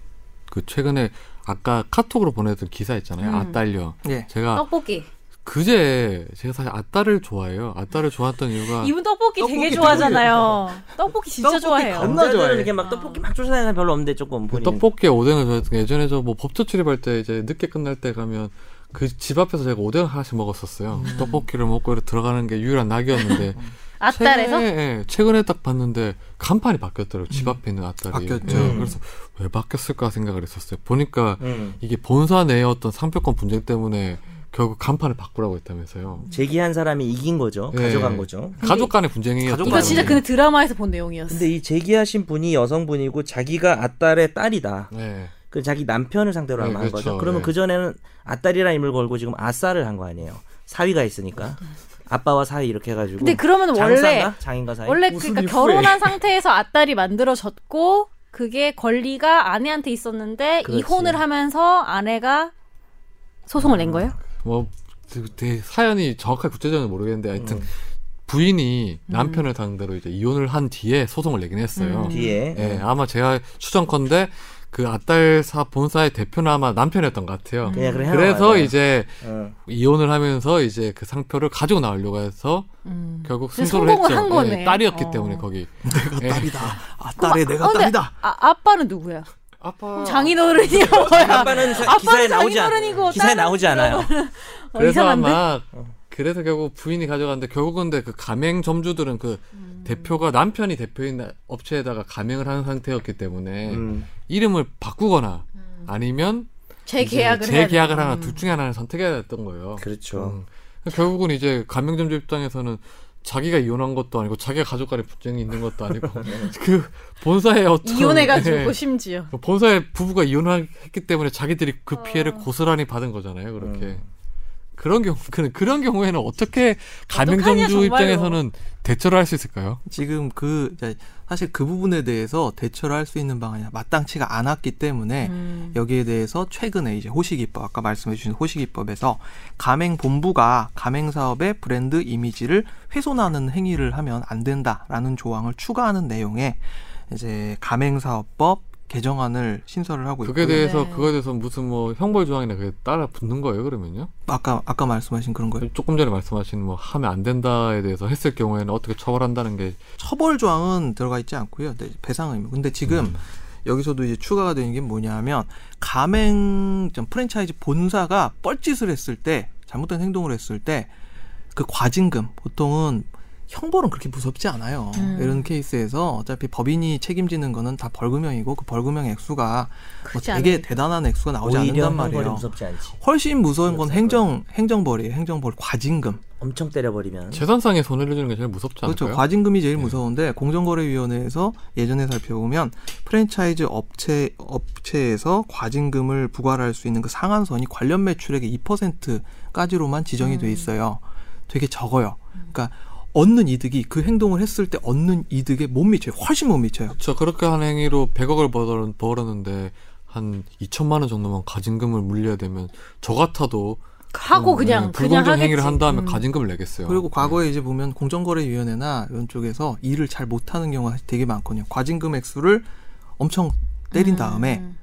Speaker 1: 그 최근에 아까 카톡으로 보내드린 기사 있잖아요.
Speaker 2: 음. 어?
Speaker 1: 아딸려.
Speaker 4: 예.
Speaker 1: 제가
Speaker 2: 떡볶이.
Speaker 1: 그제 제가 사실 아따를 좋아해요. 아따를 좋아했던 이유가
Speaker 2: 이분 떡볶이, 되게
Speaker 4: 떡볶이
Speaker 2: 좋아하잖아요. 떡볶이 진짜
Speaker 4: 떡볶이
Speaker 2: 좋아해요.
Speaker 4: 겁나
Speaker 3: 남자들은
Speaker 4: 좋아해.
Speaker 3: 이렇게 막 떡볶이 막 쫓아다니는 사람 별로 없는데 조금
Speaker 1: 그
Speaker 3: 본인
Speaker 1: 떡볶이에 오뎅을 좋아했던 게 예전에 저 뭐 법조 출입할 때 이제 늦게 끝날 때 가면 그 집 앞에서 제가 오뎅 을 하나씩 먹었었어요.
Speaker 2: 음.
Speaker 1: 떡볶이를 먹고 이렇게 들어가는 게 유일한 낙이었는데
Speaker 2: 앞달에서
Speaker 1: 최근에, 예, 최근에 딱 봤는데 간판이 바뀌었더라고요. 집 앞에 있는 아따리.
Speaker 4: 바뀌었죠.
Speaker 1: 예,
Speaker 3: 음.
Speaker 1: 그래서 왜 바뀌었을까 생각을 했었어요. 보니까
Speaker 3: 음.
Speaker 1: 이게 본사 내의 어떤 상표권 분쟁 때문에 결국 간판을 바꾸라고
Speaker 3: 음.
Speaker 1: 했다면서요.
Speaker 3: 제기한 사람이 이긴 거죠
Speaker 1: 예.
Speaker 3: 가져간 거죠
Speaker 1: 가족 간의 분쟁이었던
Speaker 4: 가족
Speaker 2: 이거 진짜 근데 드라마에서 본 내용이었어.
Speaker 3: 근데 이 제기하신 분이 여성분이고 자기가 아딸의 딸이다.
Speaker 1: 네.
Speaker 3: 그 자기 남편을 상대로
Speaker 1: 네,
Speaker 3: 한한
Speaker 1: 그렇죠.
Speaker 3: 거죠. 그러면
Speaker 1: 네.
Speaker 3: 그 전에는 아딸이라 임을 걸고 지금 아싸를 한 거 아니에요. 사위가 있으니까 아빠와 사위 이렇게 해가지고.
Speaker 2: 근데 그러면 원래
Speaker 3: 장사인가 장인가 사위.
Speaker 2: 원래 그러니까 결혼한 상태에서 아딸이 만들어졌고 그게 권리가 아내한테 있었는데
Speaker 3: 그렇지.
Speaker 2: 이혼을 하면서 아내가 소송을 낸 거예요?
Speaker 1: 뭐 되- 되게 사연이 정확하게 구체적으로 모르겠는데
Speaker 3: 음.
Speaker 1: 하여튼 부인이 남편을 상대로 이제 이혼을 한 뒤에 소송을 내긴
Speaker 3: 음.
Speaker 1: 했어요.
Speaker 3: 뒤에
Speaker 1: 예, 아마 제가 추정컨대 그 아딸사 본사의 대표는 아마 남편이었던 것 같아요.
Speaker 3: 음. 그냥 그래
Speaker 1: 그래서
Speaker 3: 해놔봐요.
Speaker 1: 이제
Speaker 3: 어.
Speaker 1: 이혼을 하면서 이제 그 상표를 가지고 나오려고 해서
Speaker 2: 음.
Speaker 1: 결국
Speaker 2: 그래서
Speaker 1: 승소를
Speaker 2: 성공을
Speaker 1: 했죠.
Speaker 2: 한 거네.
Speaker 1: 예, 딸이었기
Speaker 2: 어.
Speaker 1: 때문에 거기
Speaker 4: 내가
Speaker 1: 예.
Speaker 4: 딸이다. 아 딸에
Speaker 2: 아,
Speaker 4: 내가
Speaker 2: 근데
Speaker 4: 딸이다.
Speaker 2: 아, 아빠는 누구야?
Speaker 1: 아빠
Speaker 2: 장인어른이야 뭐야?
Speaker 3: 아빠는 사-
Speaker 2: 아빠는
Speaker 3: 기사에 나오지
Speaker 2: 장인어른이고
Speaker 3: 않아요. 기사에
Speaker 2: 딸은
Speaker 3: 나오지 않아요.
Speaker 2: 어,
Speaker 1: 그래서
Speaker 2: 이상한데?
Speaker 1: 아마 그래서 결국 부인이 가져갔는데 결국은 근데 그 가맹 점주들은 그
Speaker 2: 음.
Speaker 1: 대표가 남편이 대표인 나- 업체에다가 가맹을 하는 상태였기 때문에
Speaker 3: 음.
Speaker 1: 이름을 바꾸거나 아니면 이제
Speaker 2: 음. 재계약을 해야 음.
Speaker 1: 재계약을
Speaker 2: 되나?
Speaker 1: 하나 둘 중에 하나를 선택해야 했던 거예요.
Speaker 3: 그렇죠.
Speaker 1: 음. 결국은 이제 가맹 점주 입장에서는 자기가 이혼한 것도 아니고 자기가 가족 간에 분쟁이 있는 것도 아니고 그 본사의 어떤
Speaker 2: 이혼해가지고
Speaker 1: 예.
Speaker 2: 심지어
Speaker 1: 본사의 부부가 이혼했기 때문에 자기들이 그
Speaker 2: 아.
Speaker 1: 피해를 고스란히 받은 거잖아요. 그렇게 그런 경우 그- 그런 경우에는 어떻게
Speaker 2: 어떡하냐,
Speaker 1: 가맹점주
Speaker 2: 정말로.
Speaker 1: 입장에서는 대처를 할 수 있을까요?
Speaker 4: 지금 그 자, 사실 그 부분에 대해서 대처를 할 수 있는 방안이 마땅치가 않았기 때문에 여기에 대해서 최근에 이제 호식이법 아까 말씀해주신 호식이법에서 가맹 본부가 가맹 사업의 브랜드 이미지를 훼손하는 행위를 하면 안 된다라는 조항을 추가하는 내용의 이제 가맹 사업법 개정안을 신설을 하고
Speaker 1: 그에
Speaker 4: 있고요.
Speaker 1: 대해서
Speaker 2: 네.
Speaker 1: 그거에 대해서 무슨 뭐 형벌 조항이나 그게 따라 붙는 거예요 그러면요?
Speaker 4: 아까 아까 말씀하신 그런 거예요.
Speaker 1: 조금 전에 말씀하신 뭐 하면 안 된다에 대해서 했을 경우에는 어떻게 처벌한다는 게
Speaker 3: 음.
Speaker 4: 처벌 조항은 들어가 있지 않고요. 네, 배상 의무. 근데 지금 여기서도 이제 추가가 되는 게 뭐냐면 가맹 좀 프랜차이즈 본사가 뻘짓을 했을 때 잘못된 행동을 했을 때 그 과징금 보통은 형벌은 그렇게 무섭지 않아요.
Speaker 2: 음.
Speaker 4: 이런 케이스에서 어차피 법인이 책임지는 거는 다 벌금형이고 그 벌금형 액수가 뭐
Speaker 2: 크지
Speaker 4: 되게
Speaker 2: 않으니까.
Speaker 4: 대단한 액수가 나오지
Speaker 3: 오히려
Speaker 4: 않는단
Speaker 3: 형벌이
Speaker 4: 말이에요.
Speaker 3: 무섭지 않지.
Speaker 4: 훨씬 무서운 건
Speaker 3: 무섭지
Speaker 4: 행정 행정벌이에요. 행정벌 과징금.
Speaker 3: 엄청 때려버리면
Speaker 1: 재산상의 손해를 주는 게 제일 무섭지 않을까요? 네.
Speaker 4: 그렇죠. 과징금이 제일 무서운데 공정거래위원회에서 예전에 살펴보면 프랜차이즈 업체 업체에서 과징금을 부과할 수 있는 그 상한선이 관련 매출액의 2%까지로만 지정이 돼 있어요. 되게 적어요. 그러니까 얻는 이득이 그 행동을 했을 때 얻는 이득에 못 미쳐요. 훨씬 못 미쳐요.
Speaker 1: 그렇죠. 그렇게 한 행위로 100억을 벌, 벌었는데 한 2천만 원 정도만 가진금을 물려야 되면 저 같아도
Speaker 2: 하고 그냥
Speaker 1: 네,
Speaker 2: 그냥
Speaker 1: 불공정
Speaker 2: 하겠지.
Speaker 1: 행위를 한 다음에
Speaker 2: 음.
Speaker 1: 가진금을 내겠어요.
Speaker 4: 그리고 과거에 이제 보면 공정거래위원회나 이런 쪽에서 일을 잘 못하는 경우가 되게 많거든요. 과징금 액수를 엄청 때린 다음에
Speaker 2: 음.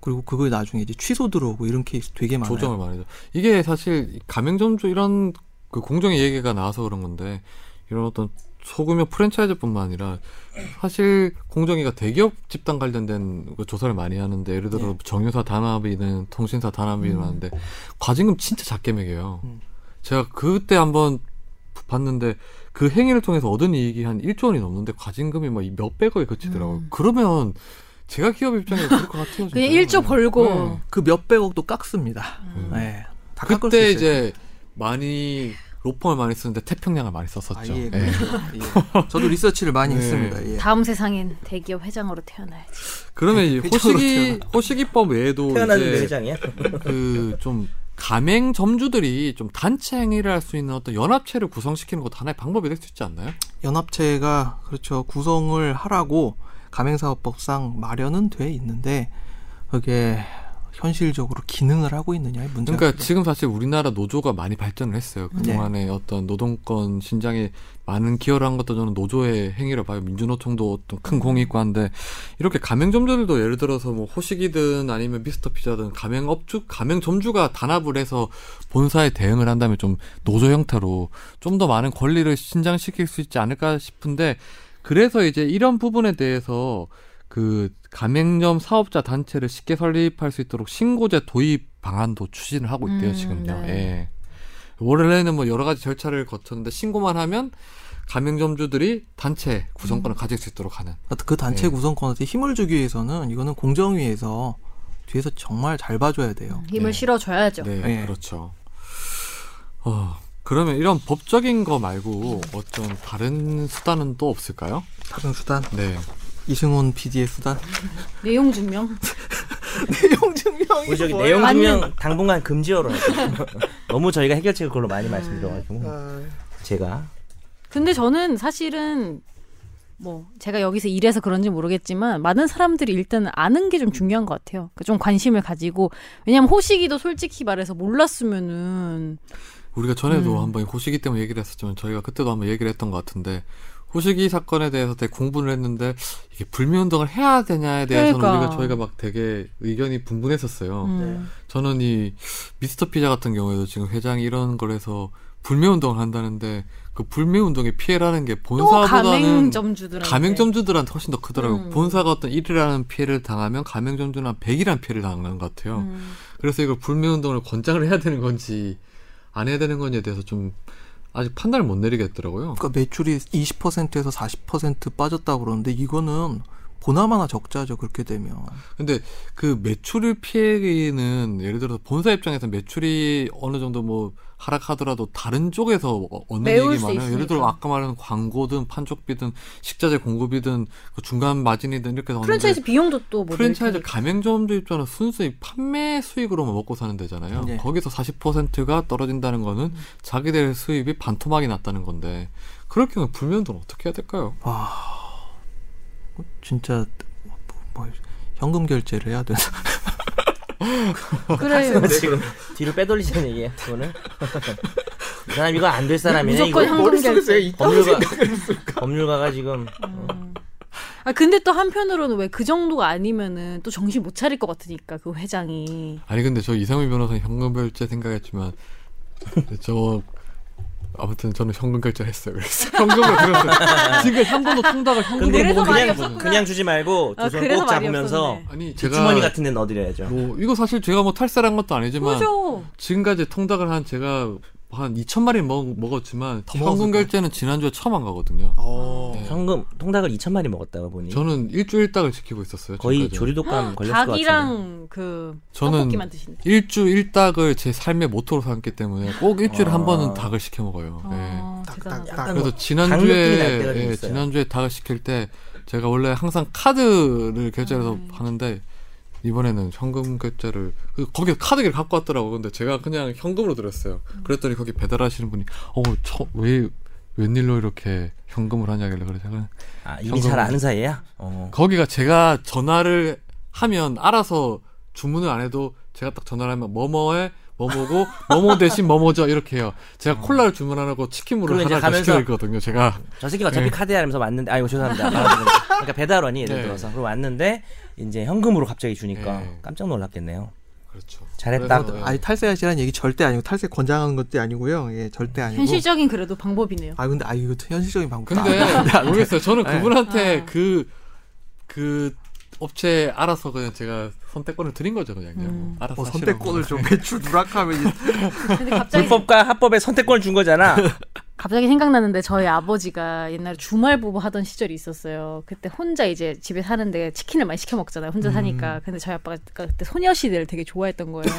Speaker 4: 그리고 그걸 나중에 이제 취소 들어오고 이런 케이스 되게 많아요.
Speaker 1: 조정을 많이 해줘. 이게 사실 가맹점주 이런 그 공정의 얘기가 나와서 그런 건데 이런 어떤 소규모 프랜차이즈뿐만 아니라 사실 공정위가 대기업 집단 관련된 그 조사를 많이 하는데 예를 들어
Speaker 4: 예.
Speaker 1: 정유사 단합이든 통신사 단합이든 하는데 과징금 진짜 작게 매겨요.
Speaker 4: 음.
Speaker 1: 제가 그때 한번 봤는데 그 행위를 통해서 얻은 이익이 한 1조 원이 넘는데 과징금이 막 몇백억에 그치더라고요.
Speaker 4: 음.
Speaker 1: 그러면 제가 기업 입장에 그럴 것 같아요.
Speaker 2: 그냥
Speaker 1: 진짜.
Speaker 2: 1조 벌고
Speaker 1: 네.
Speaker 4: 그 몇백억도 깎습니다. 네. 다 깎을 수
Speaker 1: 그때
Speaker 4: 있어요.
Speaker 1: 이제 많이 로펌을 많이 쓰는데 태평양을 많이 썼었죠.
Speaker 4: 아, 예,
Speaker 1: 예.
Speaker 4: 그렇죠. 예. 저도 리서치를 많이
Speaker 1: 예.
Speaker 4: 했습니다. 예.
Speaker 2: 다음 세상엔 대기업 회장으로 태어나야지.
Speaker 1: 그러면 이
Speaker 4: 회장으로
Speaker 1: 호식이 호식이법 외에도
Speaker 3: 태어나는데
Speaker 1: 이제
Speaker 3: 회장이야.
Speaker 1: 그 좀 가맹 점주들이 좀 단체 행위를 할 수 있는 어떤 연합체를 구성시키는 것도 하나의 방법이 될 수 있지 않나요?
Speaker 4: 연합체가 그렇죠 구성을 하라고 가맹사업법상 마련은 돼 있는데 그게 현실적으로 기능을 하고 있느냐의 문제가
Speaker 1: 그러니까 지금 사실 우리나라 노조가 많이 발전을 했어요. 그동안에 어떤 노동권 신장에 많은 기여를 한 것도 저는 노조의 행위를 봐요. 민주노총도 어떤 큰 공이 있고 한데 이렇게 가맹점주들도 예를 들어서 뭐 호식이든 아니면 미스터 피자든 가맹업주, 가맹점주가 단합을 해서 본사에 대응을 한다면 좀 노조 형태로 좀 더 많은 권리를 신장시킬 수 있지 않을까 싶은데 그래서 이제 이런 부분에 대해서 그 가맹점 사업자 단체를 쉽게 설립할 수 있도록 신고제 도입 방안도 추진을 하고 있대요
Speaker 2: 음,
Speaker 1: 지금요.
Speaker 2: 네.
Speaker 1: 예. 원래는 뭐 여러 가지 절차를 거쳤는데 신고만 하면 가맹점주들이 단체 구성권을 가질 수 있도록 하는.
Speaker 4: 하여튼 그 단체
Speaker 1: 예.
Speaker 4: 구성권한테 힘을 주기 위해서는 이거는 공정위에서 뒤에서 정말 잘 봐줘야 돼요.
Speaker 2: 힘을
Speaker 1: 네.
Speaker 2: 실어줘야죠.
Speaker 1: 네,
Speaker 4: 예.
Speaker 1: 그렇죠. 어, 그러면 이런 법적인 거 말고 어떤 다른 수단은 또 없을까요?
Speaker 4: 다른 수단
Speaker 1: 네.
Speaker 4: 이승훈 PD의 수단
Speaker 2: 내용 증명.
Speaker 4: 내용 증명이
Speaker 3: 우리 저기
Speaker 4: 뭐야?
Speaker 3: 내용
Speaker 2: 맞는-
Speaker 3: 증명 당분간 금지어로 하죠. 너무 저희가 해결책을 그걸로 많이
Speaker 4: 아.
Speaker 3: 말씀드려가지고 제가
Speaker 2: 근데 저는 사실은 뭐 제가 여기서 일해서 그런지 모르겠지만 많은 사람들이 일단 아는 게 좀 중요한 것 같아요. 그좀 관심을 가지고 왜냐면 호식이도 솔직히 말해서 몰랐으면은
Speaker 1: 우리가 전에도
Speaker 2: 음.
Speaker 1: 한번 호식이 때문에 얘기를 했었지만 저희가 그때도 한번 얘기를 했던 것 같은데 호식이 사건에 대해서 되게 공부를 했는데 이게 불매 운동을 해야 되냐에 대해서는
Speaker 2: 그러니까.
Speaker 1: 우리가 저희가 막 되게 의견이 분분했었어요. 네.
Speaker 2: 음,
Speaker 1: 저는 이 미스터 피자 같은 경우에도 지금 회장이 이런 걸 해서 불매 운동을 한다는데 그 불매 운동의 피해라는 게
Speaker 2: 또
Speaker 1: 본사보다는
Speaker 2: 가맹점주들한테
Speaker 1: 가맹점주들한테 훨씬 더 크더라고요.
Speaker 2: 음.
Speaker 1: 본사가 어떤 일이라는 피해를 당하면 가맹점주는 한 100이라는 피해를 당하는 것 같아요.
Speaker 2: 음.
Speaker 1: 그래서 이걸 불매운동을 권장을 해야 되는 건지 안 해야 되는 건지에 대해서 좀 아직 판단을 못 내리겠더라고요.
Speaker 4: 그러니까 매출이 20%에서 40% 빠졌다고 그러는데 이거는 보나마나 적자죠 그렇게 되면
Speaker 1: 근데 그 매출을 피해는 예를 들어서 본사 입장에서 매출이 어느 정도 뭐 하락하더라도 다른 쪽에서 어- 얻는
Speaker 2: 메울
Speaker 1: 이익이
Speaker 2: 수
Speaker 1: 많아요. 예를 들어
Speaker 2: 있으니까.
Speaker 1: 아까 말한 광고든 판촉비든 식자재 공급이든 그 중간 마진이든 이렇게 해서 얻는데
Speaker 2: 프랜차이즈 비용도 또뭐
Speaker 1: 어, 프랜차이즈 가맹점주 입장은 순수히 판매 수익으로만 먹고 사는 데잖아요.
Speaker 4: 네.
Speaker 1: 거기서 40%가 떨어진다는
Speaker 2: 음.
Speaker 1: 거는 자기들 수입이 반토막이 났다는 건데 그럴 경우 불면도는 어떻게 해야 될까요?
Speaker 4: 와 진짜 뭐, 뭐, 현금 결제를 해야 되나
Speaker 2: 네, 그래요.
Speaker 3: 지금 뒤로 빼돌리자는 얘기예요. 그거는 이 사람 이거 안 될 사람이네.
Speaker 2: 무조건
Speaker 3: 이거
Speaker 2: 현금 결제.
Speaker 3: 법률가 법률가가 지금
Speaker 2: 아 근데 또 한편으로는 왜 그 정도가 아니면은 또 정신 못 차릴 것 같으니까 그 회장이
Speaker 1: 아니 근데 저 이상민 변호사 현금 결제 생각했지만 저 아무튼 저는 현금 결제했어요. 그래서 현금으로 들었어요. 지금 한 번도 통닭을 현금으로 먹은 적이
Speaker 2: 그래서 말이
Speaker 1: 없거든요.
Speaker 3: 뭐 그냥 그냥 주지 말고
Speaker 2: 아,
Speaker 3: 두 손
Speaker 2: 그래서
Speaker 3: 꼭
Speaker 2: 말이
Speaker 3: 잡으면서
Speaker 2: 없었네.
Speaker 1: 아니 제가
Speaker 3: 그 주머니 같은 데 넣어드려야죠.
Speaker 1: 뭐 이거 사실 제가 뭐 탈세한 것도 아니지만
Speaker 2: 그죠.
Speaker 1: 지금까지 통닭을 한 제가 한 2천 마리 먹, 먹었지만
Speaker 4: 더
Speaker 1: 현금
Speaker 4: 먹었을까요?
Speaker 1: 결제는 지난주에 처음 한 거거든요.
Speaker 3: 아,
Speaker 4: 어.
Speaker 1: 네.
Speaker 3: 현금 통닭을 2천만이 먹었다고 보니
Speaker 1: 저는 일주일 닭을 지키고 있었어요.
Speaker 3: 네. 거의
Speaker 1: 지금까지.
Speaker 3: 조리독감 걸렸을 것 같은데.
Speaker 2: 닭이랑 그
Speaker 1: 저는-
Speaker 2: 떡볶이만 드시네.
Speaker 1: 일주 일닭을 제 삶의 모토로 삼기 때문에 꼭 일주일에
Speaker 3: 아.
Speaker 1: 한 번은 닭을 시켜 먹어요. 예.
Speaker 2: 어,
Speaker 4: 딱,
Speaker 2: 대단하다.
Speaker 4: 딱, 딱.
Speaker 1: 그래서
Speaker 3: 느낌이 날 때가
Speaker 1: 지난주에
Speaker 3: 좀
Speaker 1: 예,
Speaker 3: 있어요.
Speaker 1: 지난주에 닭을 시킬 때 제가 원래 항상 카드를 결제해서 하는데 이번에는 현금 결제를 그- 거기 카드기를 갖고 왔더라고 근데 제가 그냥 현금으로 드렸어요. 그랬더니 거기 배달하시는 분이 어왜 웬일로 이렇게 현금을 하냐길래 그래서 제가
Speaker 3: 아, 이미
Speaker 1: 현금.
Speaker 3: 잘 아는 사이야? 어.
Speaker 1: 거기가 제가 전화를 하면 알아서 주문을 안 해도 제가 딱 전화를 하면 뭐뭐에 뭐뭐고 뭐뭐 대신 뭐뭐죠 이렇게 해요. 제가 콜라를 주문하라고 치킨물을
Speaker 3: 음. 그리고 이제
Speaker 1: 하나 더
Speaker 3: 가면서-
Speaker 1: 시켜드리거든요. 제가
Speaker 3: 저 새끼가 어차피
Speaker 1: 예.
Speaker 3: 카드야 하면서 왔는데 아이고 죄송합니다. 말하자면. 그러니까 배달원이 예를
Speaker 1: 네.
Speaker 3: 들어서 그리고 왔는데 이제 현금으로 갑자기 주니까
Speaker 1: 네.
Speaker 3: 깜짝 놀랐겠네요.
Speaker 1: 그렇죠.
Speaker 3: 잘했다.
Speaker 1: 그래서, 예.
Speaker 4: 아니 탈세하시라는 얘기 절대 아니고 탈세 권장하는 것도 아니고요. 예, 절대 아니고.
Speaker 2: 현실적인 그래도 방법이네요.
Speaker 4: 아 근데 아 이거 현실적인 방법. 아,
Speaker 1: 근데 모르겠어요. 저는
Speaker 4: 네.
Speaker 1: 그분한테
Speaker 2: 아.
Speaker 1: 그 그 업체 알아서 그냥 제가 선택권을 드린 거죠 그냥 그냥 뭐
Speaker 2: 음.
Speaker 1: 알아서
Speaker 4: 어,
Speaker 1: 하시라고.
Speaker 4: 선택권을 좀 매출 누락하면 이제
Speaker 2: 근데 갑자기
Speaker 3: 불법과 합법의 선택권을 준 거잖아.
Speaker 2: 갑자기 생각나는데 저희 아버지가 옛날에 주말 부부 하던 시절이 있었어요. 그때 혼자 이제 집에 사는데 치킨을 많이 시켜 먹잖아요. 혼자 사니까. 근데 저희 아빠가 그때 소녀시대를 되게 좋아했던 거예요.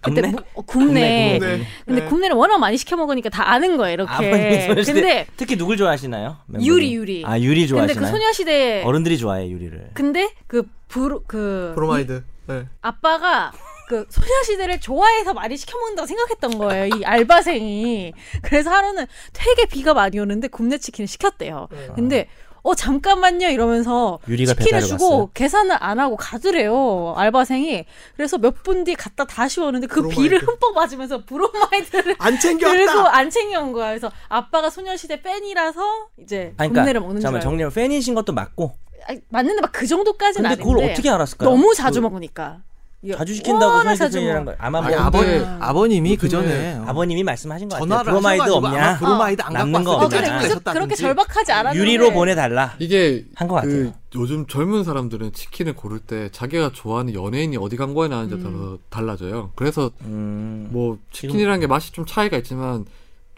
Speaker 2: 그때
Speaker 3: 굽네?
Speaker 2: 뭐- 어, 굽네.
Speaker 3: 굽네, 굽네.
Speaker 2: 근데 굽네를 워낙 많이 시켜 먹으니까 다 아는 거예요. 이렇게.
Speaker 3: 아버님 소녀시대
Speaker 2: 근데
Speaker 3: 특히 누굴 좋아하시나요? 멤버들?
Speaker 2: 유리, 유리.
Speaker 3: 아 유리
Speaker 2: 근데
Speaker 3: 좋아하시나요?
Speaker 2: 그 소녀시대
Speaker 3: 어른들이 좋아해 유리를.
Speaker 2: 근데 그 브로 그
Speaker 4: 브로마이드. 네.
Speaker 2: 아빠가 그 소녀시대를 좋아해서 많이 시켜먹는다고 생각했던 거예요. 이 알바생이. 그래서 하루는 되게 비가 많이 오는데 굽네 치킨을 시켰대요. 근데 어 잠깐만요 이러면서
Speaker 3: 유리가
Speaker 2: 치킨을
Speaker 3: 배달을
Speaker 2: 주고
Speaker 3: 왔어요?
Speaker 2: 계산을 안 하고 가더래요 알바생이 그래서 몇 분 뒤 갔다 다시 오는데 그
Speaker 4: 브로마이드.
Speaker 2: 비를 흠뻑 맞으면서 브로마이드를
Speaker 4: 안
Speaker 2: 들고
Speaker 4: 챙겼다.
Speaker 2: 안 챙겨온 거야 그래서 아빠가 소녀시대 팬이라서 이제
Speaker 3: 아니,
Speaker 2: 굽네를 먹는 줄
Speaker 3: 그러니까 잠깐만
Speaker 2: 알고
Speaker 3: 정리하면 팬이신 것도 맞고.
Speaker 2: 아니, 맞는데 막 그 정도까지는
Speaker 3: 근데
Speaker 2: 아닌데
Speaker 3: 그걸 어떻게 알았을까요?
Speaker 2: 너무 자주
Speaker 3: 그
Speaker 2: 먹으니까
Speaker 3: 자주 시킨다고
Speaker 2: 워낙
Speaker 3: 소녀시대
Speaker 2: 자주
Speaker 3: 팬이라는
Speaker 2: 먹어.
Speaker 3: 걸 아마
Speaker 1: 아니,
Speaker 3: 뭐
Speaker 1: 아버-
Speaker 4: 아버님
Speaker 1: 근데
Speaker 4: 아버님이 그 전에
Speaker 1: 요즘에
Speaker 3: 아버님이 말씀하신 것 같아요.
Speaker 4: 전화를
Speaker 3: 브로마이드
Speaker 4: 하셔가지고 아마
Speaker 3: 없냐?
Speaker 4: 브로마이드 안
Speaker 3: 남는
Speaker 4: 갖고 왔을
Speaker 3: 거
Speaker 2: 어
Speaker 3: 그래,
Speaker 4: 텐데
Speaker 2: 근데
Speaker 3: 없냐?
Speaker 4: 안에
Speaker 2: 그,
Speaker 4: 있었다든지.
Speaker 2: 그렇게 절박하지 않았는데
Speaker 3: 유리로 보내달라.
Speaker 1: 이게
Speaker 3: 한것 같아요.
Speaker 1: 그 요즘 젊은 사람들은 치킨을 고를 때 자기가 좋아하는 연예인이 어디 광고에 나왔는지 따라서 달라져요. 그래서
Speaker 3: 음.
Speaker 1: 뭐 치킨이라는 게 맛이 좀 차이가 있지만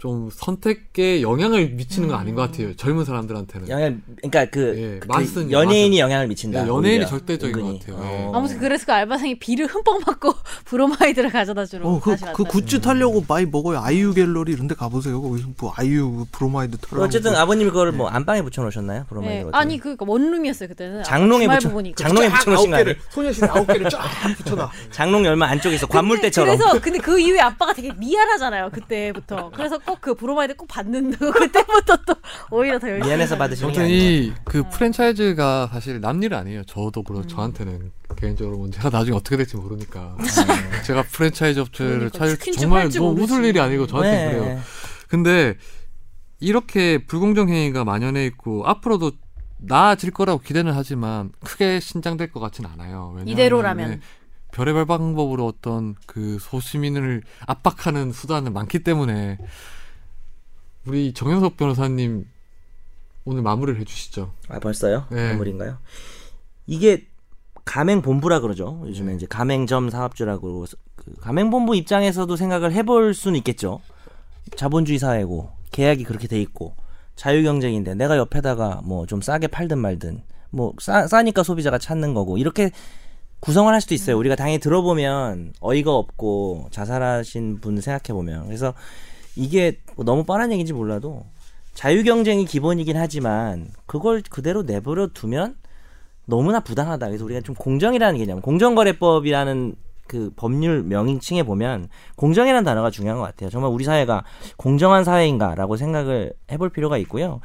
Speaker 1: 좀 선택에 영향을 미치는 건 아닌 것 같아요. 젊은 사람들한테는.
Speaker 3: 영향 그러니까 그,
Speaker 1: 예,
Speaker 3: 그
Speaker 1: 맛은-
Speaker 3: 연예인이
Speaker 1: 맛은-
Speaker 3: 영향을 미친다.
Speaker 1: 예, 연예인이
Speaker 3: 오히려.
Speaker 1: 절대적인 것
Speaker 3: 은근히. 어.
Speaker 1: 같아요. 예.
Speaker 2: 아무튼 그래서 그 알바생이 비를 흠뻑 맞고 브로마이드를 가져다 주러
Speaker 4: 어, 그,
Speaker 2: 다시 왔다.
Speaker 4: 그 굿즈 타려고 많이 먹어요. 아이유 갤러리 이런 데 가보세요. 거기서 뭐 아이유 브로마이드 타려고.
Speaker 3: 어쨌든 아버님이 그걸
Speaker 1: 네.
Speaker 3: 뭐 안방에 붙여놓으셨나요? 브로마이드
Speaker 2: 네.
Speaker 3: 같은 거?
Speaker 2: 아니 그 원룸이었어요 그때는 아,
Speaker 3: 장롱에
Speaker 2: 주말
Speaker 3: 붙여
Speaker 2: 부부니까.
Speaker 3: 장롱에 붙여놓으신 거 아니에요?
Speaker 4: 소녀시대 아홉 개를 쫙 붙여놔.
Speaker 3: 장롱 열마 안쪽에 있어 관물대처럼.
Speaker 2: 그래서 근데 그 이후에 아빠가 되게 미안하잖아요 그때부터 그래서 꼭 그 브로마이드 꼭 받는다고 그때부터 또 오히려 더 열심히
Speaker 3: 미안해서 받으시는 게
Speaker 1: 아무튼
Speaker 3: 아니에요.
Speaker 1: 이 그 프랜차이즈가 사실 남일 아니에요. 저도 그렇고
Speaker 2: 음.
Speaker 1: 저한테는 개인적으로 뭐 제가 나중에 어떻게 될지 모르니까 제가 프랜차이즈 업체를
Speaker 2: 그러니까
Speaker 1: 찾을
Speaker 2: 치킨집
Speaker 1: 정말
Speaker 2: 할지
Speaker 1: 너무
Speaker 2: 모르지.
Speaker 1: 웃을 일이 아니고 저한테 는
Speaker 3: 네.
Speaker 1: 그래요. 근데 이렇게 불공정 행위가 만연해 있고 앞으로도 나아질 거라고 기대는 하지만 크게 신장될 것 같진 않아요. 왜냐하면
Speaker 2: 이대로라면.
Speaker 1: 네, 별의별 방법으로 어떤 그 소시민을 압박하는 수단은 많기 때문에 우리 정현석 변호사님 오늘 마무리를 해주시죠.
Speaker 3: 아 벌써요?
Speaker 1: 네.
Speaker 3: 마무리인가요? 이게 가맹 본부라 그러죠. 요즘에 이제 가맹점 사업주라고 그 가맹 본부 입장에서도 생각을 해볼 수는 있겠죠. 자본주의 사회고 계약이 그렇게 돼 있고 자유 경쟁인데 내가 옆에다가 뭐 좀 싸게 팔든 말든 뭐 싸, 싸니까 소비자가 찾는 거고 이렇게 구성을 할 수도 있어요. 우리가 당연히 들어보면 어이가 없고 자살하신 분 생각해 보면 그래서 이게 뭐 너무 뻔한 얘기인지 몰라도 자유 경쟁이 기본이긴 하지만 그걸 그대로 내버려 두면 너무나 부당하다. 그래서 우리가 좀 공정이라는 개념, 공정거래법이라는 그 법률 명칭에 보면 공정이라는 단어가 중요한 것 같아요. 정말 우리 사회가 공정한 사회인가라고 생각을 해볼 필요가 있고요.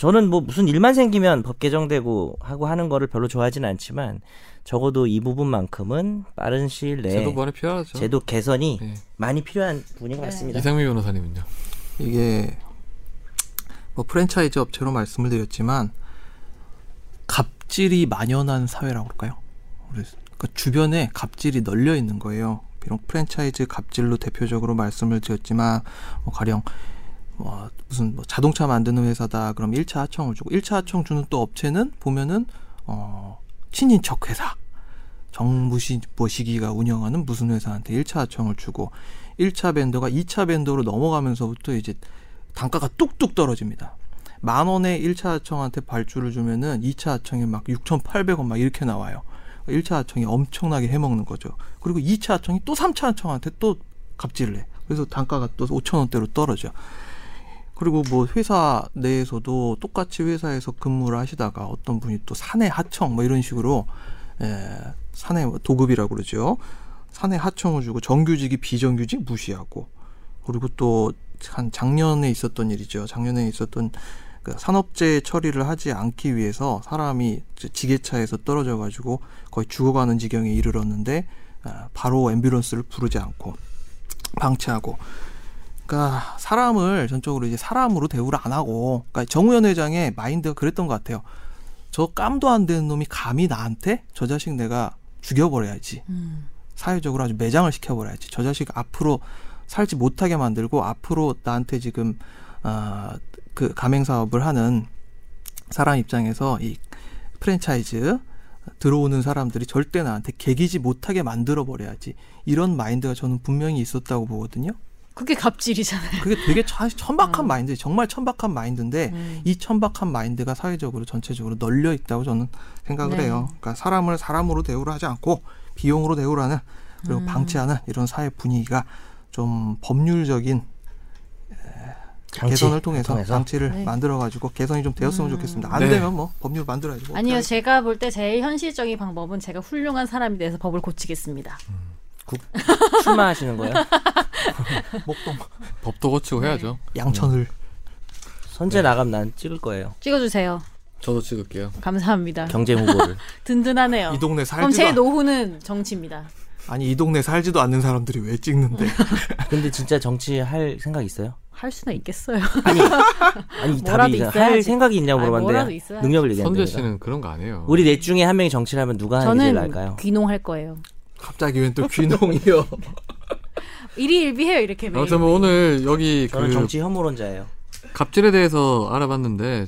Speaker 3: 저는 뭐 무슨 일만 생기면 법 개정되고 하고 하는 거를 별로 좋아하진 않지만 적어도 이 부분만큼은 빠른 시일 내에
Speaker 1: 네. 제도 보완이 필요하죠.
Speaker 3: 제도 개선이
Speaker 1: 네.
Speaker 3: 많이 필요한 부분인 것 같습니다.
Speaker 1: 이상미 변호사님은요.
Speaker 4: 이게 뭐 프랜차이즈 업체로 말씀을 드렸지만 갑질이 만연한 사회라고 할까요? 그래서 그 주변에 갑질이 널려 있는 거예요. 비록 프랜차이즈 갑질로 대표적으로 말씀을 드렸지만 뭐 가령 뭐 무슨 뭐 자동차 만드는 회사다 그럼 1차 하청을 주고 1차 하청 주는 또 업체는 보면은 어 친인척 회사 정부시 뭐 시기가 운영하는 무슨 회사한테 1차 하청을 주고 1차 벤더가 2차 벤더로 넘어가면서부터 이제 단가가 뚝뚝 떨어집니다. 만 원에 1차 하청한테 발주를 주면은 2차 하청에 막 6,800원 막 이렇게 나와요. 그러니까 1차 하청이 엄청나게 해먹는 거죠. 그리고 2차 하청이 또 3차 하청한테 또 갑질을 해. 그래서 단가가 또 5,000원대로 떨어져. 그리고 뭐 회사 내에서도 똑같이 회사에서 근무를 하시다가 어떤 분이 또 사내 하청 뭐 이런 식으로 예, 사내 도급이라고 그러죠. 사내 하청을 주고 정규직이 비정규직 무시하고 그리고 또 한 작년에 있었던 일이죠. 작년에 있었던 그 산업재해 처리를 하지 않기 위해서 사람이 지- 지게차에서 떨어져 가지고 거의 죽어가는 지경에 이르렀는데 아, 바로 앰뷸런스를 부르지 않고 방치하고 그러니까 사람을 전적으로 이제 사람으로 대우를 안 하고 그러니까 정우현 회장의 마인드가 그랬던 것 같아요. 저 깜도 안 되는 놈이 감히 나한테 저 자식 내가 죽여버려야지
Speaker 2: 음.
Speaker 4: 사회적으로 아주 매장을 시켜버려야지 저 자식 앞으로 살지 못하게 만들고 앞으로 나한테 지금 어, 아그 가맹 사업을 하는 사람 입장에서 이 프랜차이즈 들어오는 사람들이 절대 나한테 개기지 못하게 만들어 버려야지 이런 마인드가 저는 분명히 있었다고 보거든요.
Speaker 2: 그게 갑질이잖아요.
Speaker 4: 그게 되게 차- 천박한 마인드, 정말 천박한 마인드인데
Speaker 2: 음.
Speaker 4: 이 천박한 마인드가 사회적으로 전체적으로 널려 있다고 저는 생각을
Speaker 2: 네.
Speaker 4: 해요. 그러니까 사람을 사람으로 대우를 하지 않고 비용으로 대우를 하는 그리고
Speaker 2: 음.
Speaker 4: 방치하는 이런 사회 분위기가 좀 법률적인
Speaker 3: 장치
Speaker 4: 개선을 통해서,
Speaker 3: 통해서?
Speaker 4: 장치를
Speaker 2: 네. 음.
Speaker 4: 만들어 가지고 개선이 좀 되었으면 좋겠습니다. 안
Speaker 1: 네.
Speaker 4: 되면 뭐 법률 만들어야지. 뭐
Speaker 2: 아니요,
Speaker 4: 어떡하겠어요.
Speaker 2: 제가 볼 때 제일 현실적인 방법은 제가 훌륭한 사람이 돼서 법을 고치겠습니다.
Speaker 3: 출마하시는 거예요?
Speaker 4: 목동
Speaker 1: 법도 고치고 해야죠.
Speaker 4: 양천을
Speaker 1: 네.
Speaker 3: 선제 나가면 난 찍을 거예요.
Speaker 2: 찍어주세요.
Speaker 1: 저도 찍을게요.
Speaker 2: 감사합니다.
Speaker 3: 경쟁 후보를.
Speaker 2: 든든하네요.
Speaker 4: 이 동네 살지도
Speaker 2: 그럼 제
Speaker 4: 않-
Speaker 2: 노후는 정치입니다.
Speaker 4: 아니 이 동네 살지도 않는 사람들이 왜
Speaker 2: 음.
Speaker 4: 찍는데?
Speaker 3: 근데 진짜 정치할 생각 있어요?
Speaker 2: 할 수는 있겠어요.
Speaker 3: 아니, 아니 이
Speaker 2: 뭐라도
Speaker 3: 답이
Speaker 2: 있어야지.
Speaker 3: 할 생각이 있냐고
Speaker 2: 아니,
Speaker 3: 물어봤는데
Speaker 2: 뭐라도 있어야지.
Speaker 3: 능력을
Speaker 1: 선재
Speaker 3: 얘기하는 거예요.
Speaker 1: 씨는 그런 거 안 해요.
Speaker 3: 우리 넷 중에 한 명이 정치를 하면 누가 하는 게 제일
Speaker 2: 저는
Speaker 3: 나을까요?
Speaker 2: 귀농할 거예요.
Speaker 4: 갑자기 웬 또 귀농이요?
Speaker 2: 일희일비해요 이렇게 매일.
Speaker 1: 아무튼 뭐 오늘 여기
Speaker 3: 저는
Speaker 1: 그
Speaker 3: 정치 혐오론자예요.
Speaker 1: 갑질에 대해서 알아봤는데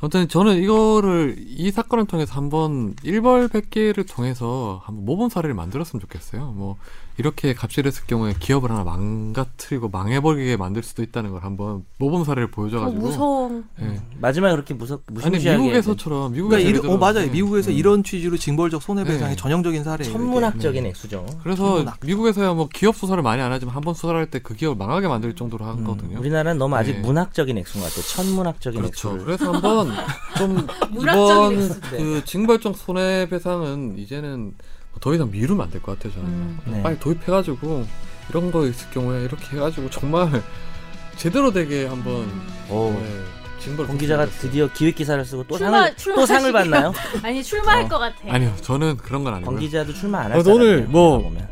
Speaker 1: 아무튼 저는 이거를 이 사건을 통해서 한번 일벌백계를 통해서 한번 모범 사례를 만들었으면 좋겠어요. 뭐 이렇게 갑질했을 경우에 기업을 하나 망가뜨리고 망해버리게 만들 수도 있다는 걸 한번 모범 사례를
Speaker 2: 어,
Speaker 1: 보여줘가지고
Speaker 2: 무서워.
Speaker 1: 예.
Speaker 3: 마지막에 그렇게 무섭
Speaker 1: 아니
Speaker 3: 무시무시하게
Speaker 1: 미국에서처럼 미국
Speaker 4: 그러니까 이런- 어 맞아요. 미국에서 이런 취지로 징벌적 손해배상의
Speaker 1: 네. 음.
Speaker 4: 전형적인 사례예요. 이게.
Speaker 3: 천문학적인 액수죠.
Speaker 1: 그래서
Speaker 4: 천문학.
Speaker 1: 미국에서야 뭐 기업 수사를 많이 안 하지만 한번 수사를 할 때 그 기업을 망하게 만들 정도로
Speaker 4: 음,
Speaker 1: 하거든요.
Speaker 3: 음, 우리나라는 너무 아직
Speaker 1: 네.
Speaker 3: 문학적인 액수인 것 같아요. 천문학적인
Speaker 1: 그렇죠.
Speaker 3: 액수를.
Speaker 1: 그래서 한번 좀
Speaker 2: 문학적인
Speaker 1: 이번
Speaker 2: 액수인데. 네.
Speaker 1: 그 징벌적 손해배상은 이제는 뭐 더 이상 미루면 안 될 것 같아요. 저는
Speaker 2: 음.
Speaker 3: 네.
Speaker 1: 빨리 도입해가지고 이런 거 있을 경우에 이렇게 해가지고 정말 제대로 되게 한번
Speaker 2: 음.
Speaker 3: 오.
Speaker 1: 네, 징벌
Speaker 3: 권 기자가
Speaker 1: 줬으면
Speaker 3: 드디어 기획 기사를 쓰고 또
Speaker 2: 출마-
Speaker 3: 상을 또 상을
Speaker 2: 출마하시게.
Speaker 3: 받나요?
Speaker 2: 아니 출마할
Speaker 3: 어.
Speaker 2: 것 같아.
Speaker 1: 좋겠어요. 아니요, 저는 그런 건 아니고요.
Speaker 3: 권 기자도 출마 안
Speaker 1: 어,
Speaker 3: 할
Speaker 1: 오늘
Speaker 3: 사람이에요.
Speaker 1: 뭐-
Speaker 3: 보면.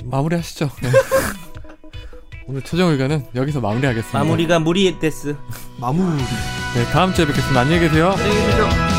Speaker 1: 마무리하시죠. 네. 오늘 최종 의견은 여기서 마무리하겠습니다.
Speaker 3: 마무리가 무리 데스.
Speaker 4: 마무리.
Speaker 1: 네, 다음 주에 뵙겠습니다. 안녕히 계세요.
Speaker 3: 안녕히 계십시오.